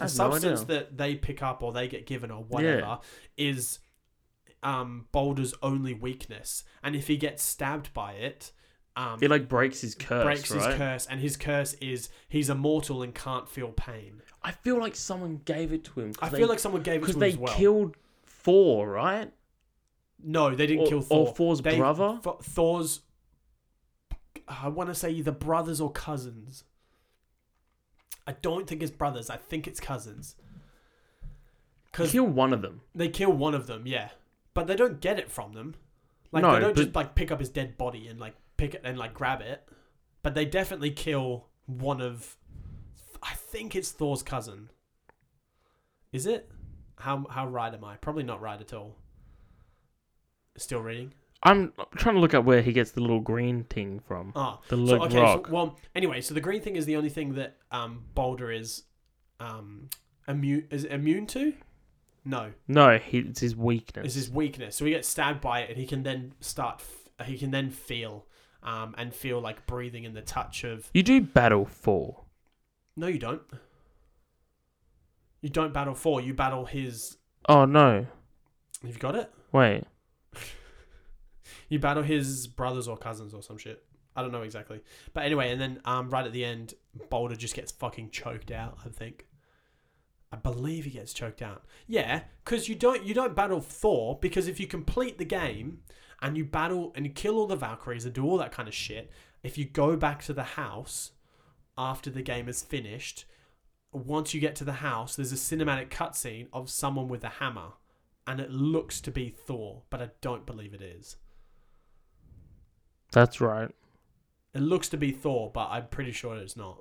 Speaker 1: the
Speaker 2: have no
Speaker 1: substance
Speaker 2: idea.
Speaker 1: that they pick up or they get given or whatever is um, Boulder's only weakness, and if he gets stabbed by it, um,
Speaker 2: It like breaks his curse,
Speaker 1: breaks
Speaker 2: right?
Speaker 1: his curse, and his curse is he's immortal and can't feel pain.
Speaker 2: I feel like someone gave it to him. 'cause
Speaker 1: I
Speaker 2: they-
Speaker 1: feel like someone gave it to
Speaker 2: because
Speaker 1: him
Speaker 2: they
Speaker 1: as well.
Speaker 2: killed four, right?
Speaker 1: no, they didn't
Speaker 2: or-
Speaker 1: kill
Speaker 2: or
Speaker 1: Thor.
Speaker 2: Thor's
Speaker 1: They-
Speaker 2: brother?
Speaker 1: Th- Thor's, I want to say either brothers or cousins. I don't think it's brothers. I think it's cousins. Because
Speaker 2: Kill one of them.
Speaker 1: They kill one of them, yeah, but they don't get it from them. Like
Speaker 2: No,
Speaker 1: they don't just like pick up his dead body and like pick it and like grab it. But they definitely kill one of. I think it's Thor's cousin. Is it? How how right am I? Probably not right at all. Still reading.
Speaker 2: I'm trying to look up where he gets the little green thing from.
Speaker 1: Ah, so,
Speaker 2: The little
Speaker 1: okay.
Speaker 2: rock.
Speaker 1: So, well, anyway, so the green thing is the only thing that um Boulder is um immune is it immune to. No,
Speaker 2: no, he, it's his weakness.
Speaker 1: is his weakness. So he gets stabbed by it, and he can then start. F- he can then feel, um, and feel like breathing in the touch of.
Speaker 2: you do battle four.
Speaker 1: No, you don't. You don't battle four. You battle his.
Speaker 2: Oh no,
Speaker 1: Have you got it?
Speaker 2: wait.
Speaker 1: You battle his brothers or cousins or some shit. I don't know exactly, but anyway, and then um, right at the end, Boulder just gets fucking choked out. I think. I believe he gets choked out. Yeah, because you don't you don't battle Thor because if you complete the game and you battle and you kill all the Valkyries and do all that kind of shit, if you go back to the house after the game is finished, once you get to the house, there's a cinematic cutscene of someone with a hammer, and it looks to be Thor, but I don't believe it is.
Speaker 2: That's right.
Speaker 1: It looks to be Thor, but I'm pretty sure it's not.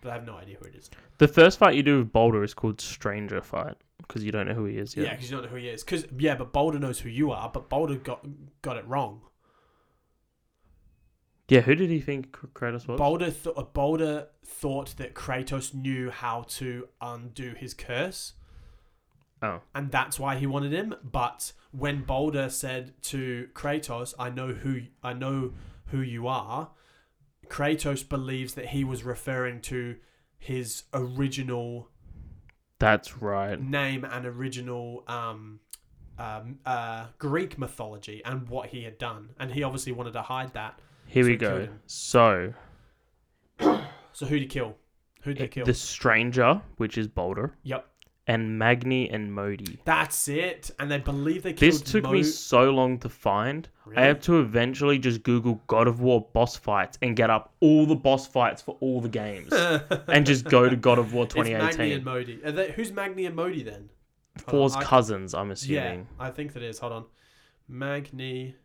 Speaker 1: But I have no idea who it is.
Speaker 2: The first fight you do with Boulder is called Stranger Fight because you don't know who he is
Speaker 1: Yeah,
Speaker 2: yet.
Speaker 1: because you don't know who he is. Because yeah, but Boulder knows who you are, but Boulder got got it wrong.
Speaker 2: Yeah, who did he think K- Kratos was?
Speaker 1: Boulder th- Boulder thought that Kratos knew how to undo his curse,
Speaker 2: oh,
Speaker 1: and that's why he wanted him. But when Boulder said to Kratos, "I know who I know who you are," Kratos believes that he was referring to his original
Speaker 2: that's right.
Speaker 1: name and original um, um, uh, Greek mythology and what he had done. And he obviously wanted to hide that.
Speaker 2: Here
Speaker 1: So
Speaker 2: we
Speaker 1: he killed
Speaker 2: go.
Speaker 1: him.
Speaker 2: So
Speaker 1: So who'd he kill? Who'd they kill?
Speaker 2: the Stranger, which is Boulder,
Speaker 1: Yep.
Speaker 2: and Magni and Modi.
Speaker 1: That's it. And they believe they killed
Speaker 2: This took
Speaker 1: Mo-
Speaker 2: me so long to find.
Speaker 1: Really? [LAUGHS]
Speaker 2: I have to eventually just Google God of War boss fights and get up all the boss fights for all
Speaker 1: [LAUGHS]
Speaker 2: the games and just go to God of War
Speaker 1: It's Magni and
Speaker 2: 2018.
Speaker 1: Modi. Are they, who's Magni and Modi then? Hold on,
Speaker 2: Four's
Speaker 1: I-
Speaker 2: cousins, I'm
Speaker 1: Yeah,
Speaker 2: assuming.
Speaker 1: I think that is. Hold on. Magni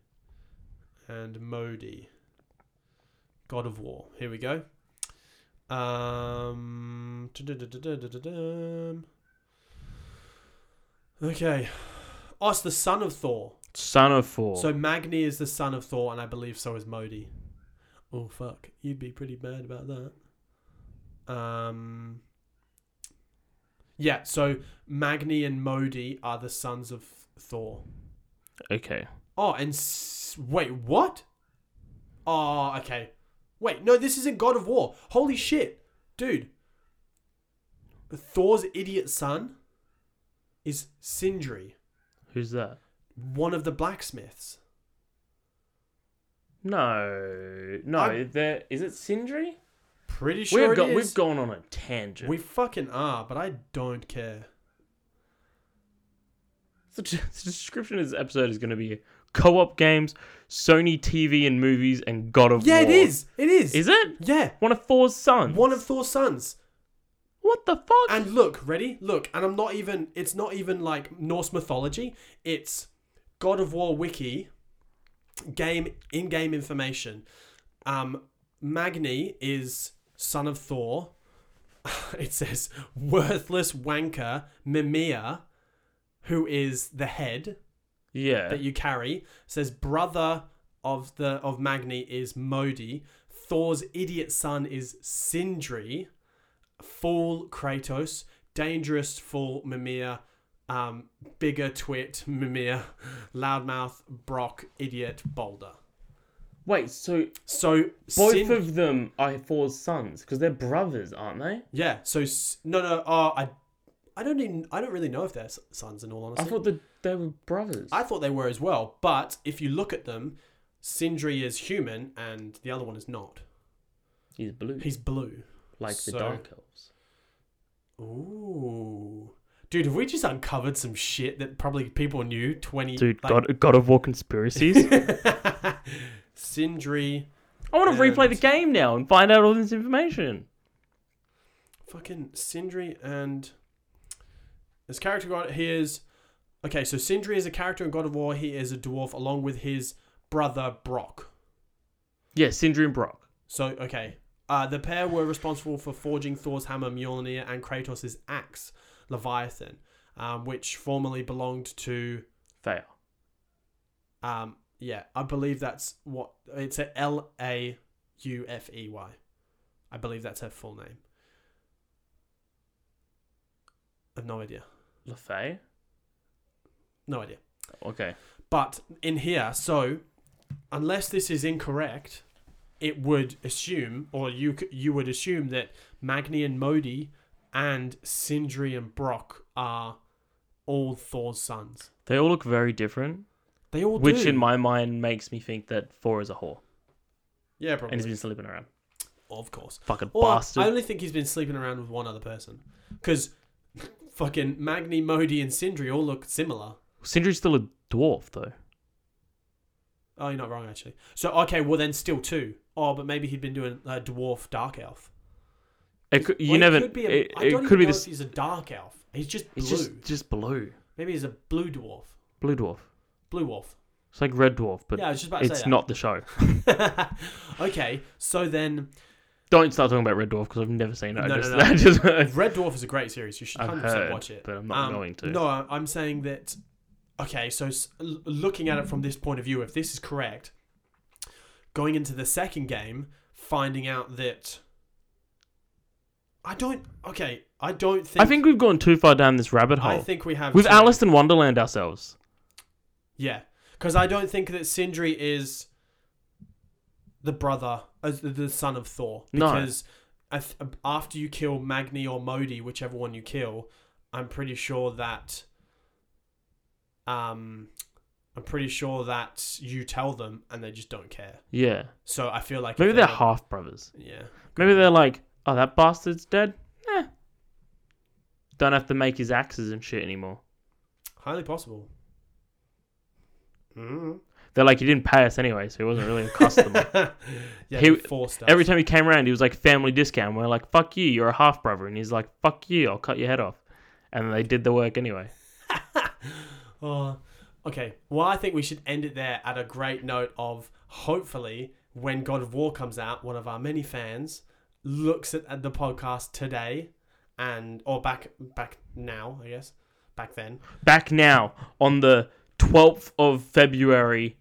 Speaker 1: and Modi. God of War. Here we go. Um. du-du-du-du-du-du-du-dum. Okay. Oh, it's the son of Thor.
Speaker 2: Son of Four.
Speaker 1: So Magni is the son of Thor, and I believe so is Modi. Oh fuck, you'd be pretty bad about that. Um. Yeah, so Magni and Modi are the sons of Thor.
Speaker 2: okay.
Speaker 1: Oh, and s- wait, what? Oh, okay. Wait, no, this isn't God of War. Holy shit, dude. Thor's idiot son is Sindri,
Speaker 2: Who's that?
Speaker 1: one of the blacksmiths.
Speaker 2: No. No,
Speaker 1: I'm-
Speaker 2: there is it Sindri?
Speaker 1: Pretty sure
Speaker 2: we've,
Speaker 1: it
Speaker 2: got,
Speaker 1: is.
Speaker 2: we've gone on a tangent.
Speaker 1: We fucking are, but I don't care.
Speaker 2: The, t- the description of this episode is going to be co-op games, Sony TV and movies, and God of
Speaker 1: Yeah,
Speaker 2: War.
Speaker 1: it is. It is.
Speaker 2: Is it?
Speaker 1: Yeah.
Speaker 2: One of Four's sons.
Speaker 1: One of Thor's sons.
Speaker 2: What the fuck?
Speaker 1: And look, ready? Look, and I'm not even, it's not even like Norse mythology. It's God of War wiki, game, in game information. Um, Magni is son of Thor. [LAUGHS] it says, worthless wanker Mimir, who is the head.
Speaker 2: yeah.
Speaker 1: that you carry says brother of the of Magni is Modi. Thor's idiot son is Sindri, full Kratos, dangerous full Mimir, um, bigger twit Mimir, loudmouth Brock, idiot Boulder.
Speaker 2: Wait, so
Speaker 1: So
Speaker 2: both
Speaker 1: Sin-
Speaker 2: of them are Thor's sons because they're brothers, aren't they?
Speaker 1: yeah. So S- no, no. Oh, I, I don't even. I don't really know if they're s- sons. In all honesty,
Speaker 2: I thought that they were brothers.
Speaker 1: I thought they were as well, but if you look at them, Sindri is human and the other one is not.
Speaker 2: He's blue,
Speaker 1: He's blue.
Speaker 2: like
Speaker 1: so-
Speaker 2: the Dark Elves.
Speaker 1: Ooh. Dude, have we just uncovered some shit that probably people knew 20 [LAUGHS]
Speaker 2: Dude,
Speaker 1: like-
Speaker 2: God, God of War [LAUGHS] conspiracies.
Speaker 1: Sindri
Speaker 2: I want to replay
Speaker 1: And-
Speaker 2: the game now and find out all this information.
Speaker 1: fucking Sindri and his character god he is okay so Sindri is a character in God of War he is a dwarf along with his brother Brock
Speaker 2: Yeah, Sindri and Brock.
Speaker 1: so okay uh, the pair were responsible for forging Thor's hammer Mjolnir and Kratos' axe Leviathan um, which formerly belonged to
Speaker 2: Fail.
Speaker 1: um, yeah I believe that's what it's a L A U F E Y I believe that's her full name I've no idea
Speaker 2: Lefay?
Speaker 1: no idea
Speaker 2: Okay.
Speaker 1: But in here, so unless this is incorrect, it would assume, or you c- you would assume that Magni and Modi and Sindri and Brock are all Thor's sons.
Speaker 2: They all look very different,
Speaker 1: They all
Speaker 2: which
Speaker 1: do.
Speaker 2: in my mind makes me think that Thor is a whore
Speaker 1: yeah,
Speaker 2: and he's
Speaker 1: probably
Speaker 2: been sleeping around.
Speaker 1: of course.
Speaker 2: Fucking
Speaker 1: Or
Speaker 2: bastard.
Speaker 1: I only think he's been sleeping around with one other person because [LAUGHS] fucking Magni, Modi, and Sindri all look similar.
Speaker 2: Sindri's still a dwarf, though.
Speaker 1: Oh, you're not wrong actually. So okay, well then still two. Oh, but maybe he'd been doing a dwarf dark elf.
Speaker 2: It could, you
Speaker 1: Well,
Speaker 2: never.
Speaker 1: It could be. A,
Speaker 2: it,
Speaker 1: I
Speaker 2: it
Speaker 1: don't even
Speaker 2: could be
Speaker 1: know
Speaker 2: this.
Speaker 1: if he's a dark elf. He's just blue.
Speaker 2: It's just just blue,
Speaker 1: Maybe he's a blue dwarf.
Speaker 2: blue dwarf.
Speaker 1: Blue dwarf.
Speaker 2: It's like red dwarf, but
Speaker 1: yeah, I was just about to
Speaker 2: it's
Speaker 1: say
Speaker 2: not the show.
Speaker 1: that. [LAUGHS] okay, so then
Speaker 2: Don't start talking about red dwarf because I've never seen it. I
Speaker 1: No, no,
Speaker 2: [LAUGHS] just,
Speaker 1: no.
Speaker 2: I just
Speaker 1: Red Dwarf is a great series. You should
Speaker 2: I've
Speaker 1: 100%
Speaker 2: heard,
Speaker 1: watch it.
Speaker 2: but I'm not
Speaker 1: Um,
Speaker 2: going to.
Speaker 1: No, I- I'm saying that. Okay, so s- l- looking at it from this point of view, if this is correct, going into the second game, finding out that. I don't. Okay, I don't think.
Speaker 2: I think we've gone too far down this rabbit
Speaker 1: I
Speaker 2: hole.
Speaker 1: think we have.
Speaker 2: We've
Speaker 1: two.
Speaker 2: Alice in Wonderland ourselves.
Speaker 1: Yeah, because I don't think that Sindri is the brother, uh, the- the son of Thor.
Speaker 2: No.
Speaker 1: Because I th- after you kill Magni or Modi, whichever one you kill, I'm pretty sure that, um, I'm pretty sure that you tell them and they just don't care.
Speaker 2: Yeah,
Speaker 1: So I feel like if
Speaker 2: maybe they're
Speaker 1: were-
Speaker 2: half brothers.
Speaker 1: Yeah,
Speaker 2: Maybe they're like, oh, that bastard's dead. Eh. Don't have to make his axes and shit anymore.
Speaker 1: highly possible. Mm.
Speaker 2: They're like, he didn't pay us anyway, so he wasn't really
Speaker 1: [LAUGHS]
Speaker 2: a customer.
Speaker 1: yeah,
Speaker 2: He-
Speaker 1: he, forced us.
Speaker 2: Every time he came around, he was like, family discount. We're like, fuck you, you're a half brother. And he's like, fuck you, I'll cut your head off. And they did the work anyway.
Speaker 1: Oh, okay. Well, I think we should end it there at a great note of hopefully when God of War comes out, one of our many fans looks at, at the podcast today and or back back now, I guess. Back then,
Speaker 2: Back now on the 12th of February,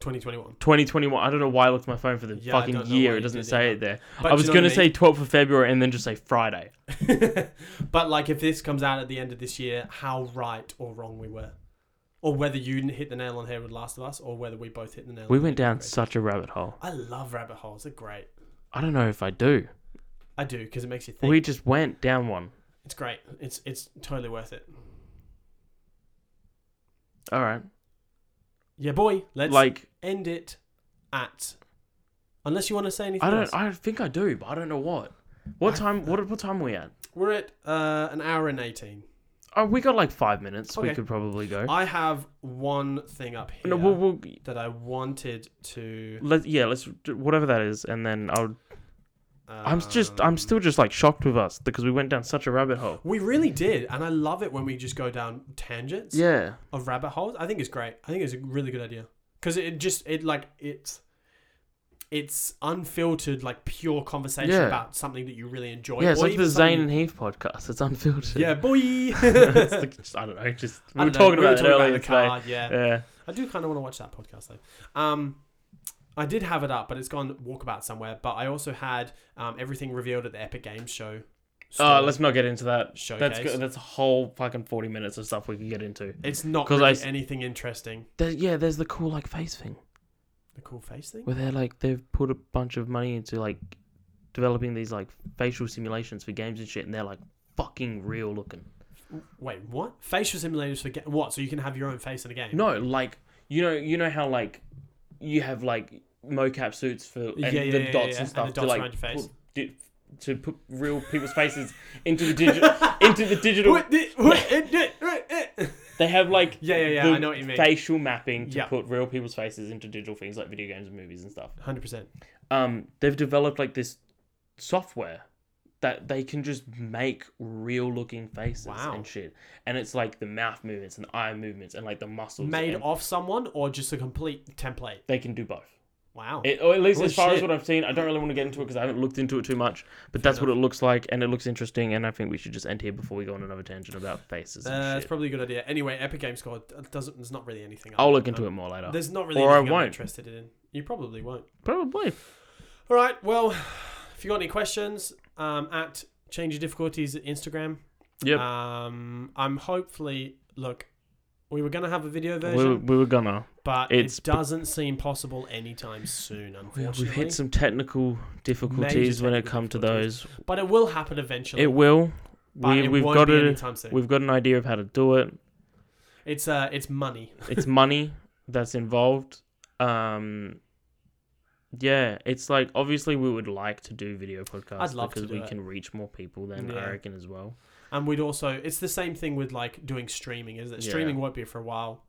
Speaker 1: 2021.
Speaker 2: 2021. I don't know why I looked at my phone for the
Speaker 1: Yeah, I
Speaker 2: fucking
Speaker 1: don't know why
Speaker 2: year.
Speaker 1: you
Speaker 2: It doesn't
Speaker 1: did it.
Speaker 2: say it there.
Speaker 1: But
Speaker 2: I
Speaker 1: do
Speaker 2: was
Speaker 1: you know
Speaker 2: going to
Speaker 1: what I
Speaker 2: say 12th of February and then just say Friday.
Speaker 1: [LAUGHS] but like if this comes out at the end of this year, how right or wrong we were. Or whether you didn't hit the nail on the head with Last of Us or whether we both hit the nail
Speaker 2: We
Speaker 1: on the
Speaker 2: went
Speaker 1: head
Speaker 2: down
Speaker 1: with Great.
Speaker 2: such a rabbit hole.
Speaker 1: I love rabbit holes. They're great.
Speaker 2: I don't know if I do.
Speaker 1: I do because it makes you think.
Speaker 2: We just went down one.
Speaker 1: It's great. It's it's totally worth it.
Speaker 2: All right.
Speaker 1: Yeah, boy. Let's
Speaker 2: like
Speaker 1: end it at. Unless you want to say anything.
Speaker 2: I
Speaker 1: else.
Speaker 2: don't. I think I do, but I don't know what. What time? What what time are we at?
Speaker 1: We're at uh, an hour and eighteen.
Speaker 2: Oh, we got like five minutes. We
Speaker 1: Okay.
Speaker 2: could probably go.
Speaker 1: I have one thing up here
Speaker 2: no, we'll, we'll
Speaker 1: that I wanted to.
Speaker 2: let yeah. Let's do whatever that is, and then I'll. I'm just. I'm
Speaker 1: um,
Speaker 2: still just like shocked with us because we went down such a rabbit hole.
Speaker 1: We really did, and I love it when we just go down tangents
Speaker 2: Yeah.
Speaker 1: of rabbit holes. I think it's great. I think it's a really good idea because it just it like it's it's unfiltered like pure conversation
Speaker 2: Yeah.
Speaker 1: about something that you really enjoy.
Speaker 2: Yeah. It's
Speaker 1: or
Speaker 2: like
Speaker 1: even
Speaker 2: the
Speaker 1: something-
Speaker 2: Zane and Heath podcast. It's unfiltered.
Speaker 1: Yeah,
Speaker 2: [LAUGHS]
Speaker 1: [LAUGHS]
Speaker 2: It's [LAUGHS]
Speaker 1: boy. [LAUGHS]
Speaker 2: like, just- I don't know. Just we
Speaker 1: I
Speaker 2: were
Speaker 1: don't know,
Speaker 2: talking about it earlier
Speaker 1: the car,
Speaker 2: today.
Speaker 1: yeah.
Speaker 2: Yeah.
Speaker 1: I do kind of want to watch that podcast though. Um, I did have it up, but it's gone walkabout somewhere. But I also had um, everything revealed at the Epic Games show.
Speaker 2: Oh,
Speaker 1: store
Speaker 2: let's not get into that.
Speaker 1: showcase.
Speaker 2: That's good. That's a whole fucking forty minutes of stuff we can get into.
Speaker 1: It's not
Speaker 2: 'Cause
Speaker 1: really
Speaker 2: I s-
Speaker 1: anything interesting.
Speaker 2: There, yeah, there's the cool like face thing
Speaker 1: The cool face thing.
Speaker 2: where they're like they've put a bunch of money into like developing these like facial simulations for games and shit, and they're like fucking real looking.
Speaker 1: Wait, what? Facial simulators for ga- what? So you can have your own face in a game?
Speaker 2: No, like you know, you know how like you have like mocap suits for and
Speaker 1: Yeah, yeah,
Speaker 2: the
Speaker 1: yeah,
Speaker 2: dots
Speaker 1: yeah, and
Speaker 2: and
Speaker 1: the
Speaker 2: stuff
Speaker 1: dots
Speaker 2: to like
Speaker 1: around your face.
Speaker 2: Put, di- to put real people's faces [LAUGHS] into the digital [LAUGHS] into the digital. [LAUGHS] They have like
Speaker 1: Yeah, yeah, yeah,
Speaker 2: the
Speaker 1: I know what you mean.
Speaker 2: Facial mapping to
Speaker 1: Yeah.
Speaker 2: put real people's faces into digital things like video games and movies and stuff.
Speaker 1: Hundred percent.
Speaker 2: Um, they've developed like this software that they can just make real looking faces
Speaker 1: Wow.
Speaker 2: and shit. And it's like the mouth movements and eye movements and like the muscles.
Speaker 1: Made
Speaker 2: and
Speaker 1: off someone or just a complete template?
Speaker 2: they can do both.
Speaker 1: Wow.
Speaker 2: It, or at least
Speaker 1: Holy
Speaker 2: as far as
Speaker 1: shit.
Speaker 2: what I've seen, I don't really want to get into it because I haven't looked into it too much. But that's what it looks like, and it looks interesting. And I think we should just end here before we go on another tangent about faces and
Speaker 1: Uh,
Speaker 2: shit.
Speaker 1: that's probably a good idea. Anyway, Epic Games Score doesn't. There's not really anything.
Speaker 2: I'll look
Speaker 1: Uh,
Speaker 2: into it more later.
Speaker 1: There's not really
Speaker 2: Or I
Speaker 1: anything I'm
Speaker 2: won't.
Speaker 1: interested in. You probably won't.
Speaker 2: Probably.
Speaker 1: All right. Well, [SIGHS] if you got any questions, um, at change your difficulties at Instagram.
Speaker 2: Yep.
Speaker 1: Um, I'm hopefully look. We were gonna have a video
Speaker 2: we,
Speaker 1: version,
Speaker 2: were- we were gonna.
Speaker 1: but
Speaker 2: it's-
Speaker 1: it doesn't seem possible anytime soon,
Speaker 2: We,
Speaker 1: unfortunately.
Speaker 2: we've hit some technical difficulties when it
Speaker 1: technical
Speaker 2: comes to
Speaker 1: difficulties.
Speaker 2: those.
Speaker 1: but it will happen eventually.
Speaker 2: It will.
Speaker 1: but
Speaker 2: We,
Speaker 1: it
Speaker 2: we've
Speaker 1: won't
Speaker 2: got
Speaker 1: be
Speaker 2: it.
Speaker 1: anytime soon.
Speaker 2: We've got an idea of how to do it.
Speaker 1: It's uh, it's money. [LAUGHS]
Speaker 2: It's money that's involved. Um, yeah, it's like obviously we would like to do video podcasts
Speaker 1: I'd love to
Speaker 2: because
Speaker 1: do
Speaker 2: we
Speaker 1: it.
Speaker 2: can reach more people than
Speaker 1: Yeah.
Speaker 2: I reckon as well.
Speaker 1: And we'd also it's the same thing with like doing streaming, is that
Speaker 2: Yeah.
Speaker 1: streaming won't be for a while.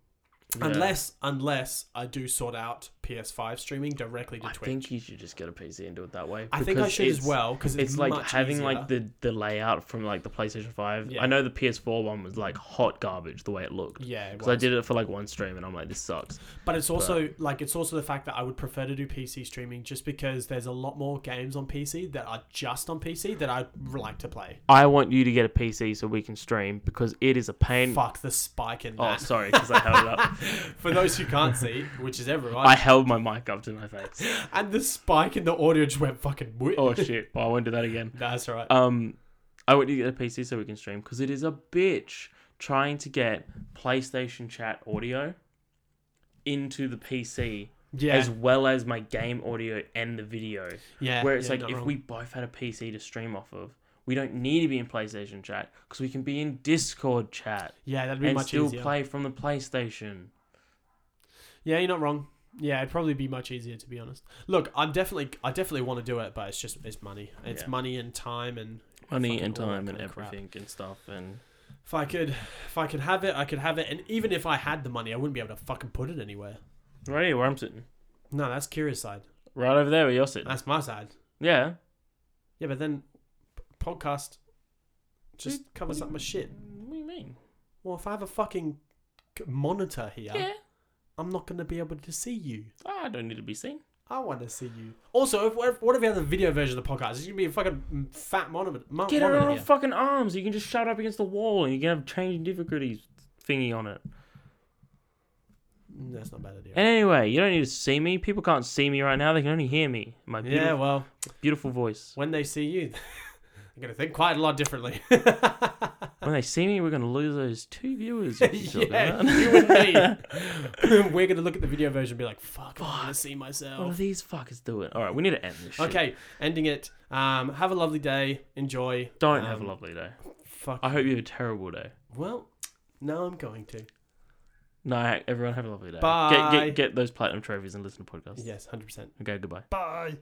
Speaker 2: Yeah.
Speaker 1: Unless unless I do sort out PS5 streaming directly to
Speaker 2: I
Speaker 1: Twitch.
Speaker 2: think you should just get a PC and do it that way.
Speaker 1: I think I
Speaker 2: because
Speaker 1: should as
Speaker 2: it's-
Speaker 1: well because it's,
Speaker 2: It's, like
Speaker 1: much
Speaker 2: having
Speaker 1: easier.
Speaker 2: like the, the layout from like the PlayStation Five.
Speaker 1: Yeah.
Speaker 2: I know the PS4 one was like hot garbage the way it looked.
Speaker 1: yeah, it
Speaker 2: Because I
Speaker 1: was.
Speaker 2: did it for like one stream and I'm like, this sucks.
Speaker 1: but it's also like it's also the fact that I would prefer to do PC streaming just because there's a lot more games on PC that are just on PC that I'd like to play.
Speaker 2: I want you to get a PC so we can stream because it is a pain.
Speaker 1: Fuck the spike in
Speaker 2: Oh,
Speaker 1: that.
Speaker 2: sorry, because I held
Speaker 1: [LAUGHS]
Speaker 2: it up.
Speaker 1: For those who can't see, which is everyone,
Speaker 2: Oh. I held my mic up to
Speaker 1: [LAUGHS]
Speaker 2: my face.
Speaker 1: and the spike in the audio just went fucking.
Speaker 2: Oh shit! Well, I won't do that again.
Speaker 1: That's right.
Speaker 2: Um, I want you to get a PC so we can stream because it is a bitch trying to get PlayStation chat audio into the PC
Speaker 1: yeah.
Speaker 2: as well as my game audio and the video.
Speaker 1: yeah.
Speaker 2: Where it's
Speaker 1: yeah,
Speaker 2: like
Speaker 1: not
Speaker 2: if
Speaker 1: wrong.
Speaker 2: we both had a PC to stream off of, we don't need to be in PlayStation chat because we can be in Discord chat.
Speaker 1: Yeah, that'd be
Speaker 2: and
Speaker 1: much
Speaker 2: still
Speaker 1: easier.
Speaker 2: play from the PlayStation.
Speaker 1: Yeah, you're not wrong. Yeah, it'd probably be much easier to be honest. Look, I'm definitely, I definitely want to do it, but it's just it's money. It's
Speaker 2: Yeah.
Speaker 1: money and time, and
Speaker 2: Money
Speaker 1: Fucking
Speaker 2: and
Speaker 1: all that
Speaker 2: time and
Speaker 1: kind of crap.
Speaker 2: everything and stuff and
Speaker 1: if I could, if I could have it, I could have it. And even if I had the money, I wouldn't be able to fucking put it anywhere.
Speaker 2: right here where I'm sitting.
Speaker 1: No, that's curious side.
Speaker 2: Right over there where you're sitting.
Speaker 1: That's my side.
Speaker 2: yeah.
Speaker 1: Yeah, but then p- podcast just covers up my shit.
Speaker 2: What do you mean?
Speaker 1: Well, if I have a fucking c- monitor here,
Speaker 2: Yeah. Ah,
Speaker 1: I'm not gonna be able to see you.
Speaker 2: I don't need to be seen.
Speaker 1: I want to see you. Also, if, what if- what if we have the video version of the podcast? It's gonna be a fucking fat monitor. mon-
Speaker 2: Get it
Speaker 1: monitor
Speaker 2: on
Speaker 1: here.
Speaker 2: our fucking arms. You can just shove it up against the wall and you can have changing difficulties thingy on it.
Speaker 1: Mm, That's not a bad idea.
Speaker 2: And anyway, you don't need to see me. People can't see me right now. They can only hear me. My beautiful,
Speaker 1: yeah, well,
Speaker 2: beautiful voice.
Speaker 1: when they see you, [LAUGHS] they're gonna think quite a lot [LAUGHS] differently.
Speaker 2: When they see me, we're going to lose those two
Speaker 1: [LAUGHS]
Speaker 2: viewers. you talking
Speaker 1: yeah,
Speaker 2: about.
Speaker 1: you
Speaker 2: [LAUGHS]
Speaker 1: [LAUGHS] and me. We're gonna look at the video version and be like, "Fuck, I want to see
Speaker 2: What are
Speaker 1: myself."
Speaker 2: these fuckers doing? All right, we need to end this shit.
Speaker 1: [LAUGHS] Okay, ending it. Um, have a lovely day. Enjoy.
Speaker 2: Don't
Speaker 1: Um,
Speaker 2: have a lovely day.
Speaker 1: Fuck.
Speaker 2: I hope you have a terrible day.
Speaker 1: Well, no, I'm going to.
Speaker 2: No, everyone have a lovely day.
Speaker 1: Bye.
Speaker 2: Get, get, get those platinum trophies and listen to podcasts.
Speaker 1: Yes, hundred percent.
Speaker 2: Okay, goodbye.
Speaker 1: Bye.